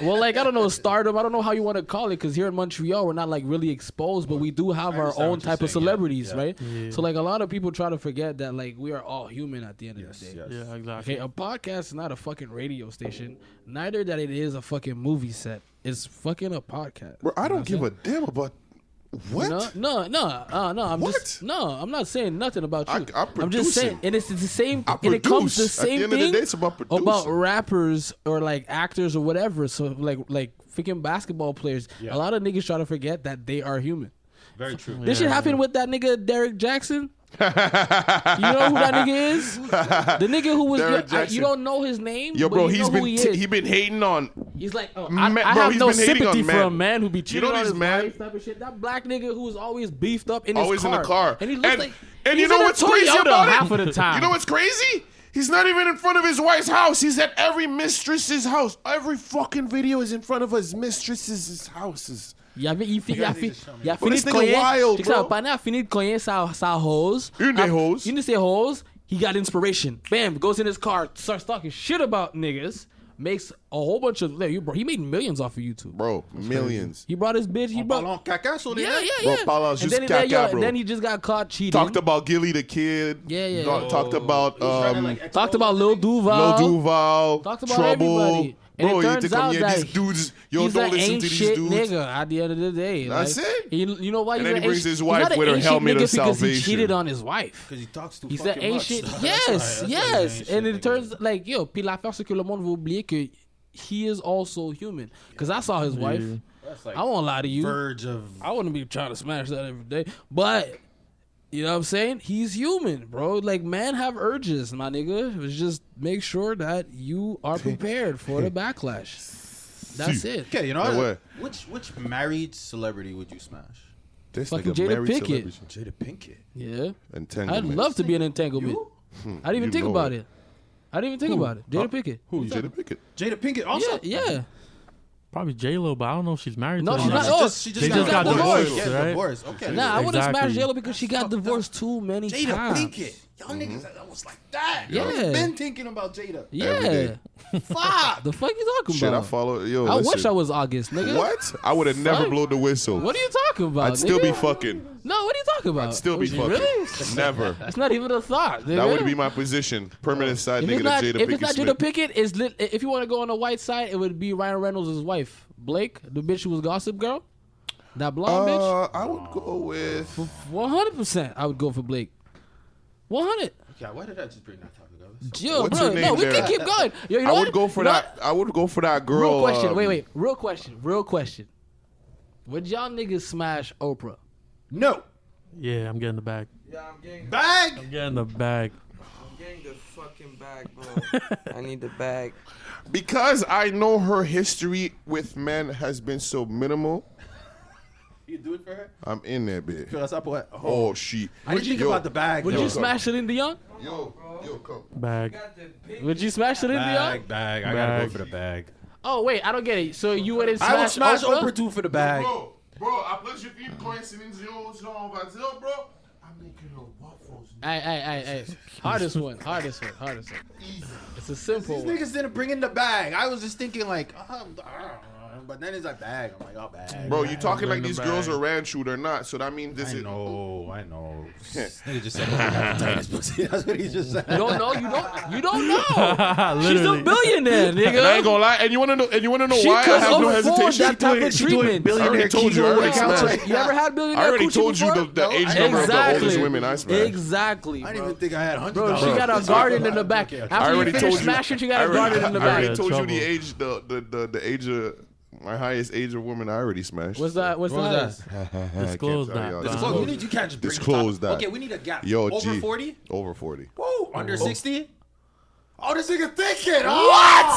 Speaker 2: well, like I don't know, stardom. I don't know how you want to call it, because here in Montreal, we're not like really exposed, but we do have our
Speaker 5: understand
Speaker 2: own
Speaker 5: what you're
Speaker 2: type of
Speaker 5: saying, yeah,
Speaker 2: celebrities,
Speaker 5: yeah.
Speaker 2: right? So like a lot of people try to forget that like we are all human at the end of the day.
Speaker 4: Yeah, exactly.
Speaker 2: Okay, a podcast is not a fucking radio station. Neither that it is a fucking movie set. It's fucking a podcast.
Speaker 3: Bro, I don't give a damn about what.
Speaker 2: No, no, no, uh, no. I'm just
Speaker 3: What?
Speaker 2: no. I'm not saying nothing about
Speaker 3: I-
Speaker 2: you.
Speaker 3: I'm
Speaker 2: am just saying,
Speaker 3: producing.
Speaker 2: and it's the same.
Speaker 3: I
Speaker 2: and it comes the
Speaker 3: produce. At the
Speaker 2: same
Speaker 3: end of the
Speaker 2: thing
Speaker 3: day, it's about producing.
Speaker 2: about rappers or like actors or whatever. So like like freaking basketball players. A lot of niggas try to forget that they are human.
Speaker 5: Very true.
Speaker 2: This shit happened with that nigga Derek Jackson. You know who that nigga is? The nigga who was
Speaker 3: Derrick
Speaker 2: your- I- you
Speaker 3: Jackson.
Speaker 2: don't know his name.
Speaker 3: Yo,
Speaker 2: but
Speaker 3: bro,
Speaker 2: you
Speaker 3: he's
Speaker 2: know
Speaker 3: been
Speaker 2: who he
Speaker 3: t-
Speaker 2: is.
Speaker 3: he been hating on.
Speaker 2: He's like, oh,
Speaker 3: Ma-
Speaker 2: I,
Speaker 3: bro,
Speaker 2: I have
Speaker 3: he's
Speaker 2: no
Speaker 3: been hating
Speaker 2: sympathy
Speaker 3: on
Speaker 2: for
Speaker 3: men.
Speaker 2: a man who be cheating
Speaker 3: know
Speaker 2: on
Speaker 3: these
Speaker 2: his
Speaker 3: men-
Speaker 2: wife, type of shit. That black nigga who was always beefed up in his
Speaker 3: Always in
Speaker 2: car.
Speaker 3: the car.
Speaker 2: and he looks
Speaker 3: And-
Speaker 2: like.
Speaker 3: and you
Speaker 2: he's
Speaker 3: know
Speaker 2: in a
Speaker 3: what's crazy
Speaker 2: Toyota
Speaker 3: about it?
Speaker 2: Half of the time,
Speaker 3: You know what's crazy? He's not even in front of his wife's house. He's at every mistress's house. Every fucking video is in front of his mistress's houses.
Speaker 2: Y avait, il, fi- il, a fi- il a
Speaker 3: Bro,
Speaker 2: fini
Speaker 3: this
Speaker 2: de
Speaker 3: nigga
Speaker 2: cogner.
Speaker 3: wild,
Speaker 2: check ça,
Speaker 3: bro.
Speaker 2: le panel a fini de cogner sa, sa hose.
Speaker 3: Une des
Speaker 2: Ah,
Speaker 3: hoses.
Speaker 2: Une de ses hoses. He got inspiration. Bam, goes in his car, starts talking shit about niggas, makes a whole bunch of. Like, you- bro, he made millions off of YouTube.
Speaker 3: Bro, millions.
Speaker 2: He brought his bitch. He brought.
Speaker 6: Parlant caca sur les
Speaker 2: Yeah,
Speaker 6: lèvres.
Speaker 2: yeah,
Speaker 3: Bro,
Speaker 2: yeah.
Speaker 3: Paolo
Speaker 2: and
Speaker 3: just
Speaker 2: then, he- then,
Speaker 3: caca,
Speaker 2: yo,
Speaker 3: bro.
Speaker 2: then he just got caught cheating.
Speaker 3: Talked about Gilly the Kid.
Speaker 2: Yeah, yeah,
Speaker 3: Talk-
Speaker 2: yeah.
Speaker 3: Talked about um,
Speaker 2: talked about Lil Duval.
Speaker 3: Lil Duval.
Speaker 2: Talked about
Speaker 3: Trouble.
Speaker 2: everybody. And
Speaker 3: bro,
Speaker 2: it
Speaker 3: you
Speaker 2: turns
Speaker 3: think
Speaker 2: out
Speaker 3: I'm yeah,
Speaker 2: that
Speaker 3: these dudes. Yo,
Speaker 2: He's
Speaker 3: don't
Speaker 2: an
Speaker 3: listen
Speaker 2: ain't
Speaker 3: to these
Speaker 2: shit
Speaker 3: dudes.
Speaker 2: nigga at the end of the day.
Speaker 3: That's
Speaker 2: like,
Speaker 3: it.
Speaker 2: he- you know why?
Speaker 3: And
Speaker 2: he's
Speaker 3: then
Speaker 2: an
Speaker 3: he brings
Speaker 2: ain't-
Speaker 3: his
Speaker 2: he's
Speaker 3: wife
Speaker 2: not an
Speaker 3: with her
Speaker 2: ain't shit
Speaker 3: helmet of
Speaker 2: nigga because He
Speaker 3: salvation.
Speaker 2: cheated on his wife.
Speaker 6: Because he talks too
Speaker 2: He's an
Speaker 6: fucking
Speaker 2: ain't
Speaker 6: much.
Speaker 2: shit.
Speaker 6: That's why-
Speaker 2: Yes,
Speaker 6: that's why he's an
Speaker 2: yes.
Speaker 6: ain't
Speaker 2: And
Speaker 6: shit
Speaker 2: it
Speaker 6: nigga.
Speaker 2: turns like yo. Puis l'affaire c'est que le monde va oublier que he is also human. Because I saw his wife.
Speaker 6: That's like
Speaker 2: I won't lie to you.
Speaker 6: verge of
Speaker 2: I wouldn't be trying to smash that every day, but you know what I'm saying? He's human, bro. Like men have urges, my nigga. It's just make sure that you are prepared for the backlash. That's
Speaker 3: See.
Speaker 2: it.
Speaker 6: Okay, you know
Speaker 3: No
Speaker 6: what?
Speaker 3: way.
Speaker 6: Which which married celebrity would you smash?
Speaker 3: This
Speaker 2: Fucking
Speaker 3: nigga
Speaker 2: Jada
Speaker 3: married
Speaker 2: Pinkett.
Speaker 3: celebrity.
Speaker 6: Jada Pinkett.
Speaker 2: Yeah, I'd
Speaker 3: Entanglement.
Speaker 2: love to be an entanglement. I didn't even
Speaker 3: You
Speaker 2: think
Speaker 3: know
Speaker 2: about
Speaker 3: it.
Speaker 2: it. I didn't even think about it. Jada Pickett.
Speaker 3: Who? Jada Pinkett.
Speaker 6: Jada Pinkett also.
Speaker 2: Yeah, yeah.
Speaker 4: Probably J Lo, but I don't know if she's married.
Speaker 2: No,
Speaker 4: to
Speaker 2: she's
Speaker 4: him.
Speaker 2: not.
Speaker 6: She
Speaker 2: Oh,
Speaker 6: just- she just
Speaker 4: they just
Speaker 2: got
Speaker 4: got
Speaker 2: divorced,
Speaker 4: divorced,
Speaker 6: Yeah,
Speaker 4: right?
Speaker 6: divorced. Okay.
Speaker 2: Nah, I wouldn't
Speaker 4: Exactly.
Speaker 2: smash J-Lo because she got divorced too many
Speaker 6: Jada
Speaker 2: times.
Speaker 6: Pinkett. Y'all niggas,
Speaker 4: Mm-hmm.
Speaker 6: I was like that.
Speaker 2: Yeah.
Speaker 6: I've been thinking about Jada.
Speaker 3: Every
Speaker 2: Yeah.
Speaker 3: day.
Speaker 6: Fuck.
Speaker 2: The fuck you talking
Speaker 3: Shit, I
Speaker 2: about?
Speaker 3: follow. Yo,
Speaker 2: I
Speaker 3: listen.
Speaker 2: wish I was August, nigga.
Speaker 3: What? I would have never
Speaker 2: Fuck.
Speaker 3: blown the whistle.
Speaker 2: What are you talking about?
Speaker 3: I'd still be
Speaker 2: nigga?
Speaker 3: fucking.
Speaker 2: No, what are you talking about?
Speaker 3: Still be fucking.
Speaker 2: Really?
Speaker 3: Never.
Speaker 2: That's not even a thought. Nigga.
Speaker 3: That would be my position. Permanent side
Speaker 2: If
Speaker 3: nigga
Speaker 2: it's not,
Speaker 3: to Jada
Speaker 2: if
Speaker 3: Pinkett
Speaker 2: it's not
Speaker 3: Smith.
Speaker 2: Jada Pickett, it's lit, if you want to go on the white side, it would be Ryan Reynolds' wife, Blake, the bitch who was Gossip Girl, that blonde bitch.
Speaker 3: Uh, I would go with.
Speaker 2: One hundred percent, I would go for Blake. One hundred.
Speaker 6: Yeah, why did I just bring that topic up? It's
Speaker 2: Yo,
Speaker 3: What's
Speaker 2: bro,
Speaker 3: her
Speaker 2: no,
Speaker 3: name
Speaker 2: we can
Speaker 3: there?
Speaker 2: keep going. Yo, you know
Speaker 3: I
Speaker 2: what?
Speaker 3: would go for
Speaker 2: You know
Speaker 3: that. I would go for that
Speaker 2: what?
Speaker 3: girl.
Speaker 2: Real question.
Speaker 3: um,
Speaker 2: wait, wait. Real question. Real question. Would y'all niggas smash Oprah?
Speaker 6: No.
Speaker 4: Yeah, I'm getting the bag.
Speaker 7: Yeah, I'm getting,
Speaker 6: Bag.
Speaker 4: I'm getting the bag.
Speaker 7: I'm getting the fucking bag, bro. I need the bag.
Speaker 3: Because I know her history with men has been so minimal.
Speaker 6: You do it for her?
Speaker 3: I'm in that bit.
Speaker 6: That's up what? Oh,
Speaker 3: Oh she.
Speaker 6: I didn't think
Speaker 3: yo,
Speaker 6: about the bag.
Speaker 2: Would
Speaker 6: though.
Speaker 2: you smash Celine Dion?
Speaker 3: Yo, yo, come.
Speaker 4: Bag.
Speaker 7: Got the big
Speaker 2: Would you smash Celine Dion?
Speaker 6: Bag, bag. I gotta go
Speaker 4: Bag.
Speaker 6: for the bag.
Speaker 2: Oh wait, I don't get it. So you wouldn't smash,
Speaker 6: I would smash Oprah too for the bag.
Speaker 3: Bro, bro, après j'ai pris une coïncidence, on va dire, bro, I'm making her waffles.
Speaker 2: Hey, hey, hey, hey. Hardest one. Hardest one. Hardest one. It's a simple one.
Speaker 6: Niggas didn't bring in the bag. I was just thinking like, um, uh, but then it's like bag. I'm like, oh, bag.
Speaker 3: Bro, you talking like
Speaker 4: the
Speaker 3: these girls
Speaker 4: bag.
Speaker 3: are ranching or not? So that means this
Speaker 6: I
Speaker 3: is.
Speaker 6: know, I know. This nigga just said, "Oh, I got the tightest pussy." That's what he just said.
Speaker 2: You don't know. You don't. You don't know. She's a
Speaker 4: Literally.
Speaker 2: billionaire,
Speaker 3: And I ain't
Speaker 2: nigga.
Speaker 3: gonna lie, and you wanna know, and you wanna know
Speaker 2: She
Speaker 3: why I
Speaker 2: could
Speaker 3: have no
Speaker 2: afford
Speaker 3: hesitation.
Speaker 2: that type of treatment.
Speaker 3: I already told you. I already smashed.
Speaker 2: You ever had billionaire?
Speaker 3: I already
Speaker 2: coochie
Speaker 3: told you
Speaker 2: before?
Speaker 3: the, the age number of the oldest women I smashed.
Speaker 2: Exactly.
Speaker 6: I
Speaker 2: Bro.
Speaker 6: didn't even think I had hundred.
Speaker 2: Bro, she got a garden in the back. After
Speaker 3: I
Speaker 2: you
Speaker 3: already
Speaker 2: finish
Speaker 3: told you.
Speaker 2: smashing, she
Speaker 3: I
Speaker 2: got a
Speaker 3: already,
Speaker 2: garden in the
Speaker 3: I already
Speaker 2: back.
Speaker 3: told
Speaker 4: Trouble.
Speaker 3: you the age, the, the the the age of my highest age of woman I already smashed.
Speaker 2: What's that? What's
Speaker 5: What was
Speaker 2: that?
Speaker 5: that?
Speaker 4: Disclose
Speaker 3: sorry,
Speaker 4: that.
Speaker 3: y'all.
Speaker 4: Don.
Speaker 3: Disclose.
Speaker 6: Well, you need you can't just bring
Speaker 3: Disclose
Speaker 6: the topic.
Speaker 3: that.
Speaker 6: Okay, we need a gap.
Speaker 3: Yo,
Speaker 6: over
Speaker 3: G.
Speaker 6: forty.
Speaker 3: Over forty.
Speaker 6: Woo, under sixty. Oh, this nigga thinking. What?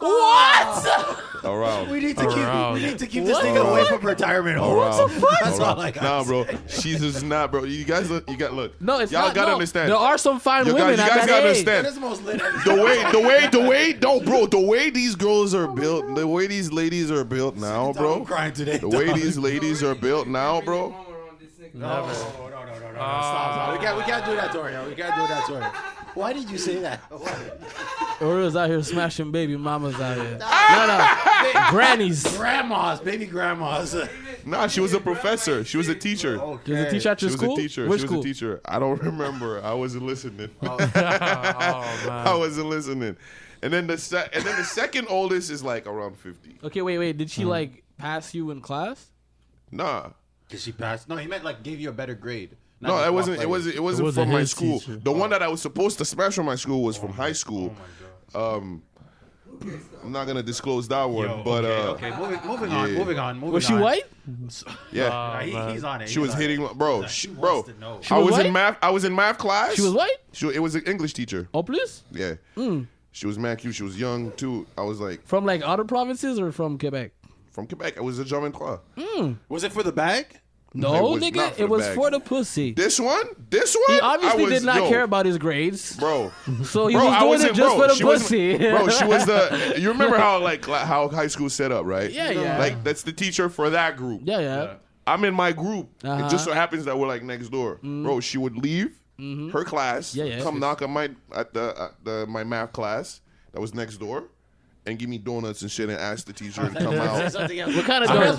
Speaker 6: What?
Speaker 3: Around.
Speaker 6: we need to
Speaker 4: Around.
Speaker 6: keep. We need to keep this nigga away from retirement. home. That's all I got.
Speaker 3: Nah, bro. She's just not, bro. You guys, look- you got look.
Speaker 2: No, it's
Speaker 3: y'all
Speaker 2: not.
Speaker 3: gotta
Speaker 2: no.
Speaker 3: understand.
Speaker 2: There are some fine
Speaker 3: You
Speaker 2: women
Speaker 3: guys, you
Speaker 2: at
Speaker 3: guys
Speaker 2: that
Speaker 3: gotta
Speaker 2: age.
Speaker 3: understand.
Speaker 6: That is the most lit.
Speaker 3: the way, the way, the way, no, bro. The way these girls are built, the way these ladies are built now,
Speaker 6: I'm
Speaker 3: bro.
Speaker 6: crying today.
Speaker 3: The way these ladies are built now, bro.
Speaker 7: No.
Speaker 6: No, no, no, no, no, no. Stop, stop. We can't, we can't do that to her. yo. We can't do that to her. Why did you say that?
Speaker 2: Orioles out here smashing baby mamas out here. No, no. Grannies.
Speaker 6: grandmas, baby grandmas. Okay.
Speaker 3: Nah, she was a professor. She was a
Speaker 6: Oh,
Speaker 3: teacher.
Speaker 2: She was a teacher at
Speaker 3: She
Speaker 2: your
Speaker 3: was
Speaker 2: school?
Speaker 3: a teacher.
Speaker 2: Which
Speaker 3: she was
Speaker 2: school? Oh,
Speaker 3: a teacher. I don't remember. I wasn't listening.
Speaker 4: Oh
Speaker 3: I
Speaker 4: man.
Speaker 3: wasn't listening. And then the se- and then the second oldest is like around fifty.
Speaker 2: Okay, wait, wait. Did she
Speaker 3: Hmm.
Speaker 2: like pass you in class?
Speaker 3: Nah.
Speaker 6: Did she pass? No, he meant like gave you a better grade. Not
Speaker 3: No,
Speaker 6: just
Speaker 3: that
Speaker 6: walk
Speaker 3: wasn't.
Speaker 6: by
Speaker 3: It
Speaker 6: you.
Speaker 3: wasn't. It wasn't
Speaker 4: wasn't
Speaker 3: from my
Speaker 4: his
Speaker 3: school.
Speaker 4: teacher.
Speaker 3: The one that I was supposed to smash from my school was from high school. Um, I'm not gonna disclose that one,
Speaker 6: Yo,
Speaker 3: but
Speaker 6: okay,
Speaker 3: uh,
Speaker 6: okay, moving, moving on,
Speaker 3: yeah.
Speaker 6: moving on, moving
Speaker 2: Was she
Speaker 6: on.
Speaker 2: white?
Speaker 3: yeah,
Speaker 6: Nah, he-
Speaker 4: man.
Speaker 6: he's on it.
Speaker 3: she
Speaker 6: he's
Speaker 3: was
Speaker 6: on it.
Speaker 3: hitting, bro,
Speaker 6: She
Speaker 3: she,
Speaker 6: wants
Speaker 3: bro.
Speaker 6: to know.
Speaker 3: I
Speaker 2: was
Speaker 3: was
Speaker 2: white?
Speaker 3: in math. I was in math class.
Speaker 2: She was white.
Speaker 3: She, it was an English teacher.
Speaker 2: Oh, please.
Speaker 3: Yeah, she was mad cute. She was young too. I was like
Speaker 2: From like other provinces or from Quebec?
Speaker 3: from Quebec. It was a German class.
Speaker 6: Was it for the bag?
Speaker 2: No,
Speaker 3: was
Speaker 2: nigga,
Speaker 3: not for
Speaker 2: it
Speaker 3: the
Speaker 2: was
Speaker 3: bag.
Speaker 2: for the pussy.
Speaker 3: This one, this one.
Speaker 2: He
Speaker 3: I
Speaker 2: obviously
Speaker 3: was-
Speaker 2: did not
Speaker 3: yo,
Speaker 2: care about his grades,
Speaker 3: bro.
Speaker 2: so he
Speaker 3: Bro, I
Speaker 2: was
Speaker 3: was
Speaker 2: doing it just
Speaker 3: bro,
Speaker 2: for the
Speaker 3: she was-
Speaker 2: pussy.
Speaker 3: bro, she was the. You remember how like like, how high school set up, right?
Speaker 2: Yeah, yeah.
Speaker 3: Like that's the teacher for that group.
Speaker 2: yeah, yeah.
Speaker 3: I'm in my group.
Speaker 2: Uh-huh. Mm-hmm.
Speaker 3: It just so happens that we're like next door. Bro, she would leave her class,
Speaker 2: Yeah, yeah.
Speaker 3: come knock on my at the, at the my math class that was next door, and give me donuts and shit, and ask the teacher to come out.
Speaker 2: What kind of donuts?
Speaker 4: That's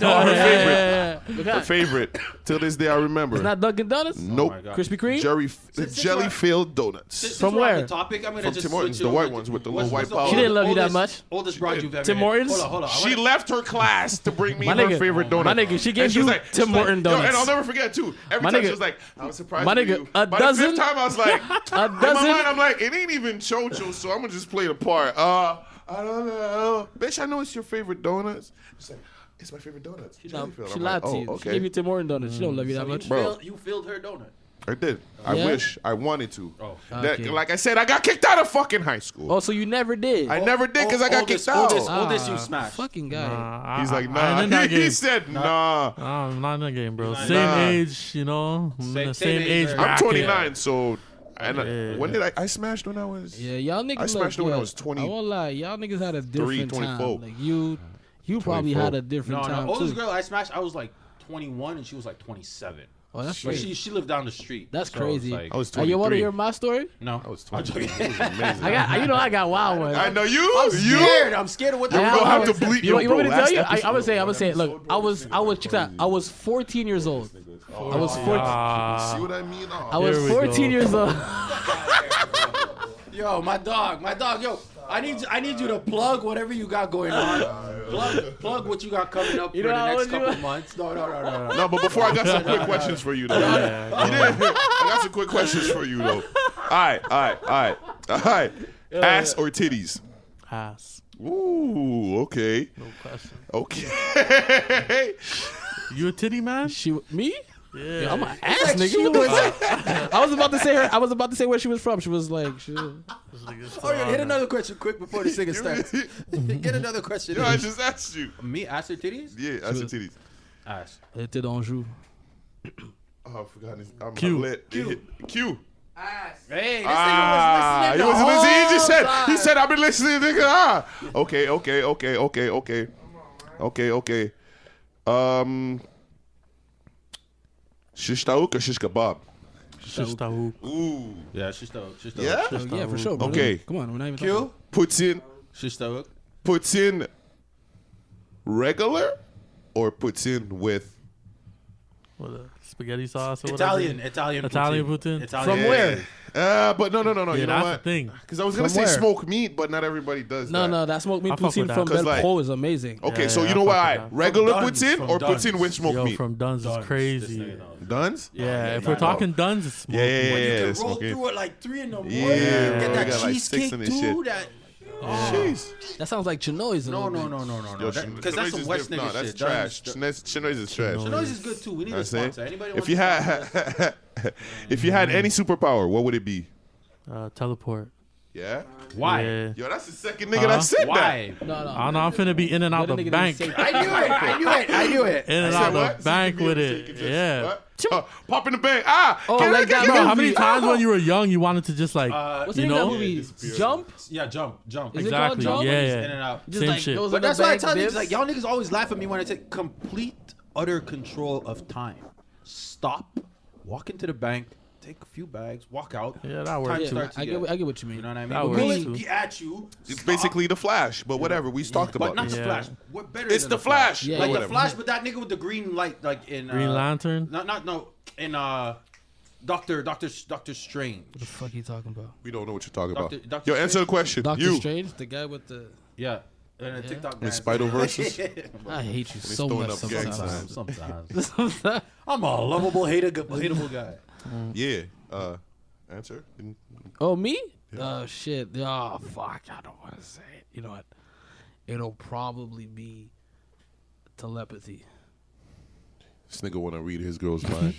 Speaker 3: Her
Speaker 4: Yeah,
Speaker 3: favorite,
Speaker 2: What
Speaker 3: her
Speaker 2: kind?
Speaker 3: favorite. Till this day, I remember.
Speaker 2: Not Dunkin' Donuts.
Speaker 3: nope.
Speaker 2: Krispy Kreme.
Speaker 3: Jerry, the
Speaker 6: since
Speaker 3: jelly
Speaker 6: we're-
Speaker 3: filled donuts.
Speaker 6: Since
Speaker 2: From
Speaker 6: we're on
Speaker 2: where?
Speaker 6: The topic, I'm gonna
Speaker 3: From
Speaker 6: just
Speaker 3: Tim Hortons,
Speaker 6: switch it
Speaker 3: the white
Speaker 6: over
Speaker 3: ones
Speaker 6: to-
Speaker 3: with the
Speaker 6: what's-
Speaker 3: little white
Speaker 6: what's the
Speaker 3: powder.
Speaker 2: She didn't love you that
Speaker 6: oldest-
Speaker 2: much.
Speaker 6: Oldest broad you've ever
Speaker 2: Tim
Speaker 6: had.
Speaker 2: Hortons?
Speaker 6: Hold on, hold on. I
Speaker 3: She
Speaker 6: wanna-
Speaker 3: left her class to bring me
Speaker 2: My
Speaker 3: her
Speaker 2: nigga.
Speaker 3: favorite donut.
Speaker 2: My nigga, she gave
Speaker 3: and
Speaker 2: you
Speaker 3: was like,
Speaker 2: Tim
Speaker 3: she was like-
Speaker 2: Horton
Speaker 3: yo,
Speaker 2: donuts.
Speaker 3: and I'll never forget too. Every
Speaker 2: My
Speaker 3: time
Speaker 2: nigga-
Speaker 3: she was like, "I was surprised."
Speaker 2: my
Speaker 3: for
Speaker 2: nigga,
Speaker 3: you."
Speaker 2: a
Speaker 3: By the
Speaker 2: dozen-
Speaker 3: fifth time, I was like,
Speaker 2: A
Speaker 3: In my
Speaker 2: dozen-
Speaker 3: mind, I'm like, it ain't even Chocho, so I'm gonna just play the part. Uh, I don't know, bitch. I know it's your favorite donuts. She's like, it's my favorite donuts.
Speaker 2: No,
Speaker 3: Jellyfield.
Speaker 2: she
Speaker 3: I'm
Speaker 2: lied
Speaker 3: like,
Speaker 2: to
Speaker 3: oh,
Speaker 2: you. She
Speaker 3: Okay,
Speaker 2: gave you Tim Horton donuts. She don't love you that much.
Speaker 6: You
Speaker 3: Bro.
Speaker 6: filled- You filled her donut.
Speaker 3: I did. I
Speaker 2: Yeah?
Speaker 3: wish. I wanted to. Oh,
Speaker 2: Okay.
Speaker 3: like I said, I got kicked out of fucking high school.
Speaker 2: Oh, so you never did.
Speaker 3: I never did because I got
Speaker 6: oldest-
Speaker 3: kicked out.
Speaker 6: oldest- oldest you
Speaker 2: Ah,
Speaker 6: smashed.
Speaker 2: Fucking guy.
Speaker 4: Nah,
Speaker 3: He's
Speaker 4: Uh, I-
Speaker 3: like,
Speaker 4: I-
Speaker 3: nah.
Speaker 4: I ain't in that
Speaker 3: he,
Speaker 4: game.
Speaker 3: said, nah.
Speaker 4: Nah, I'm not in the game, bro.
Speaker 6: Nah.
Speaker 4: Same age, you know. I'm in
Speaker 6: Same-
Speaker 4: the
Speaker 6: same
Speaker 4: same,
Speaker 6: age
Speaker 4: age.
Speaker 6: there.
Speaker 3: I'm
Speaker 4: bracket.
Speaker 3: 29, so. And I-
Speaker 4: Yeah.
Speaker 3: when did I? I smashed when I was.
Speaker 2: Yeah, y'all niggas.
Speaker 3: I smashed
Speaker 2: look,
Speaker 3: it when I
Speaker 2: yo,
Speaker 3: was 20.
Speaker 2: I won't lie, y'all niggas had a different time.
Speaker 3: 24.
Speaker 2: Like you, you probably
Speaker 3: 24.
Speaker 2: had a different
Speaker 6: No,
Speaker 2: time
Speaker 6: no. Oldest
Speaker 2: too.
Speaker 6: girl I smashed, I was like 21 and she was like 27.
Speaker 2: oh, that's
Speaker 6: But
Speaker 2: crazy.
Speaker 6: she she lived down the street.
Speaker 2: That's
Speaker 6: so it's
Speaker 2: crazy.
Speaker 6: like-
Speaker 3: I was
Speaker 2: Hey, you want to
Speaker 3: 23.
Speaker 2: hear my story?
Speaker 6: no,
Speaker 3: I was
Speaker 6: I'm
Speaker 3: 20.
Speaker 6: joking.
Speaker 2: I got, you know, I got wild ones.
Speaker 3: I know you. you.
Speaker 6: scared. I'm scared of what the
Speaker 2: I
Speaker 3: You don't
Speaker 2: got
Speaker 3: have to
Speaker 2: wild ones.
Speaker 3: bleep.
Speaker 2: You, know-
Speaker 3: Yo,
Speaker 2: you want me to
Speaker 3: bro,
Speaker 2: tell
Speaker 3: last
Speaker 2: you? I, I would
Speaker 3: episode,
Speaker 2: say, I
Speaker 3: bro,
Speaker 2: would say, look,
Speaker 3: episode, bro,
Speaker 2: I was,
Speaker 3: this nigga
Speaker 2: I was,
Speaker 3: went
Speaker 2: check that.
Speaker 3: crazy.
Speaker 2: I was 14 years old. I was 14.
Speaker 4: Ah,
Speaker 3: See what I mean? Oh,
Speaker 2: I was
Speaker 4: Here we
Speaker 2: 14
Speaker 4: go.
Speaker 2: years old.
Speaker 6: Yo, my dog, my dog, yo, I need I need you to plug whatever you got going on. plug plug what you got coming up
Speaker 2: You
Speaker 6: for
Speaker 2: know
Speaker 6: the
Speaker 2: how
Speaker 6: next
Speaker 2: old you
Speaker 6: couple
Speaker 2: are?
Speaker 6: months. No, no, no, no, no.
Speaker 3: No, but before I got some quick questions for you, though. You didn't- I got some quick questions for you, though. All right, all right, all right, all right. Ass or titties?
Speaker 4: pass.
Speaker 3: Ooh, okay,
Speaker 4: No question.
Speaker 3: okay.
Speaker 4: You a titty man?
Speaker 2: She, me?
Speaker 4: Yeah.
Speaker 2: I'm an ass nigga. What the fuck? I was about to say her. I was about to say where she was from. She was like, she was,
Speaker 6: Oh, yeah, hit another question quick before the singer starts. Get another question.
Speaker 3: no, I just asked you.
Speaker 6: Me, ass or titties?
Speaker 3: Yeah, ass or titties?
Speaker 6: Ass.
Speaker 2: Elle était d'Anjou.
Speaker 3: Oh, I forgot. This. I'm
Speaker 4: Q.
Speaker 3: Lit. Q. Q.
Speaker 8: Ass.
Speaker 6: Hey, this
Speaker 3: Ah,
Speaker 6: nigga was listening.
Speaker 3: he
Speaker 6: the
Speaker 3: was listening. He just
Speaker 6: whole
Speaker 3: said,
Speaker 6: time.
Speaker 3: he said, I've been listening, nigga. Ah. Okay, okay, okay, okay, okay. Okay, okay. Um, shish taouk or shish kebab?
Speaker 4: Shish tahook.
Speaker 3: Ooh.
Speaker 6: Yeah, she's dope. She's dope.
Speaker 3: Yeah?
Speaker 2: Oh, yeah, for sure. bro.
Speaker 3: Okay.
Speaker 2: Come on, we're not even. talking-
Speaker 6: You?
Speaker 3: Puts in,
Speaker 6: She's dope.
Speaker 3: puts in regular or puts in with?
Speaker 4: What a spaghetti sauce or
Speaker 6: Italian,
Speaker 4: whatever.
Speaker 6: Italian,
Speaker 4: Italian poutine?
Speaker 6: Italian.
Speaker 2: From where?
Speaker 3: Uh, but no, no, no, no.
Speaker 4: Yeah,
Speaker 3: you know
Speaker 4: that's
Speaker 3: what?
Speaker 4: the thing.
Speaker 3: Because I was going to
Speaker 2: From
Speaker 3: say
Speaker 2: where?
Speaker 3: smoked meat, but not everybody does
Speaker 2: No,
Speaker 3: that.
Speaker 2: no, that smoked meat
Speaker 4: I fuck with
Speaker 2: poutine
Speaker 4: that.
Speaker 2: from
Speaker 3: 'Cause,
Speaker 2: Bel
Speaker 3: like-
Speaker 2: Pro is amazing.
Speaker 6: Oh.
Speaker 3: Okay,
Speaker 4: Yeah,
Speaker 3: so
Speaker 4: yeah,
Speaker 3: you know
Speaker 4: I fuck
Speaker 3: why?
Speaker 4: with that.
Speaker 3: Regular
Speaker 6: From
Speaker 3: puts in
Speaker 6: Dunn's,
Speaker 3: or
Speaker 6: from
Speaker 3: puts in with
Speaker 6: Dunn's.
Speaker 3: smoked
Speaker 4: Yo,
Speaker 3: meat?
Speaker 4: from Duns is crazy. Yeah,
Speaker 3: Duns?
Speaker 4: if we're
Speaker 3: yeah,
Speaker 4: talking Duns, it's smoke.
Speaker 3: Yeah, yeah, yeah.
Speaker 4: meat.
Speaker 3: yeah,
Speaker 6: You can roll
Speaker 3: smoked meat.
Speaker 6: through it like three in the morning.
Speaker 3: Yeah,
Speaker 6: Get
Speaker 3: bro,
Speaker 6: that
Speaker 3: we got like six
Speaker 6: cheesecake
Speaker 3: in this shit.
Speaker 6: too. That
Speaker 3: Jeez.
Speaker 2: That sounds like Chinois.
Speaker 6: no, no, no, no, no, no.
Speaker 3: Yo,
Speaker 6: That-
Speaker 3: Chino-
Speaker 6: Because
Speaker 3: Chinois
Speaker 6: that's some
Speaker 3: is
Speaker 6: West
Speaker 3: diff- nah,
Speaker 6: nigga
Speaker 3: that's
Speaker 6: shit.
Speaker 3: trash. Chinois
Speaker 6: Chinois-
Speaker 3: Chinois is trash.
Speaker 4: Chinois.
Speaker 6: Chinois is good too. We need
Speaker 3: I
Speaker 6: a
Speaker 3: say,
Speaker 6: sponsor. Anybody
Speaker 3: if
Speaker 6: want
Speaker 3: you
Speaker 6: to sponsor us?
Speaker 3: had, if you had any superpower, what would it be?
Speaker 4: Uh, teleport.
Speaker 3: Yeah.
Speaker 6: why?
Speaker 4: Yeah.
Speaker 3: Yo, that's the second nigga that said
Speaker 6: Why?
Speaker 2: no, no.
Speaker 4: I don't know. I'm finna be in and out
Speaker 2: That
Speaker 4: the
Speaker 2: nigga didn't
Speaker 4: bank.
Speaker 2: say
Speaker 4: In
Speaker 2: that.
Speaker 6: I knew it. I knew it. I knew it.
Speaker 3: that.
Speaker 4: and out
Speaker 3: Said what?
Speaker 4: the bank
Speaker 3: Said
Speaker 4: with
Speaker 3: you can
Speaker 4: it.
Speaker 3: just-
Speaker 4: Yeah.
Speaker 3: what? Uh, pop in the bank. Ah.
Speaker 2: Oh,
Speaker 3: can I-
Speaker 2: like
Speaker 3: can
Speaker 2: that
Speaker 3: I-
Speaker 4: Bro, how
Speaker 2: movie.
Speaker 4: many times when you were young you wanted to just like
Speaker 6: Uh,
Speaker 2: What's the
Speaker 4: you
Speaker 2: name of that
Speaker 4: know
Speaker 2: movie?
Speaker 3: disappear.
Speaker 2: Jump.
Speaker 6: Yeah, jump, jump.
Speaker 2: Is it called
Speaker 4: exactly.
Speaker 2: Jump?
Speaker 4: Yeah,
Speaker 6: In and
Speaker 4: yeah.
Speaker 6: out.
Speaker 2: Just
Speaker 4: Same
Speaker 2: like
Speaker 4: shit.
Speaker 2: those
Speaker 6: But
Speaker 2: in the
Speaker 6: that's why I
Speaker 2: bank
Speaker 6: tell niggas
Speaker 2: dips.
Speaker 6: like y'all niggas always laugh at me when I say complete utter control of time. Stop, walk into the bank, take a few bags, walk out.
Speaker 4: Yeah, that works
Speaker 6: Time
Speaker 4: too.
Speaker 6: starts
Speaker 2: I get,
Speaker 6: again.
Speaker 2: what- I get what you mean.
Speaker 6: You know what I mean?
Speaker 4: That
Speaker 6: We're
Speaker 4: works
Speaker 6: going
Speaker 4: too.
Speaker 6: be at you.
Speaker 3: It's
Speaker 6: stop,
Speaker 3: basically the Flash, but whatever. We talked
Speaker 6: but
Speaker 3: about
Speaker 6: not
Speaker 3: this.
Speaker 6: the
Speaker 4: Yeah.
Speaker 6: Flash. We're better
Speaker 3: It's
Speaker 6: than
Speaker 3: the Flash.
Speaker 2: Yeah,
Speaker 3: or
Speaker 2: yeah.
Speaker 6: Like the
Speaker 3: whatever.
Speaker 6: Flash, but that nigga with the green light, like in uh,
Speaker 4: Green Lantern?
Speaker 6: No, not no. In uh, Doctor, Doctor, Doctor Strange.
Speaker 2: What the fuck you talking about?
Speaker 3: We don't know what you're talking
Speaker 6: Doctor-
Speaker 3: about.
Speaker 6: Doctor
Speaker 3: Yo, answer the
Speaker 6: Strange?
Speaker 3: question.
Speaker 2: Doctor
Speaker 3: you.
Speaker 2: Strange, the guy with the.
Speaker 6: Yeah. And a TikTok dance.
Speaker 3: Spider verses.
Speaker 2: I hate you so
Speaker 3: throwing
Speaker 2: much
Speaker 3: up gang
Speaker 2: sometimes.
Speaker 3: signs.
Speaker 6: Sometimes. I'm a lovable hater, hateable guy.
Speaker 3: Yeah. Uh, answer.
Speaker 2: oh, me? Uh, shit. Oh, fuck. I don't want to say it. You know what? It'll probably be telepathy.
Speaker 3: This nigga want to read his girl's mind.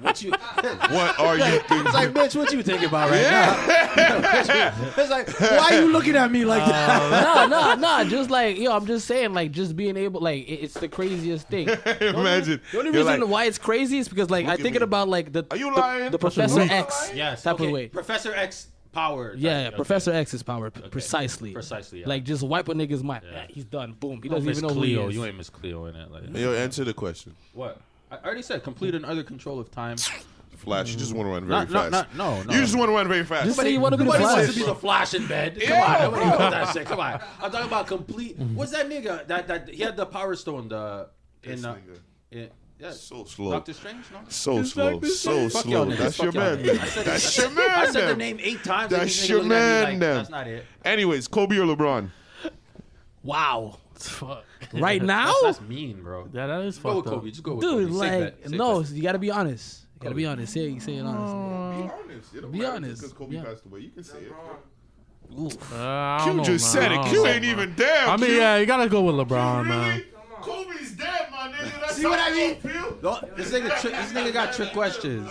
Speaker 6: What you? It's
Speaker 3: what are you thinking?
Speaker 6: like, bitch, what you thinking about right now? it's like, why you looking at me like that?
Speaker 2: no, no, no. Just like yo, I'm just saying, like just being able, like it- it's the craziest thing. The
Speaker 3: Imagine.
Speaker 2: only
Speaker 3: You're
Speaker 2: reason
Speaker 3: like,
Speaker 2: why it's crazy is because like I
Speaker 3: at
Speaker 2: thinking
Speaker 3: me.
Speaker 2: about like the
Speaker 3: Are you
Speaker 2: the-
Speaker 3: lying?
Speaker 2: the Professor
Speaker 3: Are you
Speaker 2: X.
Speaker 3: lying?
Speaker 6: Yes.
Speaker 2: Type of
Speaker 6: okay,
Speaker 2: way.
Speaker 6: Professor X power.
Speaker 2: Yeah,
Speaker 6: Like, uh,
Speaker 2: Professor X's power p- precisely.
Speaker 6: Precisely, yeah.
Speaker 2: Like just wipe a nigga's mind.
Speaker 6: Yeah.
Speaker 2: Eh, He's done. Boom. He
Speaker 6: Okay.
Speaker 2: doesn't
Speaker 6: Miss
Speaker 2: even know who
Speaker 6: Cleo,
Speaker 2: he is.
Speaker 6: you ain't Miss Cleo in it. Like,
Speaker 3: Yo, answer the question.
Speaker 6: what? I already said complete and utter control of time.
Speaker 3: Flash, you just want to run very
Speaker 6: Not, not,
Speaker 3: fast.
Speaker 6: not, no, no.
Speaker 3: You just want to run very fast.
Speaker 2: Just say you want to be the
Speaker 6: Nobody wants
Speaker 2: Flash.
Speaker 6: to be the Flash in bed. Come
Speaker 3: Yeah,
Speaker 6: on, nobody wants that shit. Come on. I'm talking about complete. What's that nigga? That that he had the Power Stone. The in
Speaker 3: This
Speaker 6: uh,
Speaker 3: nigga.
Speaker 6: in, yeah,
Speaker 3: so slow.
Speaker 6: Doctor Strange. No.
Speaker 3: so slow. so
Speaker 6: Fuck
Speaker 3: slow.
Speaker 6: y'all niggas.
Speaker 3: That's
Speaker 6: Fuck
Speaker 3: your
Speaker 6: y'all
Speaker 3: man.
Speaker 6: niggas.
Speaker 3: then.
Speaker 6: I said-
Speaker 3: That's your man.
Speaker 6: I said the
Speaker 3: then.
Speaker 6: nigga eight times.
Speaker 3: That's
Speaker 6: That's
Speaker 3: your
Speaker 6: your man.
Speaker 3: man,
Speaker 6: Like,
Speaker 3: then.
Speaker 6: That's not it.
Speaker 3: Anyways, Kobe or LeBron?
Speaker 2: Wow. Right now,
Speaker 6: That's, that's mean, bro.
Speaker 4: Yeah, that is
Speaker 6: Go
Speaker 4: fucked
Speaker 6: with
Speaker 4: up.
Speaker 6: Kobe. Just go with Kobe.
Speaker 2: dude.
Speaker 6: Safe
Speaker 2: Like
Speaker 6: bet. Safe
Speaker 2: no,
Speaker 6: bet.
Speaker 2: you gotta be honest. You gotta be honest. Say say it honestly.
Speaker 3: Be honest. It don't
Speaker 2: Be
Speaker 3: matter
Speaker 2: honest.
Speaker 3: Because Kobe
Speaker 2: Yeah.
Speaker 3: passed away. You can say it.
Speaker 2: Oof.
Speaker 4: Uh, I don't
Speaker 3: Q
Speaker 4: know,
Speaker 3: just
Speaker 4: man.
Speaker 3: said
Speaker 4: I
Speaker 3: it.
Speaker 4: don't
Speaker 3: Q
Speaker 4: know,
Speaker 3: ain't
Speaker 4: man.
Speaker 3: even there.
Speaker 4: I mean,
Speaker 3: Q.
Speaker 4: yeah, you gotta go with LeBron, man.
Speaker 3: Really? Kobe's dead, my nigga. That's
Speaker 6: See what
Speaker 3: how
Speaker 6: I mean?
Speaker 3: feel.
Speaker 6: Don't- This nigga, tri- this nigga got trick questions.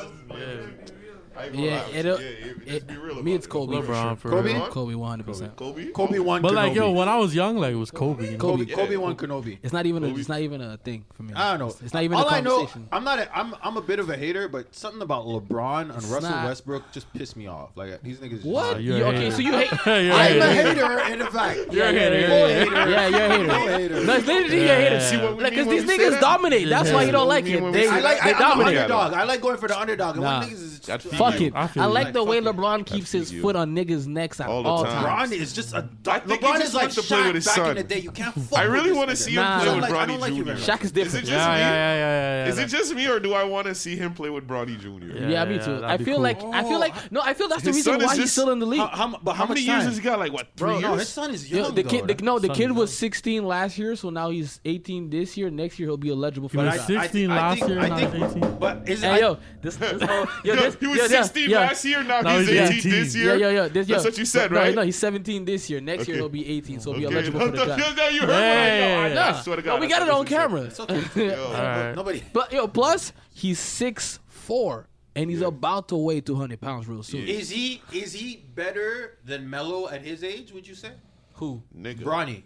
Speaker 3: I ain't gonna
Speaker 2: Yeah,
Speaker 3: lie with
Speaker 6: uh,
Speaker 2: it'll.
Speaker 3: you.
Speaker 2: It,
Speaker 3: let's be real
Speaker 2: me,
Speaker 3: about
Speaker 2: it's
Speaker 3: it.
Speaker 2: Kobe.
Speaker 4: LeBron for
Speaker 6: Kobe?
Speaker 4: real.
Speaker 2: Kobe, 100. percent
Speaker 3: Kobe.
Speaker 6: Kobe won.
Speaker 4: But
Speaker 6: Kenobi.
Speaker 4: like, yo, when I was young, like it was Kobe. You know?
Speaker 6: Kobe,
Speaker 3: Yeah.
Speaker 6: Kobe won Kenobi.
Speaker 2: It's not even. A, it's not even a thing for me.
Speaker 6: I don't know.
Speaker 2: It's, it's not even
Speaker 6: All
Speaker 2: a
Speaker 6: I know,
Speaker 2: conversation.
Speaker 6: I'm not. A, I'm. I'm a bit of a hater, but something about LeBron and Russell
Speaker 2: not.
Speaker 6: Westbrook just pissed me off. Like these niggas.
Speaker 2: what?
Speaker 4: Nah,
Speaker 6: Just,
Speaker 4: you're
Speaker 2: You-
Speaker 4: a
Speaker 2: okay,
Speaker 4: hater.
Speaker 2: so you hate.
Speaker 4: you're a
Speaker 6: I'm a
Speaker 4: hater.
Speaker 6: hater in the fact.
Speaker 4: You're a hater.
Speaker 2: You're a
Speaker 4: yeah,
Speaker 2: hater. Yeah, you're a hater.
Speaker 6: I'm a hater.
Speaker 2: That's literally a hater.
Speaker 4: See what
Speaker 3: we
Speaker 2: Like,
Speaker 3: mean
Speaker 2: cause
Speaker 3: when
Speaker 2: these
Speaker 3: we say
Speaker 2: niggas
Speaker 3: that?
Speaker 2: dominate. That's
Speaker 4: Yeah.
Speaker 2: why you don't like
Speaker 3: See
Speaker 2: it.
Speaker 3: what we
Speaker 2: They,
Speaker 3: mean
Speaker 6: I like.
Speaker 2: they
Speaker 6: I, I'm an
Speaker 2: dominate.
Speaker 6: underdog. I like going for the underdog. And
Speaker 2: Nah.
Speaker 6: when niggas is
Speaker 3: That feed
Speaker 2: Fuck
Speaker 3: you.
Speaker 2: it.
Speaker 4: I
Speaker 2: I,
Speaker 4: feel you.
Speaker 2: like the way
Speaker 6: Fuck it.
Speaker 2: LeBron keeps his
Speaker 3: you.
Speaker 2: foot on niggas' necks at
Speaker 3: All
Speaker 2: all,
Speaker 3: the time.
Speaker 2: times.
Speaker 6: LeBron is just a dog.
Speaker 3: think he
Speaker 6: LeBron
Speaker 3: just
Speaker 6: is like
Speaker 3: wants to play
Speaker 6: Shaq
Speaker 3: with his
Speaker 6: back
Speaker 3: son.
Speaker 6: in the day. You can't. Fuck
Speaker 3: I really
Speaker 6: want to
Speaker 3: see him
Speaker 2: Nah. I
Speaker 3: play
Speaker 2: don't
Speaker 3: with
Speaker 6: like- I don't
Speaker 3: Bronny
Speaker 6: like you
Speaker 3: Jr.
Speaker 6: very much.
Speaker 2: Shaq is
Speaker 3: Is it
Speaker 2: different.
Speaker 3: just
Speaker 4: yeah,
Speaker 3: me?
Speaker 4: yeah, yeah, yeah.
Speaker 3: Is it just me, or do I want to see him play with Bronny Jr.?
Speaker 4: Yeah,
Speaker 2: Yeah, me
Speaker 4: yeah,
Speaker 2: too.
Speaker 4: that'd
Speaker 2: I
Speaker 4: be
Speaker 2: feel
Speaker 4: cool.
Speaker 2: like I feel like no. I feel that's the
Speaker 3: His
Speaker 2: reason
Speaker 3: son is
Speaker 2: why he's
Speaker 3: just-
Speaker 2: still in the league.
Speaker 6: How, how, but how,
Speaker 3: How many
Speaker 6: much
Speaker 3: years
Speaker 6: time?
Speaker 3: has he got? Like what? Three
Speaker 6: Bro,
Speaker 3: years.
Speaker 6: no, his son is young.
Speaker 2: Yo, the
Speaker 6: though,
Speaker 2: kid, the,
Speaker 6: right?
Speaker 2: no, the
Speaker 4: Son
Speaker 2: kid
Speaker 4: is
Speaker 2: was
Speaker 4: young.
Speaker 2: 16 last year, so now he's 18 this year. Next year he'll be eligible for
Speaker 4: He was
Speaker 2: that.
Speaker 6: I- I-
Speaker 4: 16
Speaker 6: I
Speaker 4: last
Speaker 6: think-
Speaker 4: year,
Speaker 6: I
Speaker 4: now
Speaker 6: think-
Speaker 4: he's 18.
Speaker 6: But is
Speaker 2: Hey
Speaker 6: it?
Speaker 2: yo, this, this whole, yo,
Speaker 3: Yo,
Speaker 2: this,
Speaker 3: he was
Speaker 2: yo, yeah,
Speaker 3: 16
Speaker 2: yo,
Speaker 3: last year. Now,
Speaker 4: Now
Speaker 3: he's
Speaker 4: he's
Speaker 3: 18
Speaker 4: 18.
Speaker 3: this
Speaker 2: Yeah,
Speaker 3: year.
Speaker 2: yeah, yeah. This,
Speaker 3: That's
Speaker 2: yo,
Speaker 3: what you said,
Speaker 2: no,
Speaker 3: right?
Speaker 2: No, he's 17 this year. Next year
Speaker 3: Okay.
Speaker 2: he'll be 18, so he'll
Speaker 3: Okay.
Speaker 2: be eligible for the draft.
Speaker 3: Yeah, you heard right. Yo,
Speaker 4: Yeah, yeah,
Speaker 3: I-
Speaker 4: yeah.
Speaker 3: I swear to
Speaker 2: No,
Speaker 3: God,
Speaker 2: we
Speaker 3: that's
Speaker 2: got it
Speaker 3: what
Speaker 2: on
Speaker 3: you said.
Speaker 2: camera.
Speaker 3: Yo.
Speaker 4: All right.
Speaker 6: Nobody.
Speaker 2: But yo, plus he's six four and he's about to weigh 200 pounds real soon.
Speaker 6: Is he? Is he better than Melo at his age? Would you say?
Speaker 2: Who?
Speaker 3: Nigga.
Speaker 6: Bronny.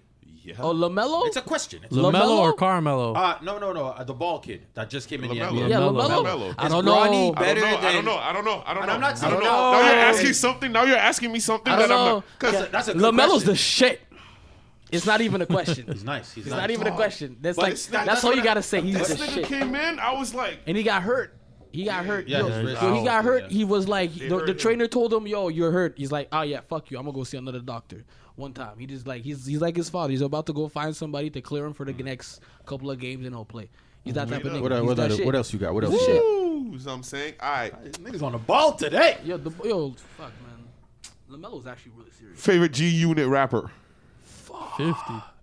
Speaker 2: Oh, Lamelo.
Speaker 6: It's a question. It's
Speaker 4: LaMelo,
Speaker 2: LaMelo?
Speaker 4: or Carmelo?
Speaker 6: Uh, no, no, no. Uh, the ball kid that just came in the
Speaker 3: LaMelo.
Speaker 6: NBA.
Speaker 2: yeah,
Speaker 4: LaMelo.
Speaker 2: Lamelo.
Speaker 3: LaMelo.
Speaker 2: I
Speaker 6: Is
Speaker 2: don't
Speaker 6: Bronny
Speaker 2: know.
Speaker 3: I
Speaker 6: better?
Speaker 3: don't know. I
Speaker 6: than-
Speaker 3: don't know. I don't know. I don't
Speaker 6: And
Speaker 3: know.
Speaker 6: I'm not
Speaker 3: I don't
Speaker 6: saying-
Speaker 3: know.
Speaker 6: No.
Speaker 3: Now you're asking something. Now you're asking me something
Speaker 2: I
Speaker 3: that
Speaker 2: don't
Speaker 3: I'm
Speaker 2: know.
Speaker 3: not. Because
Speaker 6: That's a- that's a good
Speaker 2: Lamelo's
Speaker 6: question.
Speaker 2: the shit. It's not even a question.
Speaker 6: He's nice. He's,
Speaker 2: It's
Speaker 6: nice.
Speaker 2: not even a question. That's like
Speaker 3: it's not-
Speaker 2: that's
Speaker 3: that's
Speaker 2: all
Speaker 3: what
Speaker 2: you
Speaker 3: I-
Speaker 2: gotta say. He's
Speaker 3: this
Speaker 2: the
Speaker 3: nigga
Speaker 2: shit.
Speaker 3: came in, I was like,
Speaker 2: and he got hurt. He got hurt.
Speaker 6: yeah,
Speaker 2: yo,
Speaker 6: his wrist
Speaker 2: yo, he
Speaker 6: out.
Speaker 2: got hurt.
Speaker 6: Yeah.
Speaker 2: He was like, the,
Speaker 3: hurt
Speaker 2: the
Speaker 3: him.
Speaker 2: trainer told him, "Yo, you're hurt." He's like, "Oh yeah, fuck you. I'm gonna go see another doctor." One time, he just like he's he's like his father. He's about to go find somebody to clear him for the next couple of games and he'll play. He's that type of nigga.
Speaker 6: What,
Speaker 2: He's
Speaker 6: what,
Speaker 2: that
Speaker 6: what,
Speaker 2: shit.
Speaker 6: what else you got? What else? you got?
Speaker 3: "Ooh," is what I'm saying. All right.
Speaker 6: This nigga's on the ball today.
Speaker 2: Yo, the, yo, fuck, man. Lamelo's actually really serious.
Speaker 3: Favorite G Unit rapper.
Speaker 4: 50.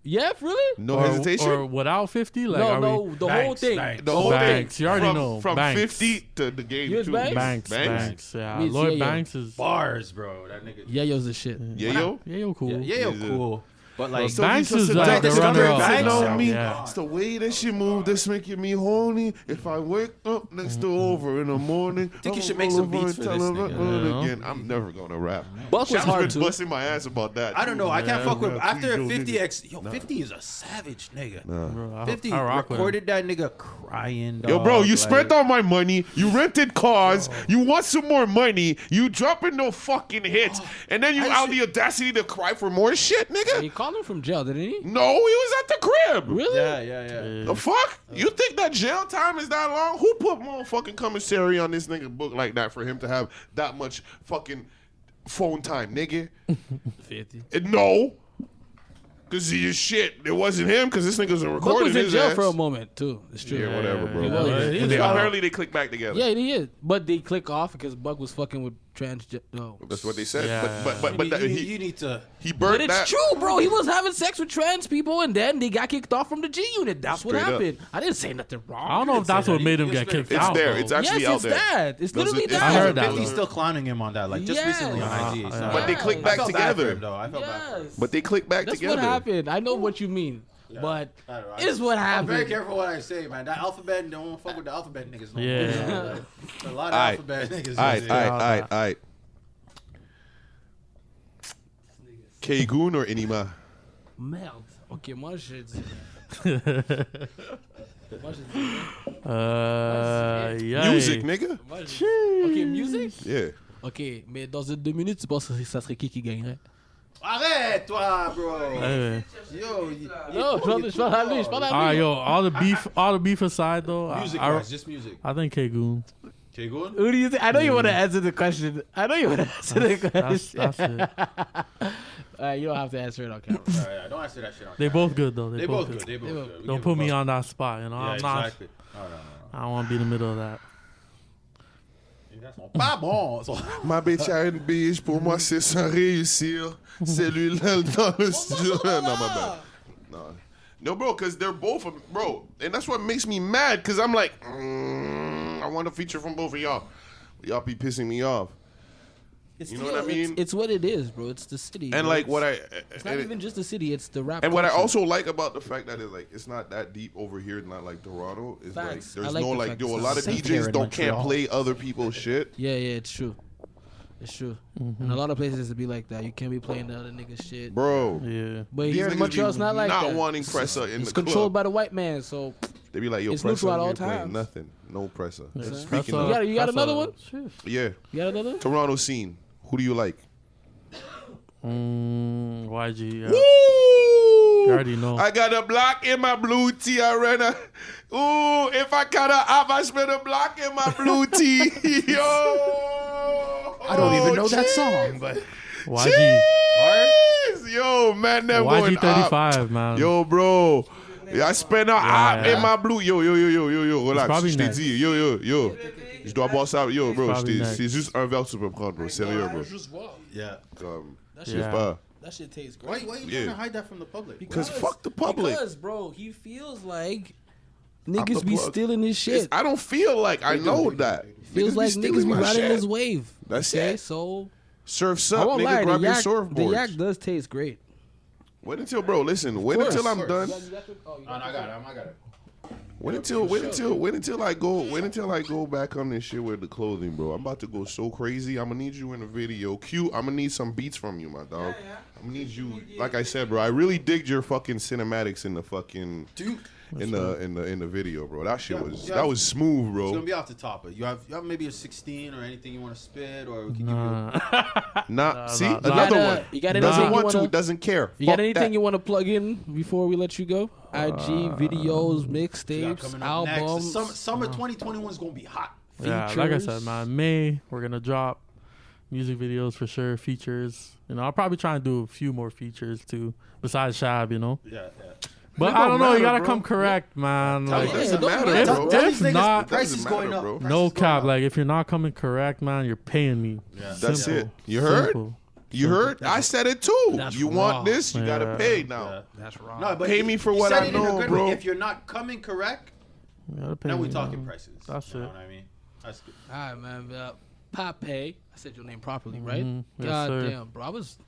Speaker 2: Yeah, really?
Speaker 3: No
Speaker 4: or,
Speaker 3: hesitation.
Speaker 4: or without 50? Like,
Speaker 2: No,
Speaker 4: are
Speaker 2: no,
Speaker 4: we
Speaker 2: the whole
Speaker 6: Banks,
Speaker 2: thing.
Speaker 6: Banks.
Speaker 3: the whole
Speaker 4: Banks,
Speaker 3: thing.
Speaker 4: you already
Speaker 3: from,
Speaker 4: know.
Speaker 3: From
Speaker 4: Banks.
Speaker 3: 50 to the game.
Speaker 2: You was
Speaker 3: too.
Speaker 2: Banks?
Speaker 4: Banks, Banks,
Speaker 3: Banks.
Speaker 4: yeah.
Speaker 2: Means
Speaker 4: Lloyd
Speaker 2: yeah, yeah.
Speaker 4: Banks is.
Speaker 6: Bars, bro. That nigga.
Speaker 2: Yeah, yo's the shit.
Speaker 3: Yeah, yo.
Speaker 4: Yeah, yo, cool.
Speaker 6: yeah, yeah, yo,
Speaker 3: Yeah.
Speaker 6: cool. But like,
Speaker 4: So- Banks
Speaker 3: just
Speaker 4: is
Speaker 3: a
Speaker 4: like
Speaker 3: doctor
Speaker 6: the
Speaker 3: sitting
Speaker 6: runner-up.
Speaker 3: there
Speaker 6: Banks,
Speaker 3: on me.
Speaker 4: yeah.
Speaker 3: It's the way that she move. This making me horny. If I wake up next to over in the morning,
Speaker 6: Think
Speaker 3: I'ma
Speaker 6: you should make
Speaker 3: go
Speaker 6: some
Speaker 3: over
Speaker 6: beats
Speaker 3: and
Speaker 6: for
Speaker 3: tell
Speaker 6: this
Speaker 3: her
Speaker 6: nigga.
Speaker 3: run
Speaker 4: Yeah.
Speaker 3: again. I'm never gonna rap.
Speaker 2: Buck was
Speaker 3: Shaq's
Speaker 2: hard
Speaker 3: been
Speaker 2: too.
Speaker 3: busting my ass about that.
Speaker 6: I don't know. I can't
Speaker 4: Yeah,
Speaker 6: fuck with
Speaker 3: yeah,
Speaker 6: after
Speaker 3: please, yo,
Speaker 6: 50
Speaker 3: nigga.
Speaker 6: X. Yo, 50 is a savage nigga.
Speaker 4: Bro, I-
Speaker 6: 50
Speaker 4: I rock with him.
Speaker 6: recorded that nigga crying.
Speaker 3: Yo, bro,
Speaker 6: dog,
Speaker 3: you
Speaker 6: like-
Speaker 3: spent all my money. You rented cars. You want some more money. You dropping no fucking hits, and then you
Speaker 6: I
Speaker 3: out
Speaker 6: should-
Speaker 3: the audacity to cry for more shit, nigga.
Speaker 2: He called him from jail, didn't he?
Speaker 3: No, he was at the crib.
Speaker 2: Really?
Speaker 6: Yeah, yeah, yeah.
Speaker 3: The fuck? You think that jail time is that long? Who put motherfucking commissary on this nigga book like that for him to have that much fucking phone time, nigga?
Speaker 2: 50.
Speaker 3: And no. Cause he is shit. It wasn't him because this nigga's a
Speaker 2: Buck
Speaker 3: recording
Speaker 2: was in
Speaker 3: his
Speaker 2: jail
Speaker 3: ass.
Speaker 2: for a moment, too. It's true.
Speaker 3: yeah, whatever, bro.
Speaker 2: He was.
Speaker 3: They- apparently they click back together.
Speaker 2: Yeah, he is. But they click off because Buck was fucking with trans. No.
Speaker 3: That's what they said.
Speaker 4: Yeah.
Speaker 3: But but but,
Speaker 5: you,
Speaker 3: but that,
Speaker 5: you-
Speaker 3: he
Speaker 5: you need to.
Speaker 3: he
Speaker 2: But
Speaker 3: burned
Speaker 2: it's
Speaker 3: that.
Speaker 2: true, bro. He was having sex with trans people, and then they got kicked off from the G Unit. That's what
Speaker 3: Straight up.
Speaker 2: happened. I didn't say nothing wrong.
Speaker 4: I don't know if that's what made him
Speaker 5: It's
Speaker 4: get kicked
Speaker 3: It's
Speaker 4: out.
Speaker 3: there.
Speaker 4: though.
Speaker 3: It's actually
Speaker 2: yes,
Speaker 3: out
Speaker 2: it's
Speaker 3: there.
Speaker 2: that. It's
Speaker 3: Those-
Speaker 2: literally
Speaker 3: it's-
Speaker 2: that.
Speaker 4: I heard that.
Speaker 5: He's still clowning him on that, like just
Speaker 2: Yes.
Speaker 5: recently on IG.
Speaker 4: Ah,
Speaker 5: so-
Speaker 4: yeah.
Speaker 3: But they
Speaker 2: Yes.
Speaker 3: click
Speaker 5: I
Speaker 3: back
Speaker 5: felt bad for
Speaker 3: together.
Speaker 5: him, though. I felt bad for him.
Speaker 2: Yes.
Speaker 3: But they click back
Speaker 2: That's
Speaker 3: together.
Speaker 2: what happened. I know what you mean, but
Speaker 5: I don't know.
Speaker 2: it is what
Speaker 5: I'm very
Speaker 2: happened.
Speaker 5: careful what I say, man. That alphabet, don't fuck with the alphabet niggas. No
Speaker 4: Yeah.
Speaker 5: more. Like, a lot of
Speaker 3: Aight.
Speaker 5: alphabet niggas.
Speaker 3: All right,
Speaker 5: is-
Speaker 3: all right, all right, all right. Kagoon or Enima?
Speaker 2: Merde. Ok, moi je dis. moi je dis.
Speaker 4: Uh, yeah.
Speaker 3: Music, nigga.
Speaker 2: moi, je dis- Ok, music?
Speaker 3: Yeah.
Speaker 2: Ok, mais dans une deux minutes, tu penses que ça serait qui qui gagnerait?
Speaker 5: Arrête, toi, bro.
Speaker 4: Anyway.
Speaker 5: Yo, y-
Speaker 2: Non, je parle, je parle à lui, je parle
Speaker 4: All
Speaker 2: à
Speaker 4: right,
Speaker 2: lui.
Speaker 4: yo. All the beef, all the beef aside, though, I,
Speaker 5: music,
Speaker 4: I,
Speaker 5: guys, just music.
Speaker 4: I think Kagoon.
Speaker 5: Okay, good.
Speaker 2: Who do you think? I know you want to answer the question. I know you want to answer the
Speaker 4: That's,
Speaker 2: question.
Speaker 4: that's it.
Speaker 2: Uh, you don't have to answer it on camera.
Speaker 5: All right, don't answer that shit on
Speaker 4: They
Speaker 5: camera.
Speaker 4: both good though. They,
Speaker 5: They both good. They both good. We
Speaker 4: Don't
Speaker 5: give
Speaker 4: put
Speaker 5: a
Speaker 4: me
Speaker 5: fuck.
Speaker 4: on that spot. You know,
Speaker 5: Yeah,
Speaker 4: I'm not.
Speaker 5: exactly. No, no, no,
Speaker 4: I don't want to be in the middle of that.
Speaker 5: no. That's all. Pas bon. So-
Speaker 3: Ma bitch a une biche, pour moi c'est sans réussir. Celui-là dans le studio. No, my bad. No. No, bro, because they're both, of- bro. And that's what makes me mad, because I'm like, mm, I want a feature from both of y'all. Y'all be pissing me off. You know what I mean?
Speaker 2: It's what it is, bro. It's the city.
Speaker 3: And
Speaker 2: bro.
Speaker 3: like what I.
Speaker 2: It's not
Speaker 3: and it-
Speaker 2: even just the city. It's the rap.
Speaker 3: And what I
Speaker 2: culture.
Speaker 3: also like about the fact that it's like it's not that deep over here, not like Dorado. It's
Speaker 2: Facts. I
Speaker 3: like there's
Speaker 2: like
Speaker 3: no
Speaker 2: the
Speaker 3: like
Speaker 2: fact
Speaker 3: yo, a
Speaker 2: it's
Speaker 3: lot
Speaker 2: the
Speaker 3: of
Speaker 2: same
Speaker 5: here
Speaker 3: DJs
Speaker 5: in
Speaker 3: don't can't
Speaker 5: Montreal.
Speaker 3: play other people's shit.
Speaker 2: Yeah, yeah, it's true. It's true. And a lot of places it be like that. You can't be playing the other niggas shit.
Speaker 3: Bro.
Speaker 4: Yeah.
Speaker 2: But
Speaker 3: These
Speaker 2: here
Speaker 3: niggas
Speaker 2: in
Speaker 3: be
Speaker 2: Montreal, it's not like
Speaker 3: not
Speaker 2: that.
Speaker 3: wanting presser in
Speaker 2: it's
Speaker 3: the
Speaker 2: controlled
Speaker 3: club.
Speaker 2: by the white man, so
Speaker 3: They be like, yo,
Speaker 2: It's
Speaker 3: press
Speaker 2: neutral
Speaker 3: on
Speaker 2: at all
Speaker 3: here playing
Speaker 2: times.
Speaker 3: nothing. No presser.
Speaker 4: Yeah.
Speaker 3: Speaking
Speaker 4: That's
Speaker 2: You
Speaker 3: of,
Speaker 4: all-
Speaker 2: got- you got
Speaker 4: that's
Speaker 2: another
Speaker 4: all.
Speaker 2: one?
Speaker 4: Shit.
Speaker 3: yeah,
Speaker 2: you got another?
Speaker 3: Toronto scene. Who do you like?
Speaker 4: Mm, YG. Yeah.
Speaker 3: Ooh,
Speaker 4: already know.
Speaker 3: I got a block in my blue tee arena. Ooh, if I cut a up, I spend a block in my blue tee. Yo, I
Speaker 6: don't even know
Speaker 5: Oh,
Speaker 3: Oh,
Speaker 6: that song, but
Speaker 4: YG.
Speaker 3: Yo, man, that going
Speaker 4: YG
Speaker 3: up.
Speaker 4: 35, man.
Speaker 3: Yo, bro. I spend un app
Speaker 4: yeah.
Speaker 3: in ma blue. Yo, yo, yo, yo, yo, yo, relax.
Speaker 4: probably
Speaker 3: Je t'ai
Speaker 4: next.
Speaker 3: dit, yo, yo, yo. Je dois boire ça. Yo, bro, je
Speaker 4: probably
Speaker 3: t'ai-
Speaker 4: next.
Speaker 3: c'est juste un verre que tu peux prendre, bro. Sérieux, bro.
Speaker 5: Yeah.
Speaker 3: Comme, je sais
Speaker 4: Yeah.
Speaker 3: pas.
Speaker 2: That shit tastes
Speaker 5: Why, why you Oh,
Speaker 3: Yeah.
Speaker 5: trying to hide that from the public?
Speaker 3: Because fuck the public.
Speaker 2: Because, bro, he feels like
Speaker 3: I'm
Speaker 2: niggas
Speaker 3: the
Speaker 2: be
Speaker 3: plug.
Speaker 2: stealing his
Speaker 3: It's-
Speaker 2: shit.
Speaker 3: I don't feel like I know that.
Speaker 2: Feels like
Speaker 3: stealing
Speaker 2: niggas be
Speaker 3: my
Speaker 2: riding
Speaker 3: shit.
Speaker 2: his wave.
Speaker 3: That's
Speaker 2: okay,
Speaker 3: it.
Speaker 2: so
Speaker 3: Surf's
Speaker 2: I
Speaker 3: up,
Speaker 2: won't
Speaker 3: nigga.
Speaker 2: lie.
Speaker 3: Grab
Speaker 2: The
Speaker 3: your
Speaker 2: yak, the yak
Speaker 3: surfboards.
Speaker 2: does taste great.
Speaker 3: Wait until, bro, listen. Wait until I'm
Speaker 5: No,
Speaker 3: done.
Speaker 5: no, I got it. I'm- I got it.
Speaker 3: Wait until, wait until, wait until I go, wait until I go back on this shit with the clothing, bro. I'm about to go so crazy. I'm gonna need you in a video. Q, I'm gonna need some beats from you, my dog. I'm gonna need you, like I said, bro. I really digged your fucking cinematics in the fucking
Speaker 5: Dude,
Speaker 3: in the in the in the video, bro. That shit
Speaker 5: Yeah,
Speaker 3: was
Speaker 5: yeah.
Speaker 3: that was smooth,
Speaker 5: it's gonna
Speaker 3: bro.
Speaker 5: be off the top. But you have you have maybe a 16 or anything you want to spit, or we can give
Speaker 4: Nah.
Speaker 3: Nah, see
Speaker 4: nah, nah.
Speaker 3: another
Speaker 2: You got, uh,
Speaker 3: one.
Speaker 2: you got
Speaker 3: doesn't
Speaker 2: anything you
Speaker 3: want to,
Speaker 2: wanna-
Speaker 3: doesn't care.
Speaker 2: You got
Speaker 3: Fuck
Speaker 2: anything
Speaker 3: that. Uh,
Speaker 2: you want to plug in before we let you go? IG videos,
Speaker 5: you. Yeah,
Speaker 2: mixtapes,
Speaker 5: coming up next.
Speaker 2: albums.
Speaker 5: Summer, summer 2021 is gonna be hot.
Speaker 4: Yeah, like I
Speaker 2: Features.
Speaker 4: said, man, May we're gonna drop music videos for sure, features. You know, I'll probably try and do a few more features too, besides Shab, you know.
Speaker 5: Yeah, yeah.
Speaker 4: But
Speaker 3: It
Speaker 4: I
Speaker 3: don't
Speaker 4: don't know, you
Speaker 3: matter,
Speaker 4: gotta
Speaker 3: bro.
Speaker 4: come correct, man.
Speaker 3: It
Speaker 4: Like,
Speaker 3: doesn't
Speaker 2: Yeah,
Speaker 3: matter,
Speaker 2: don't-
Speaker 4: if,
Speaker 3: bro.
Speaker 5: tell
Speaker 4: if
Speaker 5: these niggas
Speaker 4: not,
Speaker 5: price is
Speaker 3: Doesn't
Speaker 5: going
Speaker 3: matter,
Speaker 5: up.
Speaker 3: bro.
Speaker 5: Price
Speaker 4: no
Speaker 5: is going
Speaker 4: cap.
Speaker 5: up.
Speaker 4: Like if you're not coming correct, man, you're paying me.
Speaker 3: That's
Speaker 4: Simple.
Speaker 3: it. You heard?
Speaker 4: Simple.
Speaker 3: You heard? I said it too.
Speaker 2: That's
Speaker 3: You
Speaker 2: raw.
Speaker 3: want this? You gotta
Speaker 4: Yeah.
Speaker 3: pay now.
Speaker 2: That's wrong.
Speaker 5: No, but
Speaker 3: Pay
Speaker 5: you-
Speaker 3: me for
Speaker 5: you
Speaker 3: what
Speaker 5: said
Speaker 3: I
Speaker 5: it in a
Speaker 3: know,
Speaker 5: good
Speaker 3: bro.
Speaker 5: way. If you're not coming correct,
Speaker 4: You gotta pay
Speaker 5: then
Speaker 4: me.
Speaker 5: we talking
Speaker 4: man.
Speaker 5: prices.
Speaker 4: That's
Speaker 5: you
Speaker 4: it.
Speaker 5: know what I mean? That's good.
Speaker 2: All right, man. Uh, Pape, I said your name properly,
Speaker 3: Mm-hmm.
Speaker 2: right?
Speaker 4: Mhm. Yes,
Speaker 2: God
Speaker 4: sir.
Speaker 2: damn, bro. I was.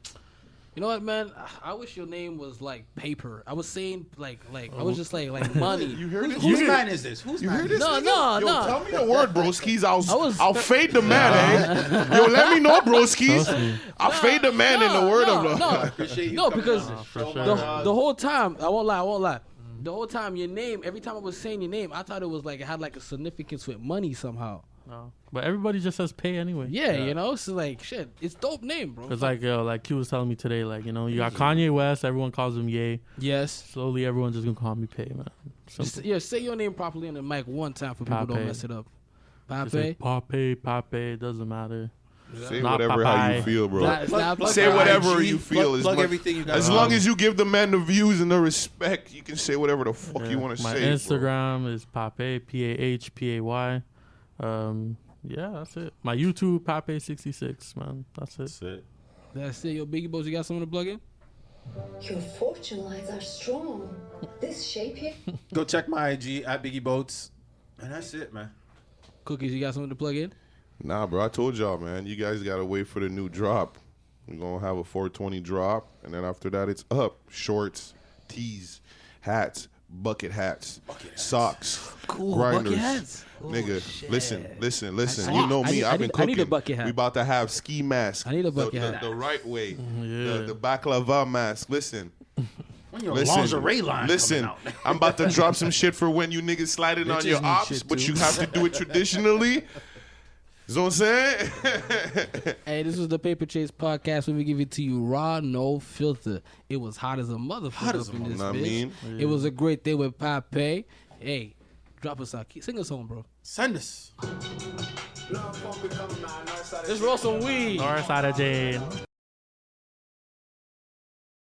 Speaker 2: You know what, man? I- I wish your name was like paper. I was saying like like I was just like like money.
Speaker 3: Oh. You heard it?
Speaker 5: Whose man is this? Whose
Speaker 3: You
Speaker 5: man
Speaker 3: hear
Speaker 5: is
Speaker 3: this?
Speaker 2: No,
Speaker 3: nigga?
Speaker 2: no,
Speaker 3: Yo,
Speaker 2: no.
Speaker 3: Tell me the word, broskies. I'll,
Speaker 2: I was-
Speaker 3: I'll fade the man, eh? Yo, let me know,
Speaker 4: Trust me.
Speaker 3: broskies. I'll fade the man in the word
Speaker 2: no,
Speaker 3: of the.
Speaker 2: no.
Speaker 5: Appreciate you
Speaker 2: No,
Speaker 5: coming
Speaker 2: because
Speaker 5: on
Speaker 4: for
Speaker 5: show,
Speaker 4: sure.
Speaker 5: my
Speaker 2: the,
Speaker 5: dog.
Speaker 2: the whole time, I won't lie, I won't lie. The whole time, your name. Every time I was saying your name, I thought it was like it had like a significance with money somehow.
Speaker 4: No. But everybody just says pay anyway.
Speaker 2: Yeah, you know, so like shit, it's dope name, bro.
Speaker 4: It's like yo, like Q was telling me today, like, you know, you got Kanye West, everyone calls him Ye.
Speaker 2: yes,
Speaker 4: Slowly everyone's just gonna call me Pay, man. Simple.
Speaker 2: Just- yeah. Say your name properly on the mic one time for people don't
Speaker 4: Pape.
Speaker 2: mess it up.
Speaker 4: Just say
Speaker 2: Pape.
Speaker 4: Pape, Pape, it doesn't matter.
Speaker 3: Say
Speaker 4: Not
Speaker 3: whatever how you
Speaker 4: Popeye.
Speaker 3: feel, bro.
Speaker 2: That- that-
Speaker 5: plug-
Speaker 3: Say
Speaker 5: plug
Speaker 3: whatever
Speaker 5: IG,
Speaker 3: you feel.
Speaker 5: plug-
Speaker 3: as
Speaker 5: plug
Speaker 3: much-
Speaker 5: everything you got.
Speaker 3: As long as you Um, give the man the views and the respect, you can say whatever the fuck you
Speaker 4: Yeah.
Speaker 3: want to
Speaker 4: My
Speaker 3: say. bro.
Speaker 4: Instagram is Pape P A H P A Y. Um, Yeah, that's it. My YouTube Pape sixty six, man. That's it.
Speaker 5: That's it.
Speaker 2: That's it. Yo, Biggie Boys, you got something to plug in?
Speaker 9: Your fortune lines are strong. This shape here.
Speaker 5: Go check my IG at Biggie Boats. And that's it, man.
Speaker 2: Cookies, you got something to plug in?
Speaker 3: Nah, bro, I told y'all, man. You guys gotta wait for the new drop. We're gonna have a 420 drop, and then after that, it's up. Shorts, tees, hats, bucket hats, socks,
Speaker 2: Cool,
Speaker 3: grinders.
Speaker 2: bucket hats. Oh,
Speaker 3: Nigga,
Speaker 2: shit.
Speaker 3: listen, listen, listen.
Speaker 2: I-
Speaker 3: you know
Speaker 2: I
Speaker 3: me.
Speaker 2: need- I
Speaker 3: I've been
Speaker 2: need- I
Speaker 3: cooking.
Speaker 2: need a bucket hat.
Speaker 3: We about to have ski mask.
Speaker 2: I need a bucket
Speaker 3: the,
Speaker 2: hat.
Speaker 3: The, the right way.
Speaker 4: Yeah.
Speaker 3: The, the baklava mask. Listen.
Speaker 5: When your
Speaker 3: Listen,
Speaker 5: lingerie line
Speaker 3: listen,
Speaker 5: coming out.
Speaker 3: I'm about to drop some shit for when you niggas slide it on
Speaker 2: Bitches
Speaker 3: your
Speaker 2: need
Speaker 3: ops,
Speaker 2: shit,
Speaker 3: but
Speaker 2: too.
Speaker 3: you have to do it traditionally. Is what I'm saying?
Speaker 2: Hey, this was the Paper Chase podcast. where We give it to you raw, no filter. It was hot as a motherfucker. Hot
Speaker 3: as a
Speaker 2: in this
Speaker 3: mother-
Speaker 2: bitch.
Speaker 3: Know what
Speaker 2: It was a great day with Pape. Hey, drop us out. Sing us home, bro.
Speaker 5: Send us.
Speaker 2: Let's roll some weed.
Speaker 4: North side of Jane.